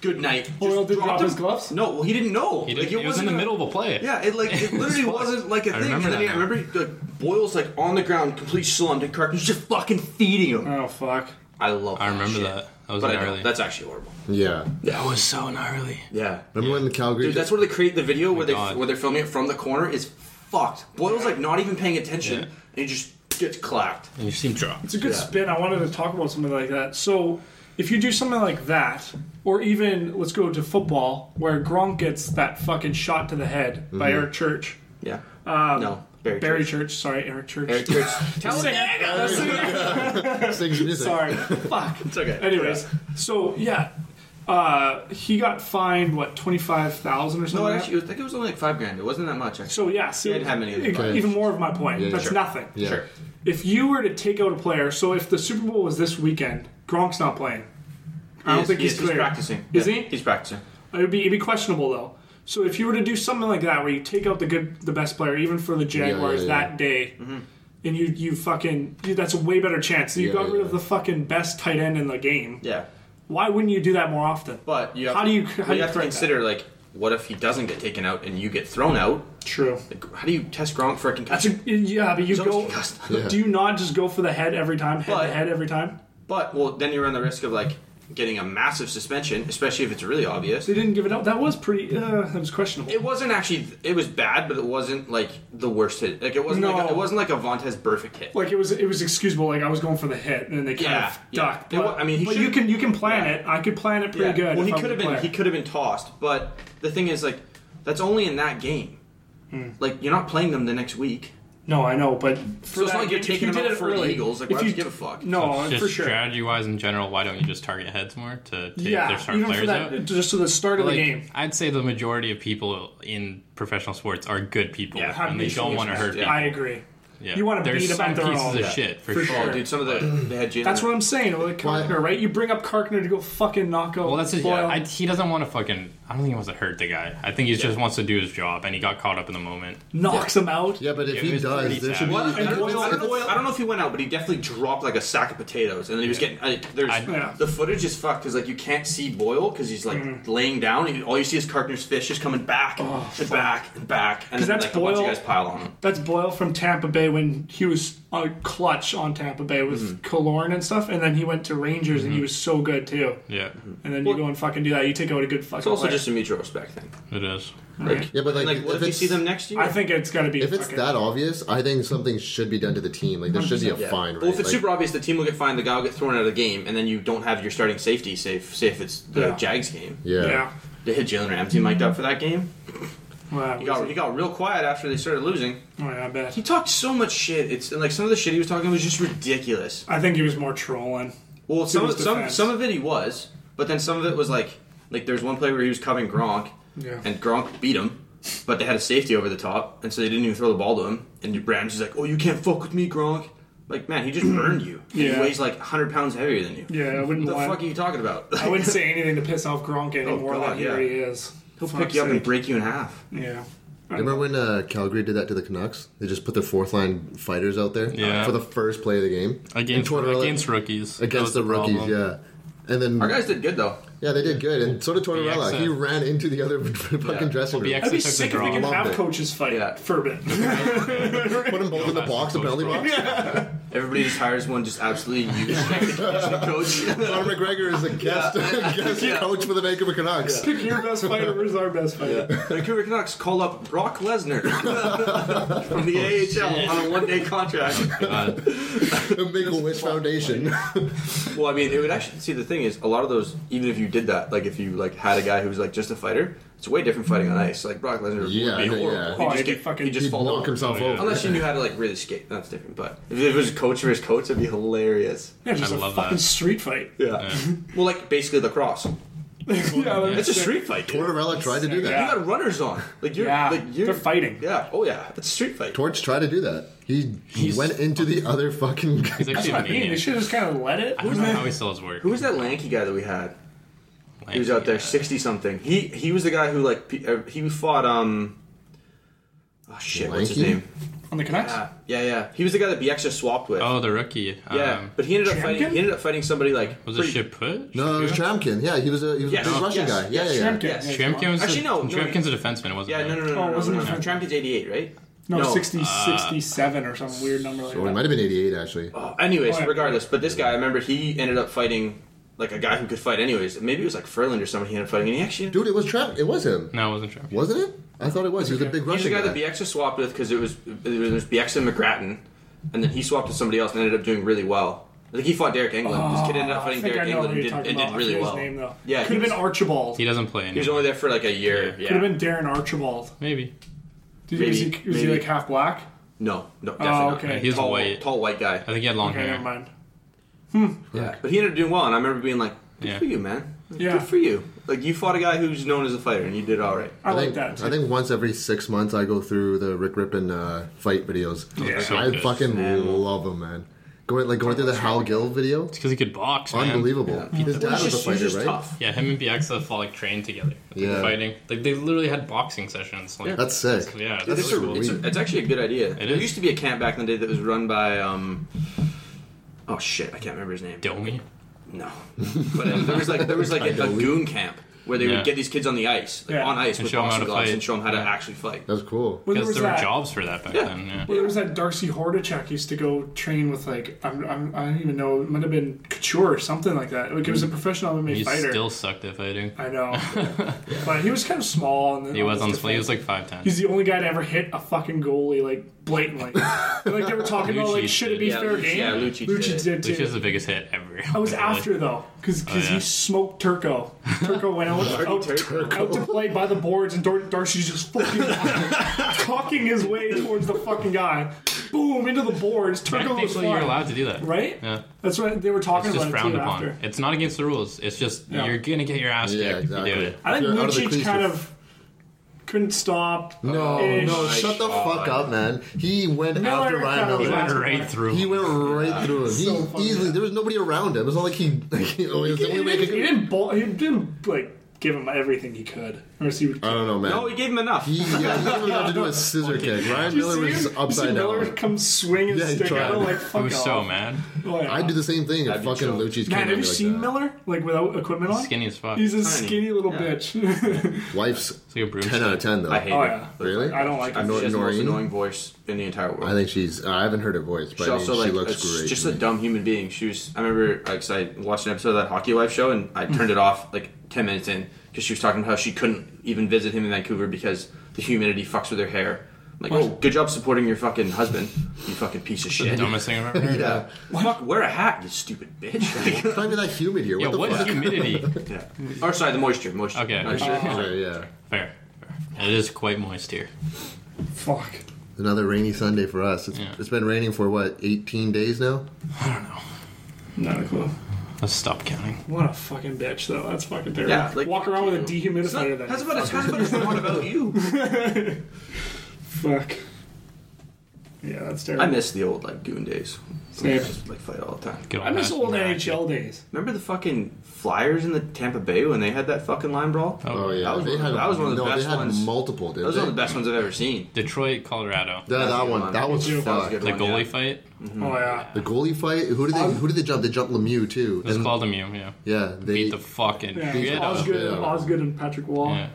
Speaker 3: Good night. Just
Speaker 2: Boyle did drop
Speaker 3: him.
Speaker 2: his gloves?
Speaker 3: No, well, he didn't know.
Speaker 1: He
Speaker 3: Like,
Speaker 1: did, it, was in
Speaker 3: wasn't
Speaker 1: the
Speaker 3: a-
Speaker 1: middle of a play.
Speaker 3: Yeah, it like
Speaker 1: *laughs*
Speaker 3: it literally
Speaker 1: was.
Speaker 3: wasn't like a
Speaker 1: I
Speaker 3: thing.
Speaker 1: remember
Speaker 3: and then
Speaker 1: that
Speaker 3: I
Speaker 1: now.
Speaker 3: remember like, Boyle's like on the ground, complete slumped, and Karkner's just fucking feeding him.
Speaker 2: Oh, fuck.
Speaker 3: I love.
Speaker 1: I remember
Speaker 3: shit.
Speaker 1: that. That was
Speaker 3: But I
Speaker 1: gnarly.
Speaker 3: don't. That's actually horrible.
Speaker 4: Yeah.
Speaker 1: That was so gnarly.
Speaker 3: Yeah,
Speaker 4: Remember when Calgary?
Speaker 3: dude, that's where they create the video where they
Speaker 1: Oh God.
Speaker 3: where they're filming it from the corner is fucked. Boyle's like not even paying attention,
Speaker 1: Yeah.
Speaker 3: and he just gets clapped.
Speaker 1: And you see him drop.
Speaker 2: It's a good
Speaker 3: Yeah.
Speaker 2: spin. I wanted to talk about something like that. So, if you do something like that, or even let's go to football, where Gronk gets that fucking shot to the head by Eric Church.
Speaker 3: Yeah. Um, no, Barry.
Speaker 2: Barry
Speaker 3: Church.
Speaker 2: Church. Sorry, Eric Church.
Speaker 3: Barry Church.
Speaker 2: Tell him.
Speaker 4: sings
Speaker 3: *laughs*
Speaker 4: music.
Speaker 2: Sorry. Fuck.
Speaker 3: It's okay.
Speaker 2: Anyways, so yeah, uh, he got fined what twenty five thousand or something.
Speaker 3: No,
Speaker 2: like
Speaker 3: actually, I think it was only like five grand. It wasn't that much. Actually.
Speaker 2: that? so yeah, see,
Speaker 3: He didn't have many of them.
Speaker 2: e- even more of my point.
Speaker 4: Yeah,
Speaker 2: That's
Speaker 4: sure.
Speaker 2: nothing.
Speaker 4: Yeah.
Speaker 3: Sure.
Speaker 2: If you were to take out a player, so if the Super Bowl was this weekend, Gronk's not playing. I don't
Speaker 3: He is-
Speaker 2: think
Speaker 3: he
Speaker 2: he's,
Speaker 3: is.
Speaker 2: clear.
Speaker 3: practicing.
Speaker 2: Is
Speaker 3: Yeah,
Speaker 2: he?
Speaker 3: He's practicing.
Speaker 2: It would be it'd be questionable though. So if you were to do something like that, where you take out the good, the best player, even for the Jaguars
Speaker 4: yeah, yeah.
Speaker 2: that day,
Speaker 3: Mm-hmm.
Speaker 2: and you you fucking you, that's a way better chance. You
Speaker 4: Yeah,
Speaker 2: got rid
Speaker 4: yeah.
Speaker 2: of the fucking best tight end in the game.
Speaker 3: Yeah.
Speaker 2: Why wouldn't you do that more often?
Speaker 3: But you have
Speaker 2: How do you-
Speaker 3: well,
Speaker 2: how do you
Speaker 3: have to
Speaker 2: correct
Speaker 3: consider like what if he doesn't get taken out and you get thrown out?
Speaker 2: True.
Speaker 3: Like, how do you test Gronk for a
Speaker 2: That's
Speaker 3: concussion?
Speaker 2: a, yeah, but you
Speaker 3: He's always
Speaker 2: go.
Speaker 3: concussed.
Speaker 4: Yeah.
Speaker 2: Do you not just go for the head every time? Head
Speaker 3: But-
Speaker 2: to head every time?
Speaker 3: But well, then you run the risk of like getting a massive suspension, especially if it's really obvious.
Speaker 2: They didn't give it up. That was pretty. Uh, that was questionable.
Speaker 3: It wasn't actually. It was bad, but it wasn't like the worst hit. Like it wasn't. Like
Speaker 2: No.
Speaker 3: a, it wasn't like a Vontez perfect hit.
Speaker 2: like it was. It was excusable. Like I was going for the hit, and then they kind
Speaker 3: Yeah,
Speaker 2: of
Speaker 3: yeah.
Speaker 2: ducked.
Speaker 3: It
Speaker 2: But,
Speaker 3: wa- I mean, he
Speaker 2: but you
Speaker 3: should've-
Speaker 2: can you can plan it. I could plan it pretty good.
Speaker 3: Well,
Speaker 2: if
Speaker 3: he
Speaker 2: I
Speaker 3: could have
Speaker 2: was
Speaker 3: been.
Speaker 2: a
Speaker 3: He
Speaker 2: player.
Speaker 3: could have been tossed, but the thing is, like, that's only in that game.
Speaker 2: Hmm.
Speaker 3: Like you're not playing them the next week.
Speaker 2: No, I know, but
Speaker 3: So
Speaker 2: for
Speaker 3: it's
Speaker 2: that,
Speaker 3: not like you're
Speaker 2: if you
Speaker 3: taking him
Speaker 2: did
Speaker 3: out
Speaker 2: it
Speaker 3: for the
Speaker 2: early,
Speaker 3: Eagles. Like,
Speaker 2: if
Speaker 3: why would
Speaker 2: you-
Speaker 3: you give a fuck?
Speaker 2: No,
Speaker 1: Just
Speaker 2: Oh, for sure.
Speaker 1: strategy wise in general, why don't you just target heads more to take
Speaker 2: yeah,
Speaker 1: their star
Speaker 2: even
Speaker 1: players
Speaker 2: for that,
Speaker 1: out?
Speaker 2: just to the start of
Speaker 1: Like,
Speaker 2: the game.
Speaker 1: I'd say the majority of people in professional sports are good people,
Speaker 2: Yeah,
Speaker 1: and they don't want to hurt
Speaker 3: Yeah.
Speaker 1: people.
Speaker 2: I agree.
Speaker 1: Yeah.
Speaker 2: You wanna
Speaker 1: There's
Speaker 2: beat 'em
Speaker 1: some
Speaker 2: at their
Speaker 1: pieces
Speaker 2: own.
Speaker 1: of
Speaker 2: Yeah.
Speaker 1: shit for,
Speaker 2: For
Speaker 1: sure.
Speaker 2: sure.
Speaker 3: Oh, dude, some of the
Speaker 2: *clears throat*
Speaker 3: they had Jalen.
Speaker 2: That's what I'm saying. Like
Speaker 4: Why-
Speaker 2: Karkner, right? You bring up Karkner to go fucking knock out.
Speaker 1: Well, that's his,
Speaker 2: Boyle.
Speaker 1: yeah, I, he doesn't want to fucking. I don't think he wants to hurt the guy. I think he just wants to do his job, and he got caught up in the moment.
Speaker 2: knocks him out.
Speaker 4: Yeah, but if
Speaker 1: It
Speaker 4: he
Speaker 1: was pretty
Speaker 4: does, there should be.
Speaker 3: Well, I, don't know, I, don't know,
Speaker 4: it's-
Speaker 3: I don't know if he went out, but he definitely dropped like a sack of potatoes, and then he was getting like, there's
Speaker 1: I-
Speaker 2: Yeah. Mm.
Speaker 3: the footage is fucked because like you can't see Boyle because he's like laying down. And all you see is Cartner's fish just coming back and back and back, and
Speaker 2: Oh, 'Cause
Speaker 3: then
Speaker 2: that's
Speaker 3: like a bunch of
Speaker 2: Boyle-
Speaker 3: guys pile on him.
Speaker 2: That's Boyle from Tampa Bay when he was a clutch on Tampa Bay with
Speaker 3: Mm-hmm.
Speaker 2: Killorn and stuff, and then he went to Rangers and he was so good too.
Speaker 1: Yeah,
Speaker 2: And then
Speaker 3: Well-
Speaker 2: you go and fucking do that. You take out a good fucking.
Speaker 3: It's also
Speaker 2: player.
Speaker 3: just a mutual respect thing.
Speaker 1: it is.
Speaker 2: Right.
Speaker 4: Yeah, but like,
Speaker 3: Like, what if, you
Speaker 4: it's-
Speaker 3: see them next year?
Speaker 2: I think it's got to be.
Speaker 4: If it's
Speaker 2: fucking-
Speaker 4: that obvious, I think something should be done to the team. Like there should be a
Speaker 3: Yeah.
Speaker 4: fine. Right?
Speaker 3: Well, if it's
Speaker 4: Like,
Speaker 3: super obvious, the team will get fined. The guy will get thrown out of the game, and then you don't have your starting safety. Say if, say if it's the
Speaker 2: Yeah.
Speaker 3: Jags game,
Speaker 4: yeah.
Speaker 2: yeah.
Speaker 3: they hit Jalen Ramsey mic'd up for that game.
Speaker 2: Wow.
Speaker 3: He got he got real quiet after they started losing.
Speaker 2: oh, yeah, I bet.
Speaker 3: He talked so much shit. It's and like some of the shit he was talking was just ridiculous.
Speaker 2: I think he was more trolling.
Speaker 3: Well, some
Speaker 2: his
Speaker 3: of, some
Speaker 2: defense.
Speaker 3: some of it he was, but then some of it was like like there's one play where he was covering Gronk,
Speaker 2: Yeah.
Speaker 3: and Gronk beat him, but they had a safety over the top, and so they didn't even throw the ball to him. And Ramsey's like, "Oh, you can't fuck with me, Gronk." Like, man, he just burned you. He
Speaker 2: Yeah.
Speaker 3: weighs like 100 pounds heavier than you.
Speaker 2: Yeah, I wouldn't.
Speaker 3: What the
Speaker 2: lie.
Speaker 3: fuck are you
Speaker 2: *laughs*
Speaker 3: talking about?
Speaker 2: I wouldn't say anything to piss off Gronk anymore.
Speaker 3: God,
Speaker 2: than here
Speaker 3: yeah.
Speaker 2: he is.
Speaker 3: He'll
Speaker 2: Fuck's
Speaker 3: pick you up and
Speaker 2: sake.
Speaker 3: break you in half.
Speaker 2: Yeah.
Speaker 4: Remember when uh, Calgary did that to the Canucks? They just put their fourth line fighters out there
Speaker 1: Yeah.
Speaker 4: for the first play of the game And
Speaker 1: Against
Speaker 4: Tortorella-
Speaker 1: against rookies. That was
Speaker 4: against the rookies.
Speaker 1: problem.
Speaker 4: Yeah, and then
Speaker 3: Our guys did good though.
Speaker 4: yeah, they did good. And so did Tortorella.
Speaker 1: BX,
Speaker 4: He
Speaker 1: uh,
Speaker 4: ran into the other *laughs* fucking
Speaker 3: Yeah.
Speaker 4: dressing room.
Speaker 1: BX
Speaker 2: I'd be
Speaker 1: Took the
Speaker 2: sick if
Speaker 1: draw.
Speaker 2: we could
Speaker 4: Loved
Speaker 2: have
Speaker 4: it.
Speaker 2: coaches fight
Speaker 3: Yeah.
Speaker 2: for a bit.
Speaker 4: Put them both in the
Speaker 1: that's
Speaker 4: box, the
Speaker 1: what
Speaker 4: penalty
Speaker 1: goes
Speaker 4: box.
Speaker 3: *laughs*
Speaker 2: *laughs*
Speaker 3: Everybody just hires one just absolutely useless *laughs* coach.
Speaker 4: Conor McGregor is the guest, *laughs* guest coach for the Vancouver Canucks.
Speaker 2: Pick your best fighter versus our best fighter.
Speaker 3: Vancouver Canucks call up Brock Lesnar *laughs* from
Speaker 4: Oh,
Speaker 3: the AHL on a one-day
Speaker 4: *laughs*
Speaker 3: contract.
Speaker 1: God.
Speaker 4: *laughs* The Make a Wish Foundation. *laughs*
Speaker 3: Well, I mean, it would actually see the thing is a lot of those. Even if you did that, like if you like had a guy who was like just a fighter, it's way different fighting on ice. Like Brock Lesnar
Speaker 4: Yeah,
Speaker 3: would be
Speaker 4: yeah.
Speaker 2: Oh,
Speaker 3: horrible.
Speaker 2: he'd
Speaker 3: He'd just
Speaker 2: be
Speaker 3: get
Speaker 2: fucking-
Speaker 3: fucking. He'd just
Speaker 4: He'd
Speaker 3: fall
Speaker 4: knock
Speaker 3: down.
Speaker 4: himself
Speaker 1: Oh, yeah.
Speaker 4: over.
Speaker 3: Unless you knew how to like really skate, that's different. But if it was coach versus coach, that'd be hilarious.
Speaker 2: Yeah, just
Speaker 1: I
Speaker 2: a
Speaker 1: love
Speaker 2: fucking
Speaker 1: that.
Speaker 2: street fight.
Speaker 3: Yeah.
Speaker 4: *laughs*
Speaker 3: well, like basically lacrosse.
Speaker 2: *laughs* yeah,
Speaker 3: It's a street fight. Dude.
Speaker 4: Tortorella tried to do that.
Speaker 3: You got runners on. Like you're
Speaker 2: Yeah,
Speaker 3: like you're
Speaker 2: they're fighting.
Speaker 3: Yeah. Oh yeah. It's a street fight.
Speaker 4: Torch tried to do that. He
Speaker 1: He's-
Speaker 4: went into the other fucking.
Speaker 1: He's actually
Speaker 2: I
Speaker 1: a
Speaker 2: mean, they
Speaker 1: maniac.
Speaker 2: should have just kind of let it.
Speaker 1: I don't know how he still has work.
Speaker 3: Who was that lanky guy that we had? He was out there, sixty something. He he was the guy who like pe- uh, he fought um. Oh shit! What's his
Speaker 4: Lanky?
Speaker 3: name?
Speaker 2: On the Canucks?
Speaker 3: Yeah, yeah, yeah. He was the guy that BX just swapped with.
Speaker 1: Oh, the rookie. Um,
Speaker 3: yeah, but he ended up fighting.
Speaker 2: Chamkin?
Speaker 3: He ended up fighting somebody like.
Speaker 1: was
Speaker 3: pretty-
Speaker 1: it Shiput?
Speaker 4: *laughs* No, it was Tramkin. Yeah, he was a he was
Speaker 3: Yes.
Speaker 4: a big Russian
Speaker 3: Yes.
Speaker 4: guy. Yeah, yeah, yeah.
Speaker 2: Shramkin.
Speaker 3: Yes.
Speaker 2: Yeah,
Speaker 1: Shramkin was
Speaker 3: Actually,
Speaker 1: a,
Speaker 3: no, no,
Speaker 1: Shramkin's a defenseman, wasn't
Speaker 3: Yeah,
Speaker 1: he?
Speaker 3: no, no, no,
Speaker 2: Oh,
Speaker 3: no, no,
Speaker 2: wasn't
Speaker 3: no,
Speaker 2: it
Speaker 3: no. Tramkin's eighty-eight, right?
Speaker 2: No, 60, 67 or some weird number like
Speaker 4: Or he
Speaker 2: that.
Speaker 4: might have been 88 actually.
Speaker 3: Oh, anyways,
Speaker 2: Oh, yeah.
Speaker 3: regardless, but this guy, I remember he ended up fighting like a guy who could fight. Anyways, maybe it was like Furland or somebody. He ended up fighting, and he actually.
Speaker 4: Dude, it was Tramp. It was him,
Speaker 1: No, it wasn't Shramkin.
Speaker 4: wasn't it? I thought it was. He was a big
Speaker 3: He's the
Speaker 4: Russian
Speaker 3: guy
Speaker 4: guy.
Speaker 3: that BX just swapped with because it was it was BX and McGrattan, and then he swapped with somebody else and ended up doing really well. I think he fought Derek England. this kid ended up
Speaker 2: Oh, I
Speaker 3: fighting
Speaker 2: think I
Speaker 3: Derek
Speaker 2: know who
Speaker 3: England and
Speaker 2: you're
Speaker 3: did,
Speaker 2: talking
Speaker 3: and
Speaker 2: about.
Speaker 3: did
Speaker 2: I
Speaker 3: really
Speaker 2: forget
Speaker 3: well.
Speaker 2: His name, though.
Speaker 3: Yeah,
Speaker 2: could
Speaker 3: he
Speaker 2: have
Speaker 3: was,
Speaker 2: been Archibald.
Speaker 1: He doesn't play
Speaker 3: he was
Speaker 1: anymore.
Speaker 3: only there for like a year. Yeah.
Speaker 2: Could have been Darren Archibald.
Speaker 1: Maybe.
Speaker 2: Did he, was he,
Speaker 3: Maybe,
Speaker 2: was he
Speaker 3: maybe.
Speaker 2: like half black?
Speaker 3: No, no, definitely
Speaker 2: Oh,
Speaker 3: not.
Speaker 2: okay.
Speaker 1: He was
Speaker 3: tall,
Speaker 1: white.
Speaker 3: tall white guy.
Speaker 1: I think he had long
Speaker 2: Okay,
Speaker 1: hair.
Speaker 2: never mind.
Speaker 3: Yeah, but he ended up doing well, and I remember being like, "Good
Speaker 1: Yeah.
Speaker 3: for you, man.
Speaker 2: Yeah.
Speaker 3: Good for you. Like you fought a guy who's known as a fighter, and you did all right."
Speaker 2: I,
Speaker 4: I
Speaker 2: like
Speaker 4: think,
Speaker 2: that.
Speaker 4: I think once every six months I go through the Rick Rippin uh, fight videos.
Speaker 2: Yeah. So
Speaker 4: I
Speaker 1: good.
Speaker 4: fucking love him, man. Going like going through the Hal Gill video,
Speaker 1: Because he could box, man.
Speaker 4: unbelievable. His dad
Speaker 3: He's just,
Speaker 4: was a
Speaker 3: he's
Speaker 4: fighter,
Speaker 3: just
Speaker 4: right?
Speaker 3: tough.
Speaker 1: Yeah, him and Bieksa fought like trained together. Like,
Speaker 4: Yeah.
Speaker 1: Fighting. Like they literally had boxing sessions. Like,
Speaker 4: That's sick.
Speaker 1: yeah,
Speaker 3: Dude,
Speaker 1: that's
Speaker 3: it's, a,
Speaker 1: cool.
Speaker 3: it's, a, it's actually a good idea. there
Speaker 1: is.
Speaker 3: used to be a camp back in the day that was run by um, oh shit, I can't remember his name.
Speaker 1: Domi.
Speaker 3: No, but uh, there was like there was like a, a goon camp where they
Speaker 1: Yeah.
Speaker 3: would get these kids on the ice, like
Speaker 2: Yeah.
Speaker 3: on ice
Speaker 1: And
Speaker 3: with
Speaker 1: show 'em how
Speaker 3: boxing
Speaker 1: to
Speaker 3: gloves,
Speaker 1: fight.
Speaker 3: and show them how to
Speaker 1: Yeah.
Speaker 3: actually fight.
Speaker 4: That was cool.
Speaker 2: When there
Speaker 1: Because
Speaker 2: was
Speaker 1: there were
Speaker 2: that,
Speaker 1: jobs for that back
Speaker 3: Yeah.
Speaker 1: then. Yeah.
Speaker 2: Well, there was that Darcy Hordachek used to go train with like I'm, I'm, I don't even know it might have been Couture or something like that. Like he was a professional MMA
Speaker 1: He
Speaker 2: fighter.
Speaker 1: still sucked at fighting. *laughs*
Speaker 2: I know, but he was kind of small. And then
Speaker 1: He was on display. He was
Speaker 2: defense.
Speaker 1: like five times.
Speaker 2: He's the only guy to ever hit a fucking goalie like
Speaker 1: *laughs*
Speaker 2: blatantly. And, like they were talking about, like
Speaker 1: Lucic
Speaker 2: should it
Speaker 1: did.
Speaker 2: be
Speaker 1: Yeah,
Speaker 2: fair
Speaker 3: Lucic-
Speaker 2: game?
Speaker 3: yeah, Lucic
Speaker 2: Lucic
Speaker 3: did.
Speaker 2: did
Speaker 1: Lucic
Speaker 2: too.
Speaker 1: is the biggest hit ever.
Speaker 2: I was after though, because
Speaker 1: Oh, yeah.
Speaker 2: he smoked Turco. Turco went out, out,
Speaker 3: Turco.
Speaker 2: out to play by the boards, and Dar- Darcy's
Speaker 1: *laughs*
Speaker 2: just fucking cocking his way towards the fucking guy. Boom into the boards. Turco was
Speaker 1: Technically, you're
Speaker 2: flying.
Speaker 1: allowed to do that.
Speaker 2: Right?
Speaker 1: Yeah.
Speaker 2: That's what they were talking
Speaker 1: It's just
Speaker 2: about it
Speaker 1: frowned
Speaker 2: too
Speaker 1: upon.
Speaker 2: after.
Speaker 1: It's not against the rules. It's just
Speaker 2: Yeah.
Speaker 1: you're gonna get your ass kicked
Speaker 4: Yeah,
Speaker 1: if you do
Speaker 4: exactly.
Speaker 1: it.
Speaker 2: I
Speaker 4: If
Speaker 2: think
Speaker 4: you're out of the
Speaker 2: Lucic
Speaker 4: crease,
Speaker 2: kind
Speaker 4: you're
Speaker 2: of couldn't stop. uh,
Speaker 4: No,
Speaker 2: Ish.
Speaker 4: no,
Speaker 3: Nice
Speaker 4: shut the
Speaker 3: shot.
Speaker 4: fuck up, man. He went
Speaker 2: Miller
Speaker 4: after Ryan
Speaker 2: comes
Speaker 1: He
Speaker 4: Miller.
Speaker 1: went right through.
Speaker 4: He went right through him. He
Speaker 2: So funny.
Speaker 4: easily. There was nobody around him. It's not like he. *laughs* Like, he oh, it was the
Speaker 2: He,
Speaker 4: only way I
Speaker 2: didn't, he
Speaker 4: could-
Speaker 2: didn't bull- he didn't like give him everything he could, or else he would.
Speaker 4: I don't know, man.
Speaker 3: No, he gave him enough.
Speaker 4: he, yeah, he didn't even have to do a scissor kick. Ryan
Speaker 2: Did you
Speaker 4: Miller
Speaker 2: see
Speaker 4: was
Speaker 2: him? You see
Speaker 4: upside
Speaker 2: Miller
Speaker 4: down.
Speaker 2: come swing his
Speaker 4: Yeah, he
Speaker 2: stick
Speaker 4: tried.
Speaker 2: out
Speaker 1: I
Speaker 2: like fuck
Speaker 1: was
Speaker 2: off.
Speaker 1: so mad.
Speaker 2: Oh, yeah.
Speaker 4: I'd do the same thing if
Speaker 3: I'd be
Speaker 4: fucking
Speaker 3: choked.
Speaker 4: Lucci's came
Speaker 2: Man, have
Speaker 4: at me
Speaker 2: you
Speaker 4: like
Speaker 2: seen
Speaker 4: that.
Speaker 2: Miller like without equipment on?
Speaker 1: Skinny as fuck.
Speaker 2: He's a
Speaker 3: Tiny.
Speaker 2: skinny little
Speaker 3: Yeah. *laughs*
Speaker 2: bitch.
Speaker 4: Wife's
Speaker 1: It's like a broomstick.
Speaker 4: ten out of ten though.
Speaker 3: I hate
Speaker 2: Oh,
Speaker 3: her.
Speaker 2: yeah.
Speaker 4: Really?
Speaker 2: I don't like
Speaker 3: I
Speaker 2: him.
Speaker 3: think she has the most
Speaker 4: Noreen?
Speaker 3: annoying voice in the entire world.
Speaker 4: I think she's. uh, I haven't heard her voice,
Speaker 3: she
Speaker 4: but I mean,
Speaker 3: also
Speaker 4: she
Speaker 3: like
Speaker 4: looks
Speaker 3: a-
Speaker 4: great.
Speaker 3: just a dumb human being. She was. I remember like 'cause I watched an episode of that Hockey Life show and I turned it off like ten minutes in because she was talking about how she couldn't even visit him in Vancouver because the humidity fucks with her hair. I'm like, oh, good job supporting your fucking husband, you fucking piece of shit.
Speaker 1: Dumbest thing I've ever heard.
Speaker 4: yeah.
Speaker 3: Fuck, wear a hat, you stupid bitch.
Speaker 4: It's not even that humid here. What
Speaker 1: Yeah,
Speaker 4: the
Speaker 1: what
Speaker 4: fuck?
Speaker 1: humidity?
Speaker 3: yeah. Or sorry, the moisture, moisture.
Speaker 1: Okay.
Speaker 3: Not shit.
Speaker 2: Uh,
Speaker 4: Sorry, yeah.
Speaker 1: Fair. Fair. It is quite moist here.
Speaker 2: Fuck.
Speaker 4: Another rainy Sunday for us. It's,
Speaker 1: Yeah.
Speaker 4: it's been raining for what, 18 days now?
Speaker 2: Not a clue.
Speaker 1: Let's stop counting.
Speaker 2: What a fucking bitch, though. That's fucking terrible.
Speaker 3: Yeah, like-
Speaker 2: Walk around with a
Speaker 3: It's not-
Speaker 2: dehumidifier.
Speaker 3: That's
Speaker 2: That's
Speaker 3: about as that's about as
Speaker 2: *laughs*
Speaker 3: one about you.
Speaker 2: fuck. Yeah, that's terrible.
Speaker 3: I miss the old like goon days. We
Speaker 2: Same.
Speaker 3: Just like fight all the time.
Speaker 1: Good
Speaker 2: I miss
Speaker 1: old
Speaker 2: old
Speaker 1: fashioned
Speaker 2: NHL days.
Speaker 3: Remember the fucking Flyers in the Tampa Bay when they had that fucking line brawl?
Speaker 4: Oh, yeah.
Speaker 3: That was
Speaker 4: they
Speaker 3: one-
Speaker 4: had,
Speaker 3: that was one of the
Speaker 4: no,
Speaker 3: best
Speaker 4: they had
Speaker 3: ones.
Speaker 4: multiple, did
Speaker 3: That was
Speaker 4: they?
Speaker 3: one of the best ones I've ever seen.
Speaker 1: Detroit, Colorado.
Speaker 4: Yeah, that,
Speaker 3: That was a good
Speaker 4: one.
Speaker 3: one.
Speaker 4: That was
Speaker 2: That was
Speaker 4: fucked.
Speaker 3: good.
Speaker 1: The
Speaker 3: one,
Speaker 1: goalie
Speaker 3: yeah.
Speaker 1: fight.
Speaker 2: Oh yeah.
Speaker 4: The goalie fight. Who did they? Who did they jump? They jumped Lemieux too.
Speaker 1: It was
Speaker 4: And-
Speaker 1: called him, yeah.
Speaker 4: yeah, they.
Speaker 1: Beat the fucking
Speaker 2: Yeah,
Speaker 1: shit out of him.
Speaker 2: Osgood,
Speaker 4: yeah.
Speaker 2: Osgood and Patrick Wall
Speaker 1: Yeah.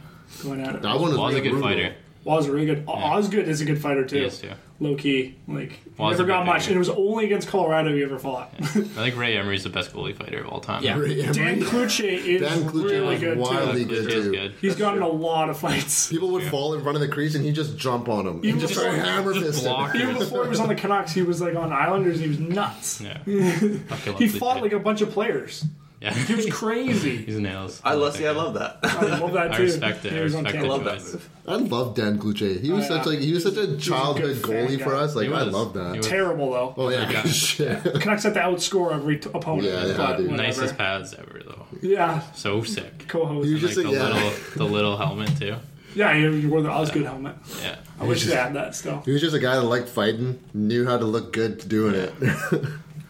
Speaker 2: going at it.
Speaker 4: that one was,
Speaker 1: Wall's a good
Speaker 4: brutal. *laughs*
Speaker 1: fighter.
Speaker 2: Wall's really good. O- Osgood is a good fighter too.
Speaker 1: He is, too.
Speaker 2: Low key, like
Speaker 1: Wall's a
Speaker 2: never
Speaker 1: good
Speaker 2: got much,
Speaker 1: fighter.
Speaker 2: and it was only against Colorado he ever fought.
Speaker 1: I think Ray Emery's the best goalie fighter of all time.
Speaker 2: *laughs*
Speaker 3: Yeah.
Speaker 2: Dan Kluche is
Speaker 4: Dan Kluche
Speaker 2: really
Speaker 4: was
Speaker 2: good
Speaker 4: wildly
Speaker 2: too.
Speaker 1: He
Speaker 4: Really good,
Speaker 1: is
Speaker 4: too.
Speaker 1: good.
Speaker 2: He's gotten a lot of
Speaker 1: *laughs*
Speaker 2: fights.
Speaker 4: People would fall in front of the crease and he'd just jump on them. He
Speaker 2: Even
Speaker 4: just
Speaker 2: before-
Speaker 4: start hammer
Speaker 1: just
Speaker 4: fist
Speaker 1: block
Speaker 4: him.
Speaker 2: Even before he was on the Canucks, he was like on Islanders. He was nuts.
Speaker 1: Yeah. Fucking
Speaker 2: *laughs* He
Speaker 1: lovely
Speaker 2: fought
Speaker 1: kid.
Speaker 2: like a bunch of players.
Speaker 1: Yeah. *laughs*
Speaker 2: He was crazy.
Speaker 1: He's nails.
Speaker 3: I love. See, I love that. *laughs*
Speaker 2: I love that
Speaker 1: I
Speaker 2: too.
Speaker 1: respect it.
Speaker 2: He
Speaker 1: I
Speaker 2: was on
Speaker 1: respect
Speaker 3: I
Speaker 1: the
Speaker 2: Tampa.
Speaker 3: love that
Speaker 1: choice.
Speaker 3: move.
Speaker 4: I love Dan Kluche. He was
Speaker 2: Oh,
Speaker 4: such
Speaker 2: yeah.
Speaker 4: like he was such a childhood
Speaker 2: good fan
Speaker 4: goalie for
Speaker 2: guy.
Speaker 4: us. Like
Speaker 1: He
Speaker 4: I
Speaker 1: was.
Speaker 4: love
Speaker 1: He
Speaker 4: that.
Speaker 1: was.
Speaker 2: Terrible though.
Speaker 4: Oh yeah,
Speaker 1: Yeah.
Speaker 4: good *laughs* shit.
Speaker 2: Canucks have to outscore every t- opponent.
Speaker 4: Yeah, they
Speaker 2: but
Speaker 4: do.
Speaker 2: whatever.
Speaker 1: Nicest pads ever, though.
Speaker 2: Yeah,
Speaker 1: So sick.
Speaker 2: co-host.
Speaker 4: You just
Speaker 1: like
Speaker 4: said,
Speaker 1: the,
Speaker 4: yeah.
Speaker 1: little, the little helmet, too.
Speaker 2: yeah, you you wore the Osgood helmet.
Speaker 1: Yeah.
Speaker 2: I wish they had that still.
Speaker 4: He was just a guy that liked fighting, knew how to look good doing it.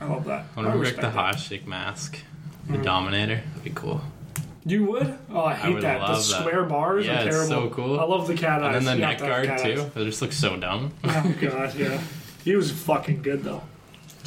Speaker 2: I love that.
Speaker 1: I want to Rick
Speaker 2: respect
Speaker 1: the
Speaker 2: it. Hmm.
Speaker 1: Hasek mask. The Dominator. That'd be cool.
Speaker 2: You would? Oh, I hate
Speaker 1: would
Speaker 2: that. The
Speaker 1: love that.
Speaker 2: square bars
Speaker 1: Yeah,
Speaker 2: are
Speaker 1: it's so
Speaker 2: terrible.
Speaker 1: cool.
Speaker 2: I love the cat eyes.
Speaker 1: And then
Speaker 2: You
Speaker 1: the
Speaker 2: have
Speaker 1: neck
Speaker 2: to have
Speaker 1: guard,
Speaker 2: cat
Speaker 1: too.
Speaker 2: eyes.
Speaker 1: It just looks so dumb. *laughs*
Speaker 2: Oh god, yeah. He was fucking good though.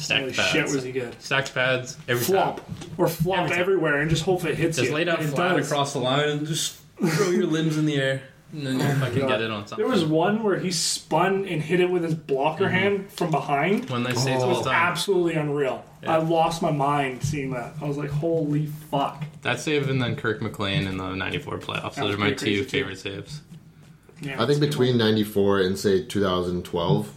Speaker 2: Holy
Speaker 1: Stacked
Speaker 2: shit,
Speaker 1: pads.
Speaker 2: was he good?
Speaker 1: Stacked pads every
Speaker 2: Flop
Speaker 1: time.
Speaker 2: or flop
Speaker 1: Every time.
Speaker 2: everywhere and just hope it hits
Speaker 1: Just
Speaker 2: you.
Speaker 1: lay down
Speaker 2: It
Speaker 1: flat
Speaker 2: does.
Speaker 1: across the line and just
Speaker 2: *laughs*
Speaker 1: throw your limbs in the air. And then you fucking
Speaker 2: Oh God.
Speaker 1: get it on something.
Speaker 2: There was one where he spun and hit it with his blocker hand from behind.
Speaker 1: when they say it's
Speaker 2: It
Speaker 1: all
Speaker 2: was
Speaker 1: the Mm-hmm. time.
Speaker 2: absolutely unreal. I lost my mind seeing that. I was like, holy fuck.
Speaker 1: that save and then Kirk McLean in the 94 playoffs.
Speaker 2: was
Speaker 1: Those are my two
Speaker 2: pretty crazy, too.
Speaker 1: favorite saves.
Speaker 2: Yeah,
Speaker 4: *laughs* I think between '94 and say 2012,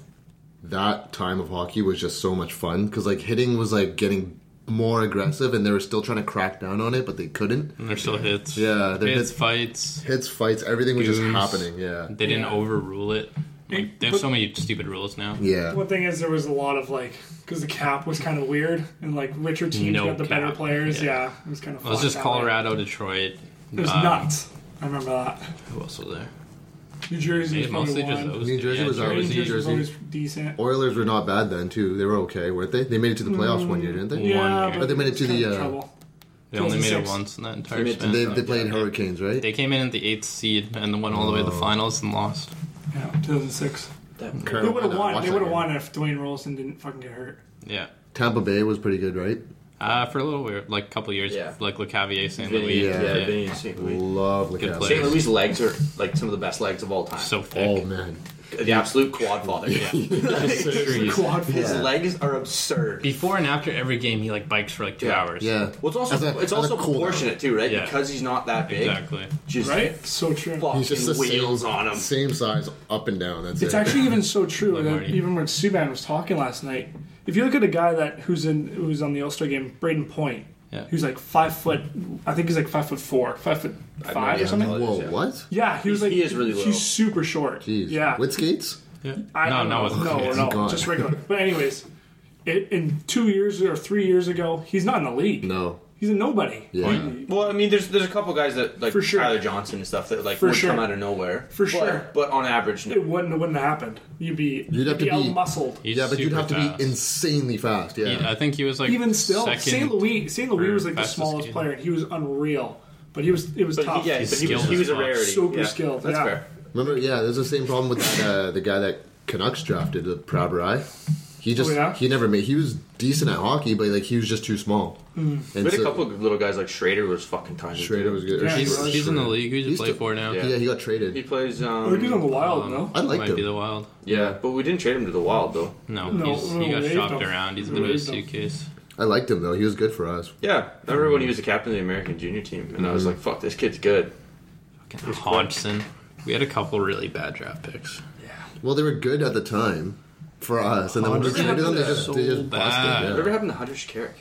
Speaker 4: that time of hockey was just so much fun because like hitting was like getting more aggressive, and they were still trying to crack down on it, but they couldn't.
Speaker 1: And they're still hits.
Speaker 4: Yeah, they're
Speaker 1: hits,
Speaker 4: hits-
Speaker 1: fights.
Speaker 4: Hits, fights, everything was just
Speaker 1: Goons.
Speaker 4: happening. Yeah,
Speaker 1: They didn't
Speaker 2: Yeah.
Speaker 1: overrule it. Like, they have
Speaker 2: But-
Speaker 1: so many stupid rules now.
Speaker 4: yeah.
Speaker 2: One thing is, there was a lot of like, because the cap was kind of weird, and like richer teams
Speaker 1: No
Speaker 2: got the better
Speaker 1: cap,
Speaker 2: players.
Speaker 1: yeah.
Speaker 2: Yeah. it was kind of.
Speaker 1: Well, it's
Speaker 2: fucked
Speaker 1: just
Speaker 2: that
Speaker 1: Colorado, Detroit.
Speaker 2: way. It was
Speaker 1: um,
Speaker 2: nuts. I remember that.
Speaker 1: Who else was there?
Speaker 2: New Jersey
Speaker 1: It
Speaker 2: was
Speaker 1: mostly
Speaker 2: probably
Speaker 1: just
Speaker 2: one.
Speaker 1: those.
Speaker 4: New
Speaker 1: two.
Speaker 4: Jersey
Speaker 1: yeah,
Speaker 4: was
Speaker 2: New
Speaker 4: always
Speaker 2: Jersey,
Speaker 4: New
Speaker 1: Jersey.
Speaker 2: was
Speaker 4: Jersey.
Speaker 2: always decent.
Speaker 4: Oilers were not bad then too. They were okay, weren't they? They made it to the playoffs one year, didn't they?
Speaker 2: yeah,
Speaker 1: year.
Speaker 2: but,
Speaker 1: But
Speaker 4: they made it to
Speaker 2: kind
Speaker 4: the,
Speaker 2: of
Speaker 4: uh,
Speaker 2: trouble.
Speaker 1: They only made it
Speaker 2: 2006.
Speaker 1: once in that entire
Speaker 3: made it to
Speaker 1: span.
Speaker 4: They,
Speaker 1: so-
Speaker 4: they played Hurricanes, right?
Speaker 1: They came in at the eighth seed and then went all the way to the finals and lost.
Speaker 2: Yeah, 2006.
Speaker 3: That-
Speaker 4: Carolina,
Speaker 2: They would have won.
Speaker 4: watch
Speaker 2: They
Speaker 4: that
Speaker 2: would have
Speaker 4: game.
Speaker 2: won if Dwayne Rolson didn't fucking get hurt.
Speaker 1: Yeah.
Speaker 4: Tampa Bay was pretty good, right?
Speaker 1: Uh, for a little weird, like a couple years,
Speaker 3: Yeah.
Speaker 1: like LeCavier, St.
Speaker 3: Vinny,
Speaker 1: Louis.
Speaker 3: yeah,
Speaker 4: Yeah.
Speaker 3: Vinny and St. Louis.
Speaker 4: Love
Speaker 1: Good
Speaker 4: Lacazette.
Speaker 1: player.
Speaker 3: St. Louis' legs are like some of the best legs of all time.
Speaker 1: So thick.
Speaker 4: Oh man,
Speaker 3: the absolute quad father.
Speaker 1: *laughs* Trees.
Speaker 2: Quad
Speaker 3: *laughs* His
Speaker 4: Yeah.
Speaker 3: legs are absurd.
Speaker 1: Before and after every game, he like bikes for like two
Speaker 3: Yeah.
Speaker 1: hours.
Speaker 4: yeah.
Speaker 3: Well, it's
Speaker 4: As
Speaker 3: also
Speaker 4: a- as
Speaker 3: it's
Speaker 4: a
Speaker 3: also
Speaker 4: cool-
Speaker 3: proportionate too, right?
Speaker 1: Yeah.
Speaker 3: Because he's not that big.
Speaker 1: Exactly.
Speaker 3: Just
Speaker 2: right? So true.
Speaker 3: fucking
Speaker 4: He's just the
Speaker 3: wheels
Speaker 4: same,
Speaker 3: on him.
Speaker 4: same size up and down. That's
Speaker 2: It's
Speaker 4: it.
Speaker 2: actually even so true.
Speaker 1: Like
Speaker 2: that
Speaker 1: Marty.
Speaker 2: even when Subban was talking last night, if you look at a guy that who's in who's on the All Star game, Braden Point,
Speaker 1: Yeah.
Speaker 2: who's like five foot. I think he's like five foot four, five foot
Speaker 3: no
Speaker 2: five or
Speaker 3: idea.
Speaker 2: something.
Speaker 4: Whoa,
Speaker 3: Yeah.
Speaker 4: what?
Speaker 2: Yeah, he was
Speaker 3: He-
Speaker 2: like
Speaker 3: he is really little.
Speaker 2: He's super short.
Speaker 4: Jeez.
Speaker 2: Yeah,
Speaker 4: With skates?
Speaker 1: Yeah.
Speaker 2: I,
Speaker 1: no,
Speaker 2: no,
Speaker 1: no,
Speaker 2: no,
Speaker 1: it's-
Speaker 2: no,
Speaker 1: it's
Speaker 2: no,
Speaker 4: gone.
Speaker 2: just regular. But anyways, it, in two years or three years ago, he's not in the league.
Speaker 4: No.
Speaker 2: He's a nobody.
Speaker 4: Yeah.
Speaker 1: Oh,
Speaker 3: Well, I mean, there's there's a couple guys that like
Speaker 2: For sure.
Speaker 3: Tyler Johnson and stuff that like
Speaker 2: For
Speaker 3: would
Speaker 2: sure.
Speaker 3: come out of nowhere.
Speaker 2: For
Speaker 3: But-
Speaker 2: sure.
Speaker 3: but on average, no.
Speaker 2: It wouldn't it wouldn't have happened. You'd be
Speaker 4: You'd have
Speaker 2: be,
Speaker 4: to be-
Speaker 2: outmuscled.
Speaker 1: He's
Speaker 4: yeah, but you'd
Speaker 1: super
Speaker 4: have to
Speaker 1: fast.
Speaker 4: be insanely fast. Yeah.
Speaker 1: He- I think he was like
Speaker 2: Even still,
Speaker 1: second-
Speaker 2: St. Louis St. Louis
Speaker 1: or
Speaker 2: was like the
Speaker 1: fastest
Speaker 2: smallest
Speaker 1: kid.
Speaker 2: player, and he was unreal. But he was it was
Speaker 3: But
Speaker 2: tough.
Speaker 3: he, yeah,
Speaker 1: He's
Speaker 3: but he was,
Speaker 1: skilled
Speaker 3: he
Speaker 1: as
Speaker 3: was a
Speaker 1: fuck.
Speaker 3: rarity.
Speaker 2: Super
Speaker 3: yeah.
Speaker 2: skilled,
Speaker 3: That's
Speaker 2: yeah.
Speaker 3: fair.
Speaker 4: Remember, yeah, there's the same problem with that, uh, the guy that Canucks drafted, the Prabrai. He just
Speaker 2: Oh, yeah?
Speaker 4: he never made. He was decent at hockey, but like he was just too small.
Speaker 2: Mm.
Speaker 4: And
Speaker 3: We had
Speaker 4: so-
Speaker 3: a couple of little guys like Schrader was fucking tiny.
Speaker 4: Schrader was good. or
Speaker 2: Yeah, he
Speaker 1: He's,
Speaker 2: was.
Speaker 1: he's in the league. Who did you
Speaker 4: He's
Speaker 1: play
Speaker 4: still-
Speaker 1: for now?
Speaker 4: Yeah.
Speaker 3: Yeah.
Speaker 4: he got
Speaker 3: He
Speaker 4: traded.
Speaker 3: plays.
Speaker 2: Oh,
Speaker 3: Um,
Speaker 2: he's on the wild,
Speaker 1: Um,
Speaker 2: no?
Speaker 4: I liked
Speaker 1: might be
Speaker 4: him.
Speaker 1: the Wild.
Speaker 3: yeah, but we didn't trade him to the Wild though.
Speaker 1: No,
Speaker 2: No,
Speaker 1: he's,
Speaker 2: we
Speaker 1: he got
Speaker 2: waived
Speaker 1: shopped
Speaker 2: him.
Speaker 1: around. He's a
Speaker 2: We
Speaker 1: bit of a
Speaker 2: waived him.
Speaker 1: suitcase.
Speaker 4: I liked him though. He was good for us.
Speaker 3: Yeah, I remember when he was the captain of the American junior team, and I was like, "Fuck, this kid's good."
Speaker 1: Fucking Hodgson. We had a couple really bad draft picks.
Speaker 4: Well, they were good at the time for us, and then when we
Speaker 1: Honestly,
Speaker 4: traded them, they
Speaker 1: they're
Speaker 4: just
Speaker 1: so
Speaker 4: they just busted.
Speaker 3: Whatever
Speaker 4: Yeah.
Speaker 3: happened to Hunter Carrick?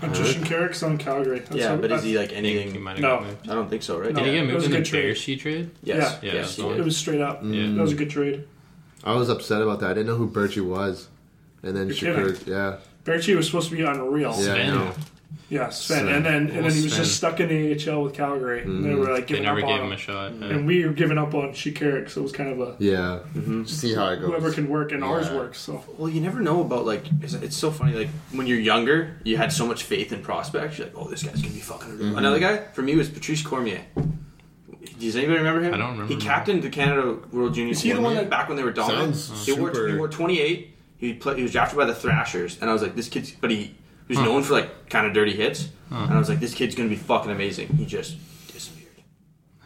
Speaker 2: Hunter Shinkarik's on Calgary. That's
Speaker 3: Yeah,
Speaker 2: what-
Speaker 3: but is
Speaker 2: that's-
Speaker 3: he like
Speaker 1: I think he
Speaker 3: anything?
Speaker 1: might have
Speaker 2: No.
Speaker 1: got moved.
Speaker 3: I don't think so, right?
Speaker 2: No.
Speaker 1: Did
Speaker 3: Yeah.
Speaker 1: he get
Speaker 2: It
Speaker 1: moved
Speaker 2: was a
Speaker 1: in the
Speaker 2: good trade.
Speaker 1: Bears trade?
Speaker 3: Yes.
Speaker 1: Yeah.
Speaker 3: yes, he
Speaker 1: Yeah.
Speaker 3: did.
Speaker 2: It was straight up.
Speaker 1: Yeah.
Speaker 2: That was a good trade.
Speaker 4: I was upset about that. I didn't know who Berchi was, and then
Speaker 2: You're kidding.
Speaker 4: Shakur. Yeah,
Speaker 2: Berchi was supposed to be unreal.
Speaker 4: yeah, I
Speaker 1: Sven.
Speaker 4: know.
Speaker 2: Yeah, Sven.
Speaker 4: Sven.
Speaker 2: And then and then he was
Speaker 1: Sven. Mm.
Speaker 2: just stuck in the AHL with Calgary. And they were like
Speaker 1: They
Speaker 2: giving
Speaker 1: never
Speaker 2: up
Speaker 1: gave
Speaker 2: on
Speaker 1: him a shot. yeah.
Speaker 2: And we were giving up on Shikarik, so it was kind of a
Speaker 4: Yeah,
Speaker 1: Mm-hmm.
Speaker 4: see how it goes.
Speaker 2: whoever can work and ours
Speaker 4: Yeah.
Speaker 2: works. So
Speaker 3: Well, you never know about like it's, it's so funny. Like when you're younger, you had so much faith in prospects. You're like, oh, this guy's gonna be fucking. unreal." Another guy for me was Patrice Cormier. Does anybody remember him?
Speaker 1: I don't remember
Speaker 3: He captained the Canada World Junior.
Speaker 2: Is he the one that-
Speaker 3: back when they were dominant?
Speaker 4: Sounds
Speaker 3: he, wore,
Speaker 4: super-
Speaker 3: he wore 28. He play, he was drafted by the Thrashers, and I was like, this kid's. But he, he was known for like kind of dirty hits, and I was like, this kid's gonna be fucking amazing. He just disappeared.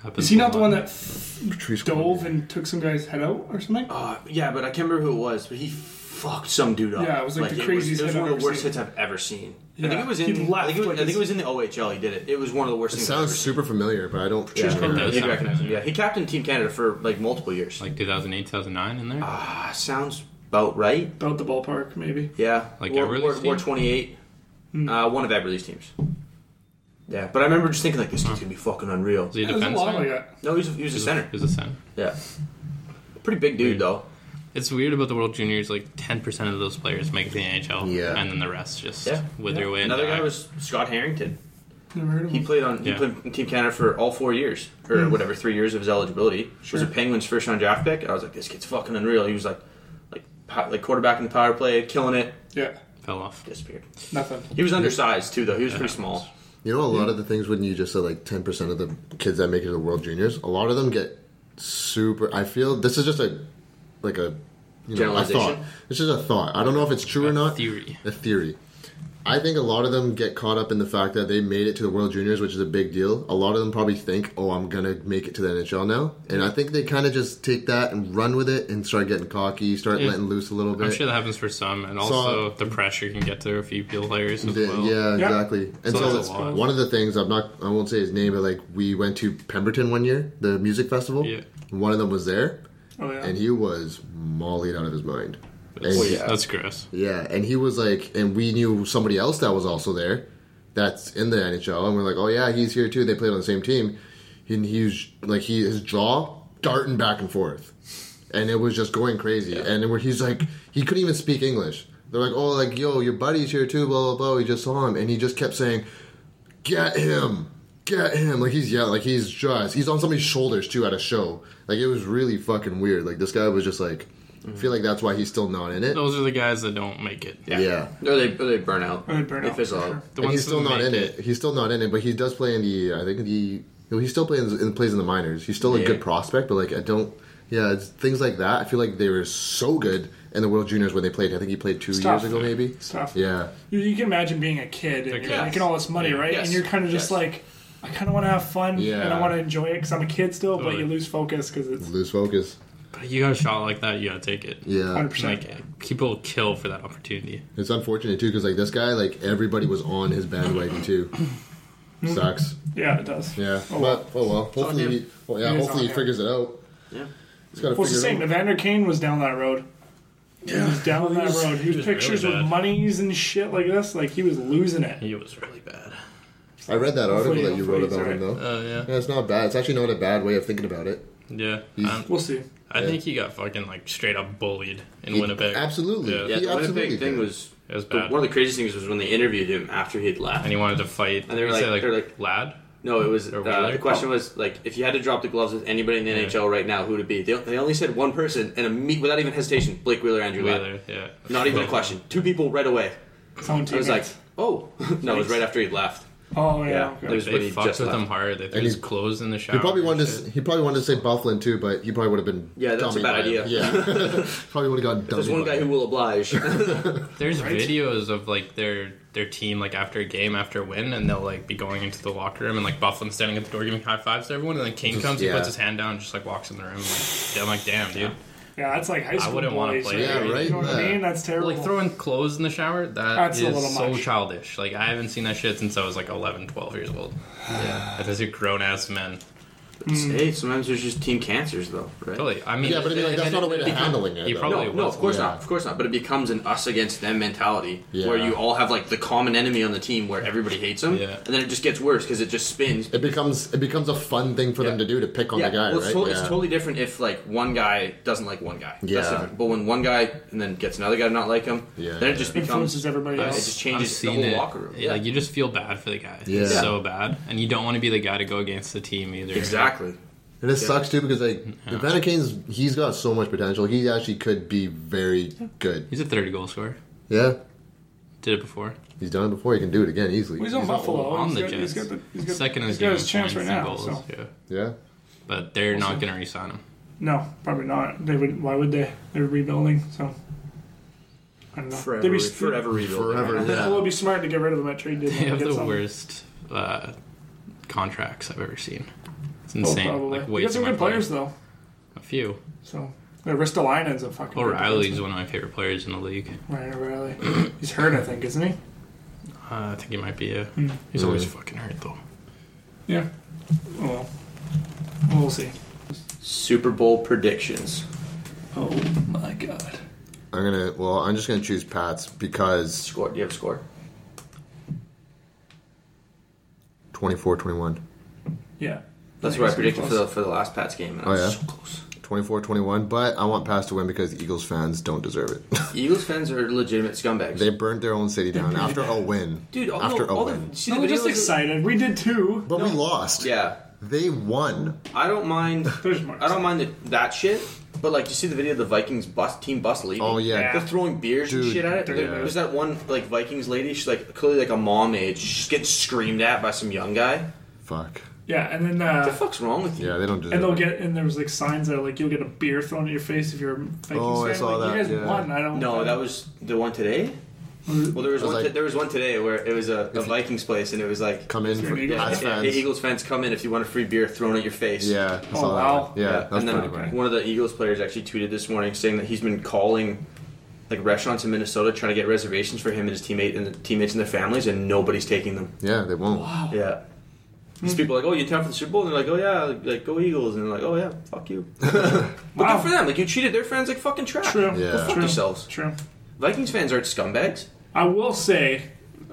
Speaker 1: Happens
Speaker 2: is he
Speaker 1: a
Speaker 2: not the
Speaker 1: lot.
Speaker 2: one that dove and took some guy's head out or something?
Speaker 3: Uh, yeah, but I can't remember who it was, but he fucked some dude up.
Speaker 2: Yeah, it was, like, the craziest
Speaker 3: It was,
Speaker 2: hit
Speaker 3: one
Speaker 2: I've
Speaker 3: of the
Speaker 2: ever
Speaker 3: worst
Speaker 2: seen.
Speaker 3: hits I've ever seen.
Speaker 2: Yeah.
Speaker 3: I think it was
Speaker 2: He
Speaker 3: in. I,
Speaker 2: laughed
Speaker 3: think it was,
Speaker 2: like
Speaker 3: I think
Speaker 2: his-
Speaker 3: it was in the OHL. He did it. It was one of the worst
Speaker 4: It
Speaker 3: things.
Speaker 4: sounds
Speaker 3: I've ever
Speaker 4: super familiar, but I don't.
Speaker 3: Seen.
Speaker 1: Cormier.
Speaker 3: Yeah,
Speaker 1: It does
Speaker 3: he
Speaker 1: sound
Speaker 3: recognized him.
Speaker 1: familiar.
Speaker 3: Yeah, he captained Team Canada for like multiple years.
Speaker 1: Like 2008, 2009 in there?
Speaker 3: Ah, sounds about right.
Speaker 2: About the ballpark, maybe.
Speaker 3: Yeah,
Speaker 1: Like
Speaker 3: War,
Speaker 1: Everly's
Speaker 3: War,
Speaker 1: team?
Speaker 3: War 28.
Speaker 2: Hmm.
Speaker 3: Uh, one of Everly's teams. Yeah, but I remember just thinking like this kid's gonna be fucking unreal.
Speaker 1: Is he a
Speaker 2: There's a lot like
Speaker 1: defenseman?
Speaker 2: that.
Speaker 3: No, he was, he was a center.
Speaker 1: He's a center.
Speaker 3: Yeah, pretty big dude though.
Speaker 1: It's weird about the World Juniors. Like 10% of those players make the NHL.
Speaker 4: Yeah.
Speaker 1: And then the rest just
Speaker 3: Yeah.
Speaker 1: wither
Speaker 2: Yeah.
Speaker 1: away. and
Speaker 3: Another
Speaker 1: die.
Speaker 3: guy was Scott Harrington.
Speaker 2: Never heard of
Speaker 3: He
Speaker 2: him.
Speaker 3: played on.
Speaker 1: Yeah.
Speaker 3: He played in Team Canada for all four years, or
Speaker 2: Mm-hmm.
Speaker 3: whatever, three years of his eligibility. Was a Penguins first round draft pick. I was like, this kid's fucking unreal. He was like, like, po- like quarterback in the power play, killing it.
Speaker 2: Yeah,
Speaker 1: Fell off.
Speaker 3: Disappeared.
Speaker 2: nothing.
Speaker 3: He was undersized too, though. He was pretty small.
Speaker 4: You know, a lot of the things when you just said like ten percent of the kids that make it to the World Juniors, a lot of them get super. I feel this is just a like a you know, a
Speaker 3: Generalization?
Speaker 4: thought. This is a thought. I don't know if it's true or
Speaker 1: A
Speaker 4: not.
Speaker 1: theory.
Speaker 4: A theory. I think a lot of them get caught up in the fact that they made it to the World Juniors, which is a big deal. A lot of them probably think, "Oh, I'm gonna make it to the NHL now," and I think they kind of just take that and run with it and start getting cocky, start
Speaker 1: Yeah.
Speaker 4: letting loose a little bit.
Speaker 1: I'm sure that happens for some. And
Speaker 4: So-
Speaker 1: also, the pressure can get to a few people players as
Speaker 4: The-
Speaker 1: well.
Speaker 2: Yeah.
Speaker 4: Yeah, exactly. And
Speaker 1: So
Speaker 4: so,
Speaker 1: that's a lot.
Speaker 4: one of the things I'm not I won't say his name, but like we went to Pemberton one year, the music festival.
Speaker 1: Yeah.
Speaker 4: And One of them was there,
Speaker 2: Oh yeah.
Speaker 4: and he was mollied out of his mind.
Speaker 1: That's,
Speaker 4: And-
Speaker 3: yeah.
Speaker 1: that's gross.
Speaker 4: yeah, and he was like, and we knew somebody else that was also there, that's in the NHL, and we're like, oh yeah, he's here too. They played on the same team, and he's like, he his jaw darting back and forth, and it was just going crazy. And where he's like, he couldn't even speak English. They're like, oh, like yo, your buddy's here too, blah blah blah. We just saw him, and he just kept saying, get him. Get him! Like he's yeah, like he's just he's on somebody's shoulders too at a show. Like it was really fucking weird. Like this guy was just like, I feel like that's why he's still not in it.
Speaker 1: Those are the guys that don't make it.
Speaker 4: yeah.
Speaker 3: Or they, or they burn out.
Speaker 2: Or they burn out,
Speaker 3: fizzle
Speaker 2: for
Speaker 3: out.
Speaker 2: sure.
Speaker 1: The
Speaker 4: and
Speaker 1: ones
Speaker 4: he's still
Speaker 1: that
Speaker 4: not
Speaker 1: make
Speaker 4: in it. He's still not in it, but he does play in the. I think the. No, he still plays in, plays in the minors. He's still a
Speaker 3: Yeah.
Speaker 4: good prospect, but like I don't. Yeah, it's things like that. I feel like they were so good in the World Juniors when they played. I think he played two
Speaker 2: It's
Speaker 4: years
Speaker 2: tough.
Speaker 4: ago, maybe.
Speaker 2: It's tough.
Speaker 4: Yeah,
Speaker 2: You, you can imagine being a kid and
Speaker 1: Like,
Speaker 2: you're
Speaker 1: yes.
Speaker 2: making all this money, right?
Speaker 3: Yes.
Speaker 2: And you're kind of just
Speaker 3: Yes.
Speaker 2: like, I kind of want to have fun
Speaker 4: Yeah.
Speaker 2: and I want to enjoy it because I'm a kid still, but
Speaker 1: Totally.
Speaker 2: you lose focus because it's
Speaker 4: lose focus.
Speaker 1: But you got a shot like that, you gotta take it.
Speaker 4: Yeah,
Speaker 2: 100%.
Speaker 1: Like people kill for that opportunity.
Speaker 4: it's unfortunate too because like this guy, like everybody was on his bandwagon too. Sucks.
Speaker 2: yeah, it does.
Speaker 4: Yeah,
Speaker 2: Mm-hmm. Oh, well.
Speaker 4: but oh well. Hopefully,
Speaker 3: him.
Speaker 4: he, well, yeah.
Speaker 2: It is on
Speaker 4: hopefully he
Speaker 2: him.
Speaker 4: figures it out.
Speaker 3: Yeah.
Speaker 4: He's got to
Speaker 2: Well, it's the
Speaker 4: figure
Speaker 2: same.
Speaker 4: it out.
Speaker 2: Evander Kane was down that road. Yeah. He was down that road.
Speaker 1: was
Speaker 2: He was
Speaker 1: really
Speaker 2: pictures
Speaker 1: bad.
Speaker 2: with monies and shit like this. Like, he was losing it.
Speaker 1: He was really bad.
Speaker 4: I read that article
Speaker 2: Hopefully-
Speaker 4: that you wrote
Speaker 2: hopefully he's
Speaker 4: about him though.
Speaker 1: Oh yeah.
Speaker 4: Yeah, it's not bad. It's actually not a bad way of thinking about it.
Speaker 1: Yeah, Um,
Speaker 4: He's-
Speaker 1: I, don't-
Speaker 2: We'll see.
Speaker 1: I
Speaker 4: yeah.
Speaker 1: think he got fucking like straight up bullied in
Speaker 4: He-
Speaker 1: Winnipeg.
Speaker 4: Absolutely.
Speaker 1: Yeah.
Speaker 3: Yeah,
Speaker 4: he
Speaker 3: the
Speaker 4: absolutely
Speaker 3: Winnipeg thing
Speaker 4: did.
Speaker 3: was
Speaker 1: It was
Speaker 3: the-
Speaker 1: bad.
Speaker 3: one of the craziest things was when they interviewed him after he'd left.
Speaker 1: and he wanted to fight.
Speaker 3: And they were
Speaker 1: He said,
Speaker 3: like- they're like-
Speaker 1: lad.
Speaker 3: No, it was
Speaker 1: Or
Speaker 3: uh,
Speaker 1: Wheeler?
Speaker 3: the question was like if you had to drop the gloves with anybody in the NHL right now, who'd it be? They, they only said one person, and imme- without even hesitation, Blake Wheeler, Andrew Ladd.
Speaker 1: Wheeler, yeah.
Speaker 3: Not even a question. Two people right away.
Speaker 2: Phone
Speaker 3: I was like, oh, *laughs* no, it was right after he'd left.
Speaker 2: oh yeah,
Speaker 3: yeah.
Speaker 2: okay.
Speaker 3: It was-
Speaker 1: They
Speaker 3: Everybody
Speaker 1: fucked
Speaker 3: just
Speaker 1: with
Speaker 3: left.
Speaker 1: him hard. They threw
Speaker 4: And
Speaker 1: his
Speaker 4: he-
Speaker 1: clothes in the shower.
Speaker 4: He probably
Speaker 1: and
Speaker 4: wanted
Speaker 1: shit.
Speaker 4: to. He probably wanted to say Bufflin too, but he probably would have been.
Speaker 3: Yeah, that's a
Speaker 4: dummied
Speaker 3: bad
Speaker 4: by him.
Speaker 3: idea. *laughs*
Speaker 4: Yeah, *laughs* probably would have gotten dummy.
Speaker 3: There's one guy who will oblige. *laughs*
Speaker 1: There's
Speaker 2: Right?
Speaker 1: videos of like their their team like after a game after a win and they'll like be going into the locker room and like Bufflin standing at the door giving high fives to everyone and then King
Speaker 4: Just-
Speaker 1: comes and
Speaker 4: yeah.
Speaker 1: puts his hand down and just like walks in the room and like, I'm like damn dude
Speaker 2: yeah, that's like high school.
Speaker 1: wouldn't wanna
Speaker 2: boys,
Speaker 1: play
Speaker 2: like,
Speaker 1: that. Yeah,
Speaker 4: right?
Speaker 2: You know what I
Speaker 4: Yeah.
Speaker 2: mean? That's terrible.
Speaker 1: like throwing clothes in the shower that
Speaker 2: That's a
Speaker 1: is
Speaker 2: little
Speaker 1: so
Speaker 2: much.
Speaker 1: childish like I haven't seen that shit since I was like 11 12 years old yeah those are grown ass men
Speaker 3: hey, sometimes there's just team cancers, though, right?
Speaker 1: totally I mean
Speaker 4: Yeah, but I mean, like, that's
Speaker 1: and-
Speaker 4: not a way to
Speaker 1: and-
Speaker 4: handling it.
Speaker 1: he
Speaker 4: though.
Speaker 1: probably-
Speaker 3: No, no, of course
Speaker 4: Yeah.
Speaker 3: not. Of course not. But it becomes an us against them mentality
Speaker 4: Yeah.
Speaker 3: where you all have like the common enemy on the team where everybody hates them.
Speaker 1: Yeah.
Speaker 3: And then it just gets worse because it just spins.
Speaker 4: It becomes it becomes a fun thing for them to do to pick on the guy,
Speaker 3: well, it's,
Speaker 4: right?
Speaker 3: to- it's
Speaker 4: yeah.
Speaker 3: totally different if like one guy doesn't like one guy.
Speaker 4: Yeah.
Speaker 3: That's different. But when one guy and then gets another guy to not like him,
Speaker 4: Yeah.
Speaker 3: then it just becomes
Speaker 2: influences everybody
Speaker 3: it
Speaker 2: else.
Speaker 3: just changes the whole locker room.
Speaker 1: Yeah, like you just feel bad for the guy.
Speaker 4: Yeah.
Speaker 1: It's so bad, and you don't want to be the guy to go against the team either.
Speaker 3: exactly.
Speaker 4: And it sucks too because like
Speaker 1: Yeah.
Speaker 4: Vatican's he's got so much potential. He actually could be very good.
Speaker 1: He's a thirty goal scorer.
Speaker 4: Yeah,
Speaker 1: Did it before.
Speaker 4: he's done it before. He can do it again easily.
Speaker 2: He's on
Speaker 4: not-
Speaker 2: Buffalo.
Speaker 1: on
Speaker 2: he's
Speaker 1: the
Speaker 2: got,
Speaker 1: Jets.
Speaker 2: He's got, the, he's got,
Speaker 1: Second in
Speaker 2: he's
Speaker 1: his
Speaker 2: got
Speaker 1: game
Speaker 2: his
Speaker 1: in
Speaker 2: chance right
Speaker 1: points
Speaker 2: now.
Speaker 1: and goals.
Speaker 2: So.
Speaker 1: Yeah.
Speaker 4: Yeah,
Speaker 1: But they're not going to re-sign him.
Speaker 2: No, probably not. They would. Why would they? They're rebuilding. So I don't know.
Speaker 3: Forever,
Speaker 2: They'd be,
Speaker 3: forever rebuild.
Speaker 4: forever.
Speaker 2: It would
Speaker 4: Yeah.
Speaker 2: be smart to get rid of them at
Speaker 1: *laughs*
Speaker 2: trade deadline.
Speaker 1: They have
Speaker 2: Get
Speaker 1: the
Speaker 2: some-
Speaker 1: worst uh, contracts I've ever seen. It's
Speaker 2: Oh,
Speaker 1: insane.
Speaker 2: probably.
Speaker 1: like
Speaker 2: they
Speaker 1: way
Speaker 2: got
Speaker 1: too
Speaker 2: some
Speaker 1: much
Speaker 2: good players
Speaker 1: money.
Speaker 2: though.
Speaker 1: A few.
Speaker 2: So yeah, Ristolainen's a fucking.
Speaker 1: Oh,
Speaker 2: good
Speaker 1: O'Reilly's
Speaker 2: defenseman.
Speaker 1: one of my favorite players in the league.
Speaker 2: Ryan O'Reilly. he's hurt, I think, isn't
Speaker 1: Uh,
Speaker 2: he?
Speaker 1: I think he might be a.
Speaker 2: Hmm.
Speaker 1: He's always
Speaker 4: Mm.
Speaker 1: fucking hurt though.
Speaker 2: Yeah. Oh, well, we'll see.
Speaker 3: Super Bowl predictions.
Speaker 2: Oh my god.
Speaker 4: I'm gonna. Well, I'm just gonna choose Pats because
Speaker 3: Score. Do you have a score?
Speaker 4: 24-21.
Speaker 2: Yeah.
Speaker 3: That's
Speaker 2: Yeah,
Speaker 3: what I
Speaker 2: it's gonna be
Speaker 3: predicted for the
Speaker 2: close.
Speaker 3: for the last Pats game. And
Speaker 4: Oh,
Speaker 3: I was
Speaker 4: yeah?
Speaker 3: so close.
Speaker 4: 24-21, But I want Pats to win because the Eagles fans don't deserve it. *laughs*
Speaker 3: Eagles fans are legitimate scumbags.
Speaker 4: they burnt their own city down after a win.
Speaker 3: Dude, all
Speaker 4: after
Speaker 3: the,
Speaker 4: a
Speaker 3: all
Speaker 4: win.
Speaker 3: the, see
Speaker 2: No,
Speaker 3: the
Speaker 2: we're just
Speaker 3: videos-
Speaker 2: excited. We did too.
Speaker 4: But we lost.
Speaker 3: Yeah,
Speaker 4: They won.
Speaker 3: I don't mind. *laughs*
Speaker 2: There's more.
Speaker 3: I don't mind the, that shit. But like, you see the video of the Vikings bus team bus leaving.
Speaker 4: Oh yeah.
Speaker 2: Yeah.
Speaker 3: They're throwing beers
Speaker 4: Dude,
Speaker 3: and shit at it.
Speaker 2: yeah.
Speaker 3: There- There's that one like Vikings lady. She's like clearly like a mom age. She's getting screamed at by some young guy. What
Speaker 4: Fuck.
Speaker 2: Yeah, and then
Speaker 3: the
Speaker 2: uh,
Speaker 3: fuck's wrong with you?
Speaker 4: Yeah, they don't deserve
Speaker 2: and they'll
Speaker 4: it.
Speaker 2: get and there was like signs that are like you'll get a beer thrown at your face if you're a Vikings
Speaker 4: Oh, I
Speaker 2: fan.
Speaker 4: saw
Speaker 2: like, You
Speaker 4: that,
Speaker 2: guys
Speaker 4: yeah.
Speaker 2: won. I don't.
Speaker 3: No, that was the one today. Well, there was,
Speaker 4: I was
Speaker 3: one.
Speaker 4: like-
Speaker 3: to- there was one today where it was a, a Vikings place, and it was like,
Speaker 4: Come in for
Speaker 2: Yeah,
Speaker 4: Pats
Speaker 3: yeah,
Speaker 4: fans.
Speaker 3: hey, Eagles fans, come in if you want a free beer thrown at your face.
Speaker 4: Yeah. I
Speaker 2: Oh,
Speaker 4: saw that
Speaker 2: wow.
Speaker 4: one. Yeah, that was
Speaker 3: and then
Speaker 4: pretty funny.
Speaker 3: one of the Eagles players actually tweeted this morning saying that he's been calling like restaurants in Minnesota trying to get reservations for him and his teammate and the teammates and their families, and nobody's taking them.
Speaker 4: Yeah, they won't.
Speaker 2: Oh.
Speaker 3: Yeah.
Speaker 2: Hmm.
Speaker 3: These people are like, oh, you in town for the Super Bowl? And they're like, oh yeah, like go Eagles, and they're like, oh yeah, fuck
Speaker 4: *laughs*
Speaker 3: you. but
Speaker 2: Wow.
Speaker 3: good for them. Like you treated their fans like fucking trash.
Speaker 2: True.
Speaker 4: Yeah.
Speaker 3: Go fuck
Speaker 2: True.
Speaker 3: yourselves.
Speaker 2: True.
Speaker 3: Vikings fans aren't scumbags.
Speaker 2: I will say,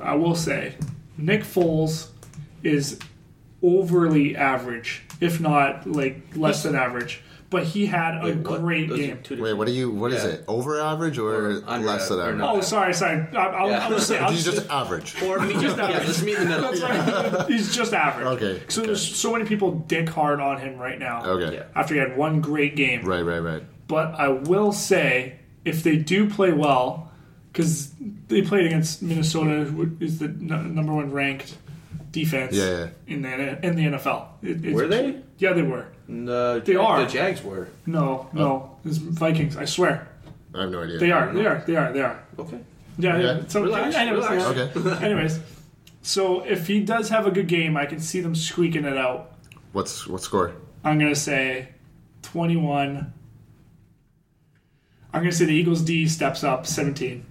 Speaker 2: I will say, Nick Foles is overly average, if not like less than average. But he had a
Speaker 3: Wait, what?
Speaker 2: great
Speaker 3: Those are
Speaker 2: game.
Speaker 3: two different-
Speaker 4: Wait, what are you? What is
Speaker 3: Yeah.
Speaker 4: it? Over average or,
Speaker 3: Or under-
Speaker 4: less than
Speaker 3: or
Speaker 4: average?
Speaker 3: not.
Speaker 2: Oh, sorry, sorry. I, I'll,
Speaker 3: Yeah.
Speaker 2: I'll just say I'll
Speaker 4: He's
Speaker 2: just,
Speaker 4: just average.
Speaker 3: Or
Speaker 2: *laughs*
Speaker 3: me just yeah, let's meet in the middle.
Speaker 2: that's
Speaker 4: *laughs*
Speaker 2: right. he's just average.
Speaker 4: Okay,
Speaker 2: So
Speaker 4: okay.
Speaker 2: there's so many people dick hard on him right now.
Speaker 4: Okay.
Speaker 3: Yeah.
Speaker 2: After he had one great game.
Speaker 4: Right, right, right.
Speaker 2: But I will say, if they do play well, because they played against Minnesota, who is the n- number one ranked defense
Speaker 4: Yeah, yeah.
Speaker 2: in the in the NFL. It- it's-
Speaker 3: Were they?
Speaker 2: Yeah, they were.
Speaker 3: The,
Speaker 2: They are.
Speaker 3: The Jags were.
Speaker 2: No,
Speaker 3: Oh.
Speaker 2: no, it's Vikings. I swear,
Speaker 4: I have no idea.
Speaker 2: they are. They are. They are. They are.
Speaker 3: Okay.
Speaker 2: Yeah, yeah.
Speaker 4: Okay.
Speaker 2: So,
Speaker 3: Relax,
Speaker 2: I know,
Speaker 3: relax.
Speaker 2: yeah.
Speaker 4: Okay.
Speaker 2: Anyways, so if he does have a good game, I can see them squeaking it out.
Speaker 4: What's what score?
Speaker 2: I'm gonna say 21. I'm gonna say the Eagles D steps up 17.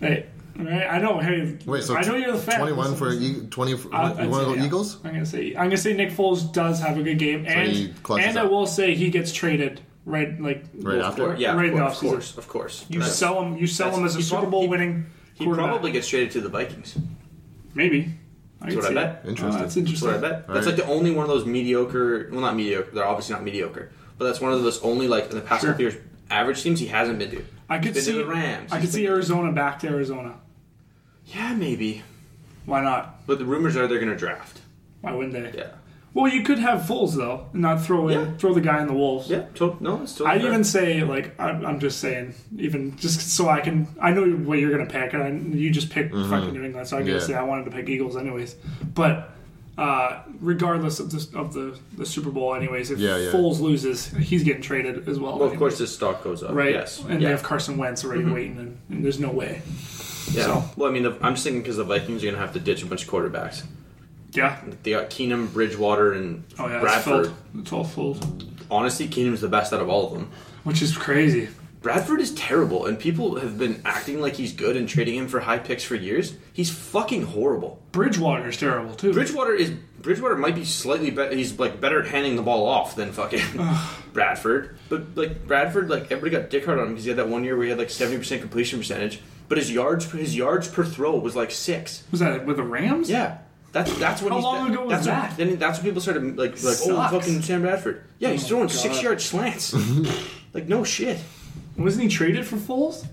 Speaker 2: Hey, all right, I know. Hey,
Speaker 4: Wait, so
Speaker 2: I know you're the fan.
Speaker 4: Twenty-one
Speaker 2: Listen,
Speaker 4: for
Speaker 2: listen.
Speaker 4: E- twenty. For,
Speaker 2: I'll-
Speaker 4: you
Speaker 2: I'd
Speaker 4: want
Speaker 2: say
Speaker 4: to go
Speaker 2: yeah.
Speaker 4: Eagles?
Speaker 2: I'm gonna say I'm gonna say Nick Foles does have a good game,
Speaker 4: he
Speaker 2: and
Speaker 4: clutches
Speaker 2: and I
Speaker 4: up.
Speaker 2: will say he gets traded right like
Speaker 4: Right after.
Speaker 3: Yeah,
Speaker 2: Right in the
Speaker 3: of
Speaker 2: offseason.
Speaker 3: course, of course.
Speaker 2: you
Speaker 3: That's-
Speaker 2: sell him you sell
Speaker 3: that's-
Speaker 2: him as a
Speaker 3: he
Speaker 2: Super
Speaker 3: prob-
Speaker 2: Bowl
Speaker 3: he-
Speaker 2: winning
Speaker 3: He
Speaker 2: quarterback.
Speaker 3: probably gets traded to the Vikings.
Speaker 2: maybe I can
Speaker 3: what I
Speaker 2: see
Speaker 3: bet.
Speaker 2: it.
Speaker 4: Interesting.
Speaker 2: Oh, that's
Speaker 3: That's what I
Speaker 2: interesting.
Speaker 3: bet.
Speaker 4: All
Speaker 3: That's like
Speaker 4: right.
Speaker 3: the only one of those mediocre. Well, not mediocre. They're obviously not mediocre, but that's one of those only like in the past
Speaker 2: Sure.
Speaker 3: couple years average teams he hasn't been to.
Speaker 2: I could
Speaker 3: He's been
Speaker 2: see
Speaker 3: to the Rams.
Speaker 2: I
Speaker 3: He's
Speaker 2: could see
Speaker 3: been-
Speaker 2: Arizona back to Arizona.
Speaker 3: Yeah, maybe.
Speaker 2: Why not?
Speaker 3: But the rumors are they're going to draft.
Speaker 2: Why wouldn't they?
Speaker 3: Yeah.
Speaker 2: Well, you could have Foles though, and not throw in
Speaker 3: Yeah.
Speaker 2: throw the guy in the wolves.
Speaker 3: Yeah. To- no, it's totally.
Speaker 2: I'd
Speaker 3: fair.
Speaker 2: even say like I'm, I'm just saying even just so I can I know what you're gonna pick and I, you just picked fucking New England so I'm
Speaker 4: Mm-hmm. Yeah.
Speaker 2: gonna say I wanted to pick Eagles anyways but uh, regardless of this of the, the Super Bowl anyways if
Speaker 4: Yeah, yeah.
Speaker 2: Foles loses he's getting traded as well
Speaker 3: Well, of course,
Speaker 2: anyways,
Speaker 3: this stock goes up.
Speaker 2: right
Speaker 3: Yes. Mm-hmm.
Speaker 2: and
Speaker 3: yeah.
Speaker 2: they have Carson Wentz already waiting and, and there's no way
Speaker 3: yeah.
Speaker 2: so.
Speaker 3: Well, I mean, the, I'm just thinking because the Vikings are going to have to ditch a bunch of quarterbacks.
Speaker 2: yeah
Speaker 3: They got Keenum, Bridgewater, and
Speaker 2: oh yeah it's
Speaker 3: Bradford.
Speaker 2: filled it's all filled
Speaker 3: Honestly, Keenum's the best out of all of them.
Speaker 2: which is crazy
Speaker 3: Bradford is terrible, and people have been acting like he's good and trading him for high picks for years. He's fucking horrible.
Speaker 2: Bridgewater's terrible too
Speaker 3: Bridgewater is Bridgewater might be slightly better. He's like better at handing the ball off than fucking *laughs* Bradford. But like Bradford, like everybody got dick hard on him because he had that one year where he had like seventy percent completion percentage, but his yards his yards per throw was
Speaker 2: *laughs*
Speaker 3: like six.
Speaker 2: was that with the Rams
Speaker 3: Yeah. That's, that's when
Speaker 2: How
Speaker 3: he's-
Speaker 2: long ago was
Speaker 3: that's
Speaker 2: that?
Speaker 3: When, then that's when people started like like oh
Speaker 2: Sucks.
Speaker 3: fucking Sam Bradford yeah he's
Speaker 2: Oh,
Speaker 3: throwing
Speaker 2: God.
Speaker 3: six yard
Speaker 2: *laughs*
Speaker 3: slants like no shit
Speaker 2: wasn't he traded for Foles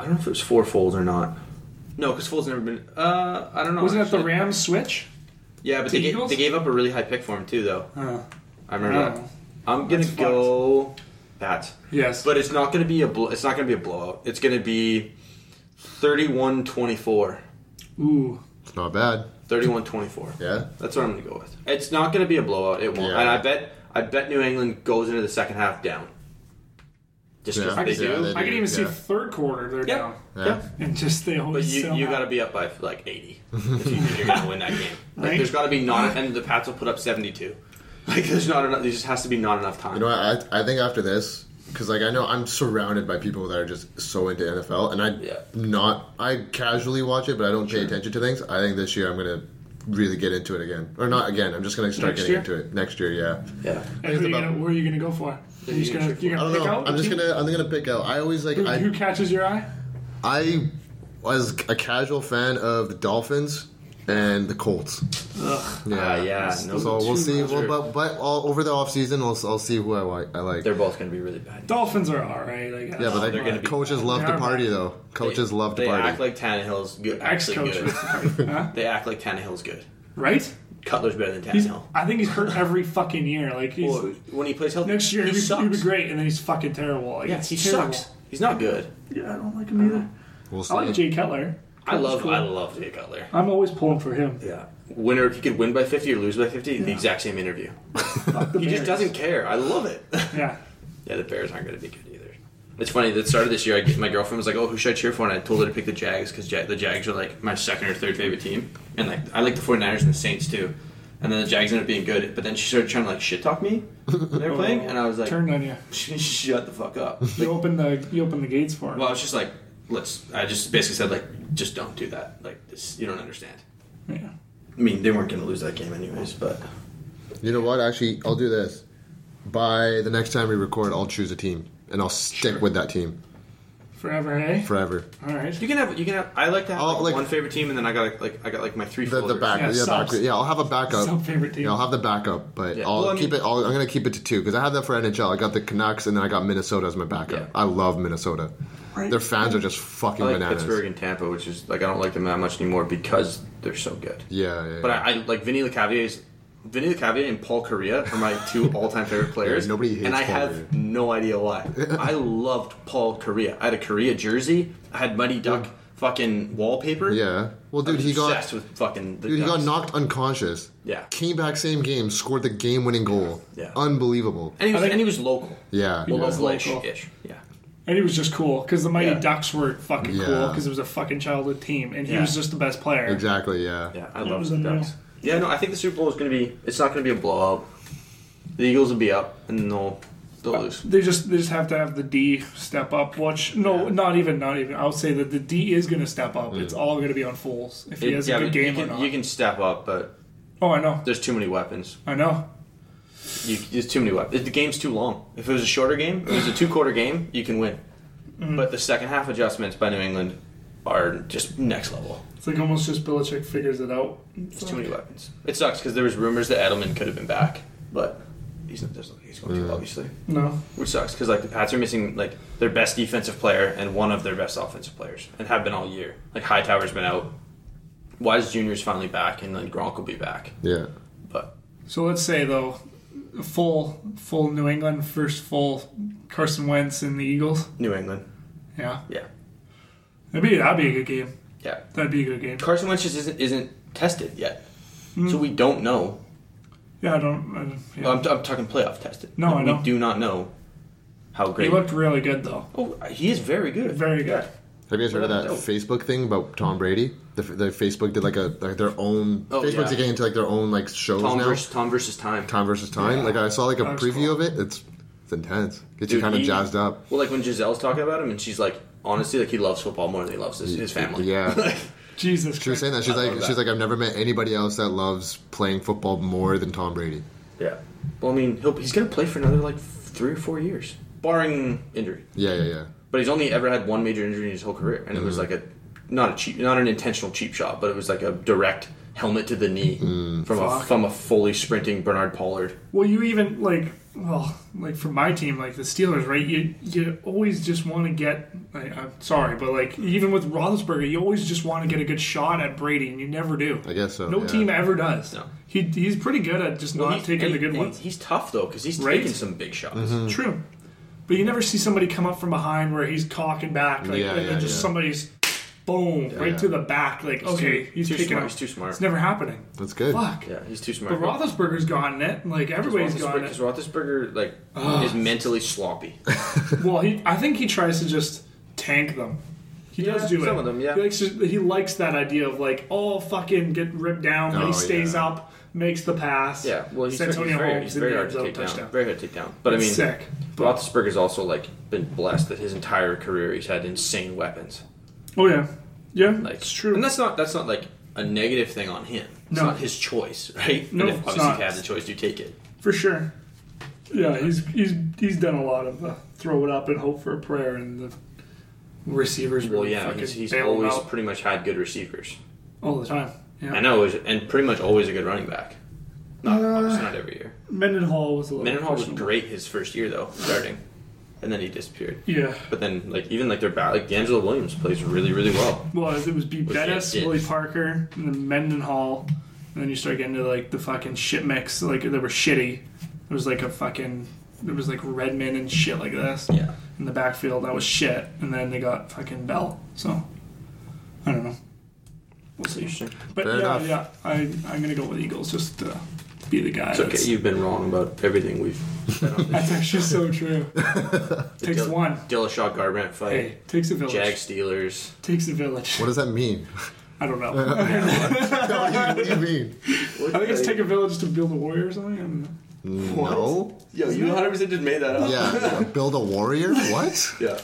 Speaker 3: I don't know if it was four folds or not. No, because Foles never been. Uh, I don't know.
Speaker 2: wasn't that the
Speaker 4: Oh,
Speaker 3: actually.
Speaker 2: Rams switch
Speaker 3: Yeah, but they gave,
Speaker 2: Eagles?
Speaker 3: they gave up a really high pick for him too, though.
Speaker 2: uh,
Speaker 3: I remember
Speaker 2: Oh.
Speaker 3: that. I'm gonna
Speaker 2: That's fucked.
Speaker 3: go Pats,
Speaker 2: yes
Speaker 3: but it's not gonna be a bl- it's not gonna be a blowout. It's gonna be 31-24.
Speaker 2: ooh.
Speaker 4: It's not bad.
Speaker 3: 31-24.
Speaker 4: Yeah.
Speaker 3: That's what I'm gonna go with. It's not gonna be a blowout. It won't.
Speaker 4: Yeah.
Speaker 3: And I bet I bet New England goes into the second half down. Just 'cause
Speaker 4: Yeah.
Speaker 3: they
Speaker 4: Yeah,
Speaker 3: do.
Speaker 4: they
Speaker 2: I can even see
Speaker 4: Yeah.
Speaker 2: third quarter they're
Speaker 3: Yeah.
Speaker 2: down,
Speaker 3: yeah.
Speaker 2: and just they
Speaker 3: But
Speaker 2: always.
Speaker 3: you,
Speaker 2: sell
Speaker 3: you
Speaker 2: out.
Speaker 3: got to be up by like 80 if you think
Speaker 2: *laughs*
Speaker 3: you're going to win that game. Like,
Speaker 2: Right.
Speaker 3: There's got to be not, and the Pats will put up 72. Like, there's not enough. There just has to be not enough time.
Speaker 4: You know, what, I I think after this, because like I know I'm surrounded by people that are just so into NFL, and I
Speaker 3: Yeah.
Speaker 4: not I casually watch it, but I don't pay attention to things. I think this year I'm gonna really get into it again, or not again. I'm just gonna start
Speaker 2: Next
Speaker 4: getting
Speaker 2: year?
Speaker 4: into it next year. Yeah.
Speaker 3: yeah.
Speaker 2: And who, are you
Speaker 4: about-
Speaker 2: gonna, who are you gonna go for? You're just
Speaker 3: you
Speaker 2: gonna,
Speaker 3: should-
Speaker 2: you're
Speaker 4: I
Speaker 2: gonna
Speaker 4: don't
Speaker 2: pick
Speaker 4: know.
Speaker 2: out.
Speaker 4: I'm just
Speaker 2: who-
Speaker 4: gonna I'm gonna pick out. I always like
Speaker 2: Who, who *laughs*
Speaker 4: I
Speaker 2: catches your eye?
Speaker 4: I was a casual fan of the Dolphins and the Colts.
Speaker 2: Ugh.
Speaker 3: Yeah, Uh, yeah. No,
Speaker 4: So
Speaker 2: Two
Speaker 4: we'll see. Well,
Speaker 3: roster.
Speaker 4: but but all, over the offseason, I'll, I'll see who I like. I like.
Speaker 3: they're both going to be really bad.
Speaker 2: Dolphins are all right. I guess.
Speaker 4: yeah, but
Speaker 3: they're gonna
Speaker 4: like,
Speaker 3: be-
Speaker 4: coaches love
Speaker 2: They
Speaker 4: to
Speaker 2: are
Speaker 4: party
Speaker 2: bad.
Speaker 4: though. Coaches
Speaker 3: they,
Speaker 4: love to
Speaker 3: They
Speaker 4: party.
Speaker 3: act like Tannehill's good. Actually
Speaker 2: ex-coach,
Speaker 3: good.
Speaker 2: was-
Speaker 3: *laughs*
Speaker 2: huh?
Speaker 3: They act like Tannehill's good.
Speaker 2: right?
Speaker 3: Cutler's better than
Speaker 2: He's,
Speaker 3: Tannehill.
Speaker 2: I think he's hurt every fucking year. Like he's
Speaker 3: Well, when he plays healthy,
Speaker 2: next year
Speaker 3: he
Speaker 2: he'd be,
Speaker 3: sucks.
Speaker 2: he'd be great, and then he's fucking terrible. Like,
Speaker 3: Yeah,
Speaker 2: it's
Speaker 3: he
Speaker 2: terrible.
Speaker 3: sucks. He's not good.
Speaker 2: Yeah, I don't like him either.
Speaker 4: we'll see.
Speaker 2: I like Jay Cutler.
Speaker 3: I love.
Speaker 2: cool.
Speaker 3: I love Jay Cutler.
Speaker 2: I'm always pulling for him.
Speaker 3: Yeah. Winner, he could win by 50 or lose by 50. The exact same interview.
Speaker 2: Fuck the
Speaker 3: *laughs* He just
Speaker 2: Bears.
Speaker 3: doesn't care. I love it. *laughs*
Speaker 2: Yeah.
Speaker 3: Yeah, the Bears aren't going to be good either. It's funny. At the start of this year, I get, my girlfriend was like, "Oh, who should I cheer for?" And I told her to pick the Jags because ja- the Jags are like my second or third favorite team, and like I like the 49ers and the Saints too. And then the Jags ended up being good, but then she started trying to like shit talk me when they were *laughs* playing, and I was like,
Speaker 2: Turned on you.
Speaker 3: "Shut the fuck up!"
Speaker 2: You open the you open the gates for him.
Speaker 3: Well, I was just like, "Let's." I just basically said like, "Just don't do that. Like this, you don't understand."
Speaker 2: yeah.
Speaker 3: I mean, they weren't going to lose that game anyways, but
Speaker 4: You know what? Actually, I'll do this. By the next time we record, I'll choose a team and I'll stick with that team
Speaker 2: Forever, hey.
Speaker 4: forever.
Speaker 2: All right.
Speaker 3: you can have you can have. I like to have
Speaker 4: Oh,
Speaker 3: like,
Speaker 4: like-
Speaker 3: one favorite team, and then I got like I got like my three.
Speaker 4: The, the
Speaker 3: folders.
Speaker 4: back,
Speaker 2: Yeah,
Speaker 4: yeah, back,
Speaker 2: subs.
Speaker 4: yeah. I'll have a backup.
Speaker 2: Sub favorite team.
Speaker 4: Yeah, I'll have the backup, but
Speaker 3: Yeah.
Speaker 4: I'll
Speaker 3: Well, I
Speaker 4: keep
Speaker 3: mean-
Speaker 4: it. I'll, I'm gonna keep it to two because I had that for NHL. I got the Canucks and then I got Minnesota as my backup.
Speaker 3: Yeah.
Speaker 4: I love Minnesota.
Speaker 2: Right.
Speaker 4: Their fans are just fucking
Speaker 3: I like
Speaker 4: bananas.
Speaker 3: Pittsburgh and Tampa, which is like I don't like them that much anymore because they're so good.
Speaker 4: Yeah, yeah.
Speaker 3: But
Speaker 4: yeah.
Speaker 3: I, I like Vinny Lecavier's. Vinny Lecavalier and Paul Correa are my
Speaker 4: *laughs*
Speaker 3: two all-time favorite players.
Speaker 4: Yeah, nobody hates
Speaker 3: and I
Speaker 4: Paul
Speaker 3: have
Speaker 4: Correa.
Speaker 3: no idea
Speaker 4: *laughs*
Speaker 3: why. I loved Paul Correa. I had a Correa jersey. I had Muddy Duck fucking wallpaper.
Speaker 4: yeah. Well,
Speaker 3: I
Speaker 4: dude,
Speaker 3: was
Speaker 4: he got
Speaker 3: obsessed with fucking. The
Speaker 4: dude, he got
Speaker 3: Ducks.
Speaker 4: knocked unconscious.
Speaker 3: Yeah.
Speaker 4: Came back same game, scored the game-winning goal.
Speaker 3: Yeah.
Speaker 4: Unbelievable.
Speaker 3: And he was,
Speaker 2: I think-
Speaker 3: and he was local.
Speaker 4: Yeah.
Speaker 3: Well,
Speaker 4: yeah.
Speaker 2: was
Speaker 3: local-ish.
Speaker 2: local.
Speaker 3: Ish. Yeah.
Speaker 2: and he was just cool because the Mighty
Speaker 3: Yeah.
Speaker 2: Ducks were fucking cool 'cause cool
Speaker 4: Yeah.
Speaker 2: because it was a fucking childhood team, and he
Speaker 3: Yeah.
Speaker 2: was just the best player.
Speaker 4: Exactly. Yeah.
Speaker 3: Yeah, I
Speaker 2: was
Speaker 3: love the
Speaker 2: unreal.
Speaker 3: Ducks. Yeah, no, I think the Super Bowl is going to be. It's not going to be a blowout. The Eagles will be up and they'll
Speaker 4: Uh,
Speaker 3: they'll lose.
Speaker 2: They just they just have to have the D step up. Which no,
Speaker 3: Yeah.
Speaker 2: not even not even. I would say that the D is going to step up. It's all going to be on Foles if he has
Speaker 3: yeah,
Speaker 2: a good
Speaker 3: but
Speaker 2: game
Speaker 3: you
Speaker 2: or
Speaker 3: can,
Speaker 2: not.
Speaker 3: you can step up, but
Speaker 2: oh, I know,
Speaker 3: there's too many weapons.
Speaker 2: I know.
Speaker 3: You, there's too many weapons. The game's too long. If it was a
Speaker 2: Mm-hmm.
Speaker 3: shorter game, if it was a two quarter game, you can win. But the second half adjustments by New England are just next level.
Speaker 2: It's like almost just Belichick figures it out. It's
Speaker 3: It's too many weapons. It sucks because there was rumors that Edelman could have been back, but he's not. There's, he's going to obviously,
Speaker 2: No.
Speaker 3: which sucks because like the Pats are missing like their best defensive player and one of their best offensive players, and have been all year. Like Hightower's been out. Wise Junior's finally back, and then Gronk will be back.
Speaker 4: Yeah.
Speaker 3: But
Speaker 2: So let's say though, full full New England first full Carson Wentz and the Eagles.
Speaker 3: New England,
Speaker 2: Yeah,
Speaker 3: yeah,
Speaker 2: that'd be that'd be a good game.
Speaker 3: yeah.
Speaker 2: That'd be a good game.
Speaker 3: Carson Wentz just isn't isn't tested yet, so we don't know.
Speaker 2: Yeah, I don't. I, don't- Hmm. yeah.
Speaker 3: I'm, I'm talking playoff tested.
Speaker 2: No, I
Speaker 3: we
Speaker 2: know.
Speaker 3: do not know how
Speaker 2: he
Speaker 3: great.
Speaker 2: looked really good though.
Speaker 3: oh, he is very good.
Speaker 2: Very good.
Speaker 4: Have you guys heard of that
Speaker 3: Oh.
Speaker 4: Facebook thing about Tom Brady? The, the Facebook did like a like their own.
Speaker 3: Oh,
Speaker 4: Facebook's
Speaker 3: yeah.
Speaker 4: getting into like their own like shows
Speaker 3: Tom
Speaker 4: now.
Speaker 3: versus Tom versus time.
Speaker 4: Time versus time. Like I saw like a
Speaker 2: That's
Speaker 4: preview
Speaker 2: cool.
Speaker 4: of it. It's it's intense. Gets you
Speaker 3: Dude,
Speaker 4: kind of
Speaker 3: he-
Speaker 4: jazzed up.
Speaker 3: Well, like when Giselle's talking about him, and she's like, honestly, like he loves football more than he loves his, his family.
Speaker 4: Yeah.
Speaker 3: Like,
Speaker 2: Jesus.
Speaker 4: She was saying that she's
Speaker 3: I
Speaker 4: like
Speaker 3: love
Speaker 4: she's
Speaker 3: that.
Speaker 4: like I've never met anybody else that loves playing football more than Tom Brady.
Speaker 3: *laughs* yeah. Well, I mean, he'll, he's gonna play for another like three or four years, barring injury.
Speaker 4: Yeah, yeah, yeah.
Speaker 3: But he's only ever had one major injury in his whole career, and it was like a not a cheap, not an intentional cheap shot, but it was like a direct helmet to the knee from a
Speaker 2: Fuck.
Speaker 3: from a fully sprinting Bernard Pollard.
Speaker 2: Well, you even like well, like for my team, like the Steelers, right? You you always just want to get. I, I'm sorry, but like even with Roethlisberger, you always just want to get a good shot at Brady, and you never do.
Speaker 4: I guess so.
Speaker 2: no
Speaker 4: yeah.
Speaker 2: team ever does.
Speaker 3: No.
Speaker 2: He, he's pretty good at just
Speaker 3: Well,
Speaker 2: not
Speaker 3: he-
Speaker 2: taking
Speaker 3: and
Speaker 2: the good
Speaker 3: he-
Speaker 2: ones.
Speaker 3: He's tough though because he's
Speaker 2: Right?
Speaker 3: taking some big shots.
Speaker 2: True. But you never see somebody come up from behind where he's cocking back, like
Speaker 4: Yeah,
Speaker 2: and then
Speaker 4: yeah,
Speaker 2: just
Speaker 4: yeah.
Speaker 2: somebody's boom right
Speaker 4: yeah.
Speaker 2: to the back. Like okay,
Speaker 3: too-
Speaker 2: he's
Speaker 3: too
Speaker 2: taking
Speaker 3: smart,
Speaker 2: it.
Speaker 3: he's too smart.
Speaker 2: It's never happening.
Speaker 4: That's good.
Speaker 2: Fuck.
Speaker 3: Yeah, he's too smart.
Speaker 2: But Roethlisberger's gotten it. and, Like everybody's gotten
Speaker 3: Because
Speaker 2: it.
Speaker 3: Roethlisberger like is
Speaker 2: *laughs*
Speaker 3: mentally sloppy.
Speaker 2: Well, he, I think he tries to just tank them. He
Speaker 3: Yeah,
Speaker 2: does do it.
Speaker 3: some of them, yeah.
Speaker 2: He likes, to, he likes that idea of like, oh, fucking get ripped down, but
Speaker 4: Oh,
Speaker 2: he stays
Speaker 4: yeah.
Speaker 2: up, makes the pass.
Speaker 3: Yeah, well, he's, he's
Speaker 2: Santonio
Speaker 3: very,
Speaker 2: Holmes
Speaker 3: he's
Speaker 2: in
Speaker 3: very
Speaker 2: the
Speaker 3: hard
Speaker 2: end
Speaker 3: to
Speaker 2: zone,
Speaker 3: take down.
Speaker 2: touchdown.
Speaker 3: Very hard to take down. But I mean,
Speaker 2: sick. But,
Speaker 3: Roethlisberger's also like been blessed that his entire career he's had insane weapons.
Speaker 2: oh yeah, yeah,
Speaker 3: Like
Speaker 2: it's true.
Speaker 3: and that's not that's not like a negative thing on him. It's
Speaker 2: No.
Speaker 3: not his choice, *laughs* right?
Speaker 2: No,
Speaker 3: and if
Speaker 2: it's
Speaker 3: obviously
Speaker 2: not.
Speaker 3: you have the choice, you take it.
Speaker 2: For sure. Yeah, he's he's he's done a lot of uh, throw it up and hope for a prayer, and the receivers
Speaker 3: Well,
Speaker 2: really
Speaker 3: yeah,
Speaker 2: fucking
Speaker 3: he's, he's
Speaker 2: bail him
Speaker 3: always
Speaker 2: out
Speaker 3: pretty much had good receivers.
Speaker 2: all the time. Yeah, Uh,
Speaker 3: I know, it was- and pretty much always a good running back. Not obviously not every year.
Speaker 2: Mendenhall was a little.
Speaker 3: Mendenhall was
Speaker 2: questionable.
Speaker 3: great his first year though, starting, and then he disappeared.
Speaker 2: Yeah,
Speaker 3: But then, like even like their back, like D'Angelo Williams plays really, really well.
Speaker 2: was it was B.
Speaker 3: Was
Speaker 2: Bettis,
Speaker 3: it-
Speaker 2: Willie Parker, and then Mendenhall, and then you start getting to like the fucking shit mix. Like they were shitty. There was like a fucking there was like Redman and shit like this
Speaker 3: Yeah,
Speaker 2: in the backfield. That was shit, and then they got fucking Bell. So I don't know. We'll see.
Speaker 3: interesting.
Speaker 2: But
Speaker 4: Fair
Speaker 2: yeah,
Speaker 4: enough.
Speaker 2: yeah, I, I'm gonna go with Eagles just to be the guy.
Speaker 3: It's okay.
Speaker 2: *laughs* that's-
Speaker 3: You've been wrong about everything we've said on this.
Speaker 2: That's actually so
Speaker 3: *laughs*
Speaker 2: true. takes
Speaker 3: Dil-
Speaker 2: one.
Speaker 3: Dillashaw Garbrandt fight.
Speaker 2: Hey, takes a village.
Speaker 3: Jag Steelers.
Speaker 2: Takes a village.
Speaker 4: What does that mean? *laughs*
Speaker 2: I don't know.
Speaker 3: *laughs*
Speaker 2: I
Speaker 4: what do you mean?
Speaker 2: think it's take a village to build a warrior or something. I don't know.
Speaker 4: Mm, No.
Speaker 3: Yo, you 100 percent just made that up.
Speaker 4: Yeah. Build a warrior. What?
Speaker 3: Yeah.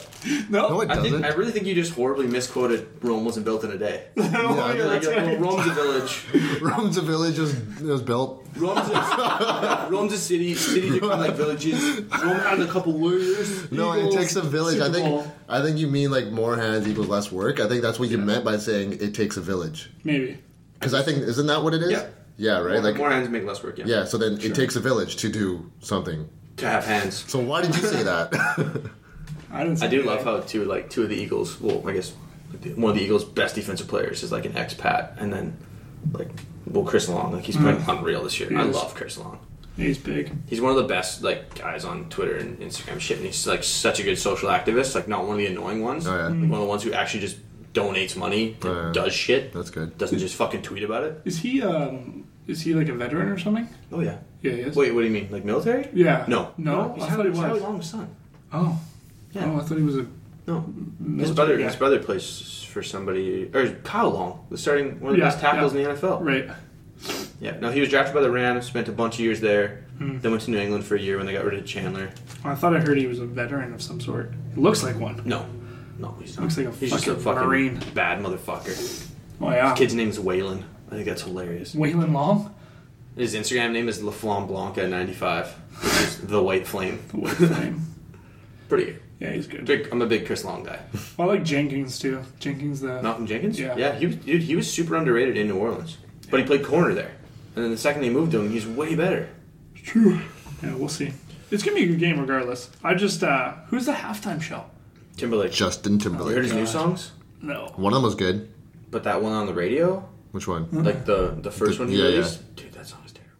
Speaker 2: No, *laughs*
Speaker 4: No, it
Speaker 3: I
Speaker 4: doesn't.
Speaker 3: think I really think you just horribly misquoted Rome wasn't built in
Speaker 2: *laughs*
Speaker 3: a day.
Speaker 4: yeah, I
Speaker 3: Like,
Speaker 4: think
Speaker 3: you're like, well, Rome's a village.
Speaker 4: Rome's a village was, it was built.
Speaker 3: Rome's
Speaker 4: *laughs*
Speaker 3: a, Rome's a city. Cities are kind of like villages. Rome had a couple warriors.
Speaker 4: No,
Speaker 2: Eagles,
Speaker 4: it takes a village. I
Speaker 2: Super
Speaker 4: think.
Speaker 2: Bowl.
Speaker 4: I think you mean like more hands equals less work. I think that's what you meant by saying it takes a village.
Speaker 2: maybe.
Speaker 4: Because I think isn't that what it is?
Speaker 3: Yeah.
Speaker 4: Yeah. Right.
Speaker 3: More-
Speaker 4: like.
Speaker 3: more hands make less work. Yeah.
Speaker 4: Yeah. So then it takes a village to do something.
Speaker 3: To have hands.
Speaker 4: So why did you say that? *laughs*
Speaker 2: I didn't. Say
Speaker 3: I do
Speaker 2: that.
Speaker 3: love how two like two of the Eagles. Well, I guess one of the Eagles' best defensive players is like an expat, and then like well Chris Long, like he's been unreal this year.
Speaker 2: Mm. He
Speaker 3: I
Speaker 2: is.
Speaker 3: love Chris Long.
Speaker 2: he's big.
Speaker 3: He's one of the best like guys on Twitter and Instagram shit, and he's like such a good social activist. Like not one of the annoying ones.
Speaker 4: Oh, yeah.
Speaker 2: Mm-hmm.
Speaker 3: Like, one of the ones who actually just donates money, and
Speaker 4: Oh, yeah.
Speaker 3: does shit,
Speaker 4: That's good.
Speaker 3: doesn't just fucking tweet about it.
Speaker 2: Is he um? Is he like a veteran or something?
Speaker 3: Oh yeah.
Speaker 2: Yeah, he is.
Speaker 3: Wait, what do you mean? Like military?
Speaker 2: Yeah.
Speaker 3: No.
Speaker 2: No.
Speaker 3: He's
Speaker 2: I thought he
Speaker 3: Howard- he's
Speaker 2: was.
Speaker 3: Howard Long's son.
Speaker 2: Oh.
Speaker 3: Yeah.
Speaker 2: Oh, I thought he was a.
Speaker 3: No. His
Speaker 2: military
Speaker 3: brother,
Speaker 2: guy.
Speaker 3: his brother plays for somebody, or Kyle Long, the starting one of the
Speaker 2: Yeah,
Speaker 3: best tackles in the NFL.
Speaker 2: Right.
Speaker 3: Yeah, no, he was drafted by the Rams, spent a bunch of years there,
Speaker 2: Mm.
Speaker 3: then went to New England for a year when they got rid of Chandler.
Speaker 2: I thought I heard he was a veteran of some sort. He looks like one.
Speaker 3: No, no, he's not.
Speaker 2: Looks like a
Speaker 3: he's just a
Speaker 2: fucking
Speaker 3: fucking
Speaker 2: Marine.
Speaker 3: bad motherfucker.
Speaker 2: Oh yeah.
Speaker 3: Kid's name's Waylon. I think that's hilarious.
Speaker 2: Waylon
Speaker 3: *laughs*
Speaker 2: Long.
Speaker 3: His Instagram name is LaFlam Blanca 95, which is the White Flame.
Speaker 2: What's his name?
Speaker 3: Pretty
Speaker 2: Yeah, he's good.
Speaker 3: Big, I'm a big Chris Long guy.
Speaker 2: I like Jenkins too. Jenkins the
Speaker 3: Malcolm Jenkins.
Speaker 2: Yeah.
Speaker 3: yeah. He was, dude, he was super underrated in New Orleans, but he played corner there. And then the second they moved him, he's way better.
Speaker 2: True. Yeah, we'll see. It's gonna be a good game regardless. I just uh who's the halftime show?
Speaker 3: Timberlake.
Speaker 4: Justin
Speaker 3: You heard
Speaker 4: Timberlake.
Speaker 3: his new songs,
Speaker 2: No.
Speaker 4: One of them was good.
Speaker 3: but that one on the radio,
Speaker 4: Which one?
Speaker 3: like the the first
Speaker 4: The-
Speaker 3: one he
Speaker 4: yeah, yeah.
Speaker 3: released, dude, that song is terrible.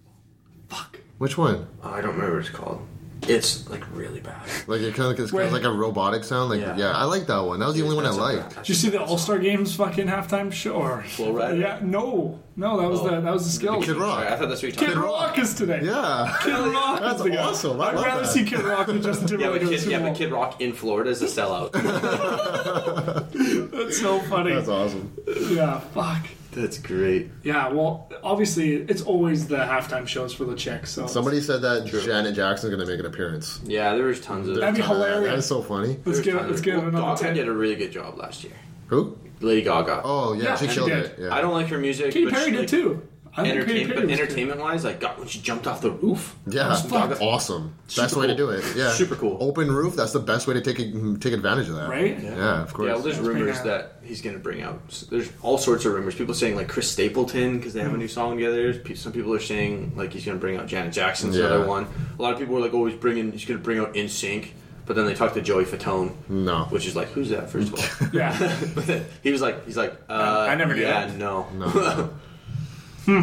Speaker 2: Fuck.
Speaker 4: Which one?
Speaker 3: Oh, I don't remember what it's called. It's like really bad.
Speaker 4: Like it kind of it's kind
Speaker 2: Wait.
Speaker 4: of like a robotic sound. Like
Speaker 3: Yeah.
Speaker 4: yeah. I like that one. That was the only one I
Speaker 3: That's a-
Speaker 4: liked.
Speaker 3: that's
Speaker 2: Did you
Speaker 3: a
Speaker 2: see the
Speaker 3: bad
Speaker 2: All
Speaker 3: song.
Speaker 2: Star Games fucking halftime show? Or
Speaker 3: Flow Rider?
Speaker 2: Yeah, no, no, that was
Speaker 3: Oh.
Speaker 2: the that was the skill.
Speaker 4: Kid
Speaker 3: Sorry,
Speaker 4: Rock.
Speaker 3: I thought that's what you
Speaker 2: Kid
Speaker 3: talking about.
Speaker 2: Rock is today.
Speaker 4: Yeah. *laughs*
Speaker 2: Kid Rock.
Speaker 4: That's
Speaker 2: is the guy.
Speaker 4: awesome. I
Speaker 2: I'd
Speaker 4: love
Speaker 2: rather
Speaker 4: that.
Speaker 2: see Kid Rock than Justin
Speaker 3: *laughs* Yeah,
Speaker 2: Timberlake
Speaker 3: but
Speaker 2: on the
Speaker 3: Kid,
Speaker 2: Super
Speaker 3: yeah, but
Speaker 2: Bowl.
Speaker 3: Kid Rock in Florida is a sellout.
Speaker 4: *laughs*
Speaker 2: That's so funny.
Speaker 4: That's awesome.
Speaker 2: Yeah, fuck.
Speaker 3: that's great.
Speaker 2: Yeah, well, obviously it's always the halftime shows for the chicks. So
Speaker 4: Somebody said that Janet Jackson's gonna make an appearance.
Speaker 3: Yeah, there was tons of.
Speaker 2: that'd be hilarious.
Speaker 4: That is so funny.
Speaker 2: let's
Speaker 3: There's
Speaker 2: give
Speaker 3: tons
Speaker 2: let's
Speaker 3: of-
Speaker 2: give
Speaker 3: well,
Speaker 2: another
Speaker 3: Gaga
Speaker 2: ten.
Speaker 3: did a really good job last year.
Speaker 4: Who?
Speaker 3: Lady Gaga.
Speaker 4: Oh yeah,
Speaker 2: Yeah,
Speaker 4: she
Speaker 2: she
Speaker 4: killed
Speaker 2: did.
Speaker 4: it. Yeah.
Speaker 3: I don't like her music.
Speaker 2: Katy
Speaker 3: but
Speaker 2: Perry
Speaker 3: she,
Speaker 2: did
Speaker 3: like,
Speaker 2: too. I think Katy
Speaker 3: Entertainment,
Speaker 2: Perry
Speaker 3: but
Speaker 2: was good.
Speaker 3: entertainment wise, like God, when she jumped off the roof,
Speaker 4: Yeah,
Speaker 3: Gaga-
Speaker 4: awesome.
Speaker 3: Super
Speaker 4: Best way to
Speaker 3: cool.
Speaker 4: do it. Yeah,
Speaker 3: Super cool.
Speaker 4: Open roof. That's the best way to take take advantage of that.
Speaker 2: Right?
Speaker 4: Yeah, of course.
Speaker 3: Yeah, well, there's
Speaker 2: That's
Speaker 3: rumors
Speaker 2: pretty
Speaker 3: that he's going to bring out. s- There's all sorts of rumors. People saying like Chris Stapleton because they
Speaker 2: Mm.
Speaker 3: have a new song together. Pe- Some people are saying like he's going to bring out Janet Jackson's
Speaker 4: Yeah.
Speaker 3: another one. A lot of people were like, oh, he's bringing. He's going to bring out In Sync, but then they talked to Joey Fatone,
Speaker 4: no.
Speaker 3: which is like, who's that? First of
Speaker 4: *laughs*
Speaker 3: all, *laughs*
Speaker 2: Yeah.
Speaker 3: but then he was like, he's like, uh,
Speaker 2: I never knew
Speaker 3: Yeah,
Speaker 2: that.
Speaker 3: no.
Speaker 4: No,
Speaker 3: *laughs*
Speaker 4: no.
Speaker 3: All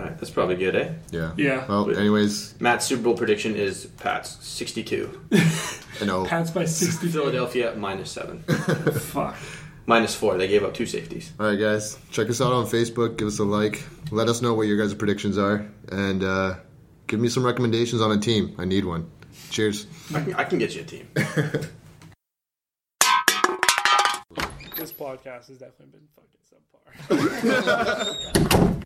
Speaker 3: right, that's probably good, eh?
Speaker 4: Yeah.
Speaker 2: Yeah.
Speaker 4: Well, anyways,
Speaker 3: Matt's Super Bowl prediction is Pat's sixty-two,
Speaker 4: you know,
Speaker 2: Pats by sixty.
Speaker 3: Philadelphia minus seven, *laughs*
Speaker 2: Fuck.
Speaker 3: minus four. They gave up two safeties.
Speaker 4: All right, guys, check us out on Facebook. Give us a like. Let us know what your guys' predictions are, and uh, give me some recommendations on a team. I need one. Cheers.
Speaker 3: I can, I can get you a team.
Speaker 2: This podcast has definitely been fucking subpar.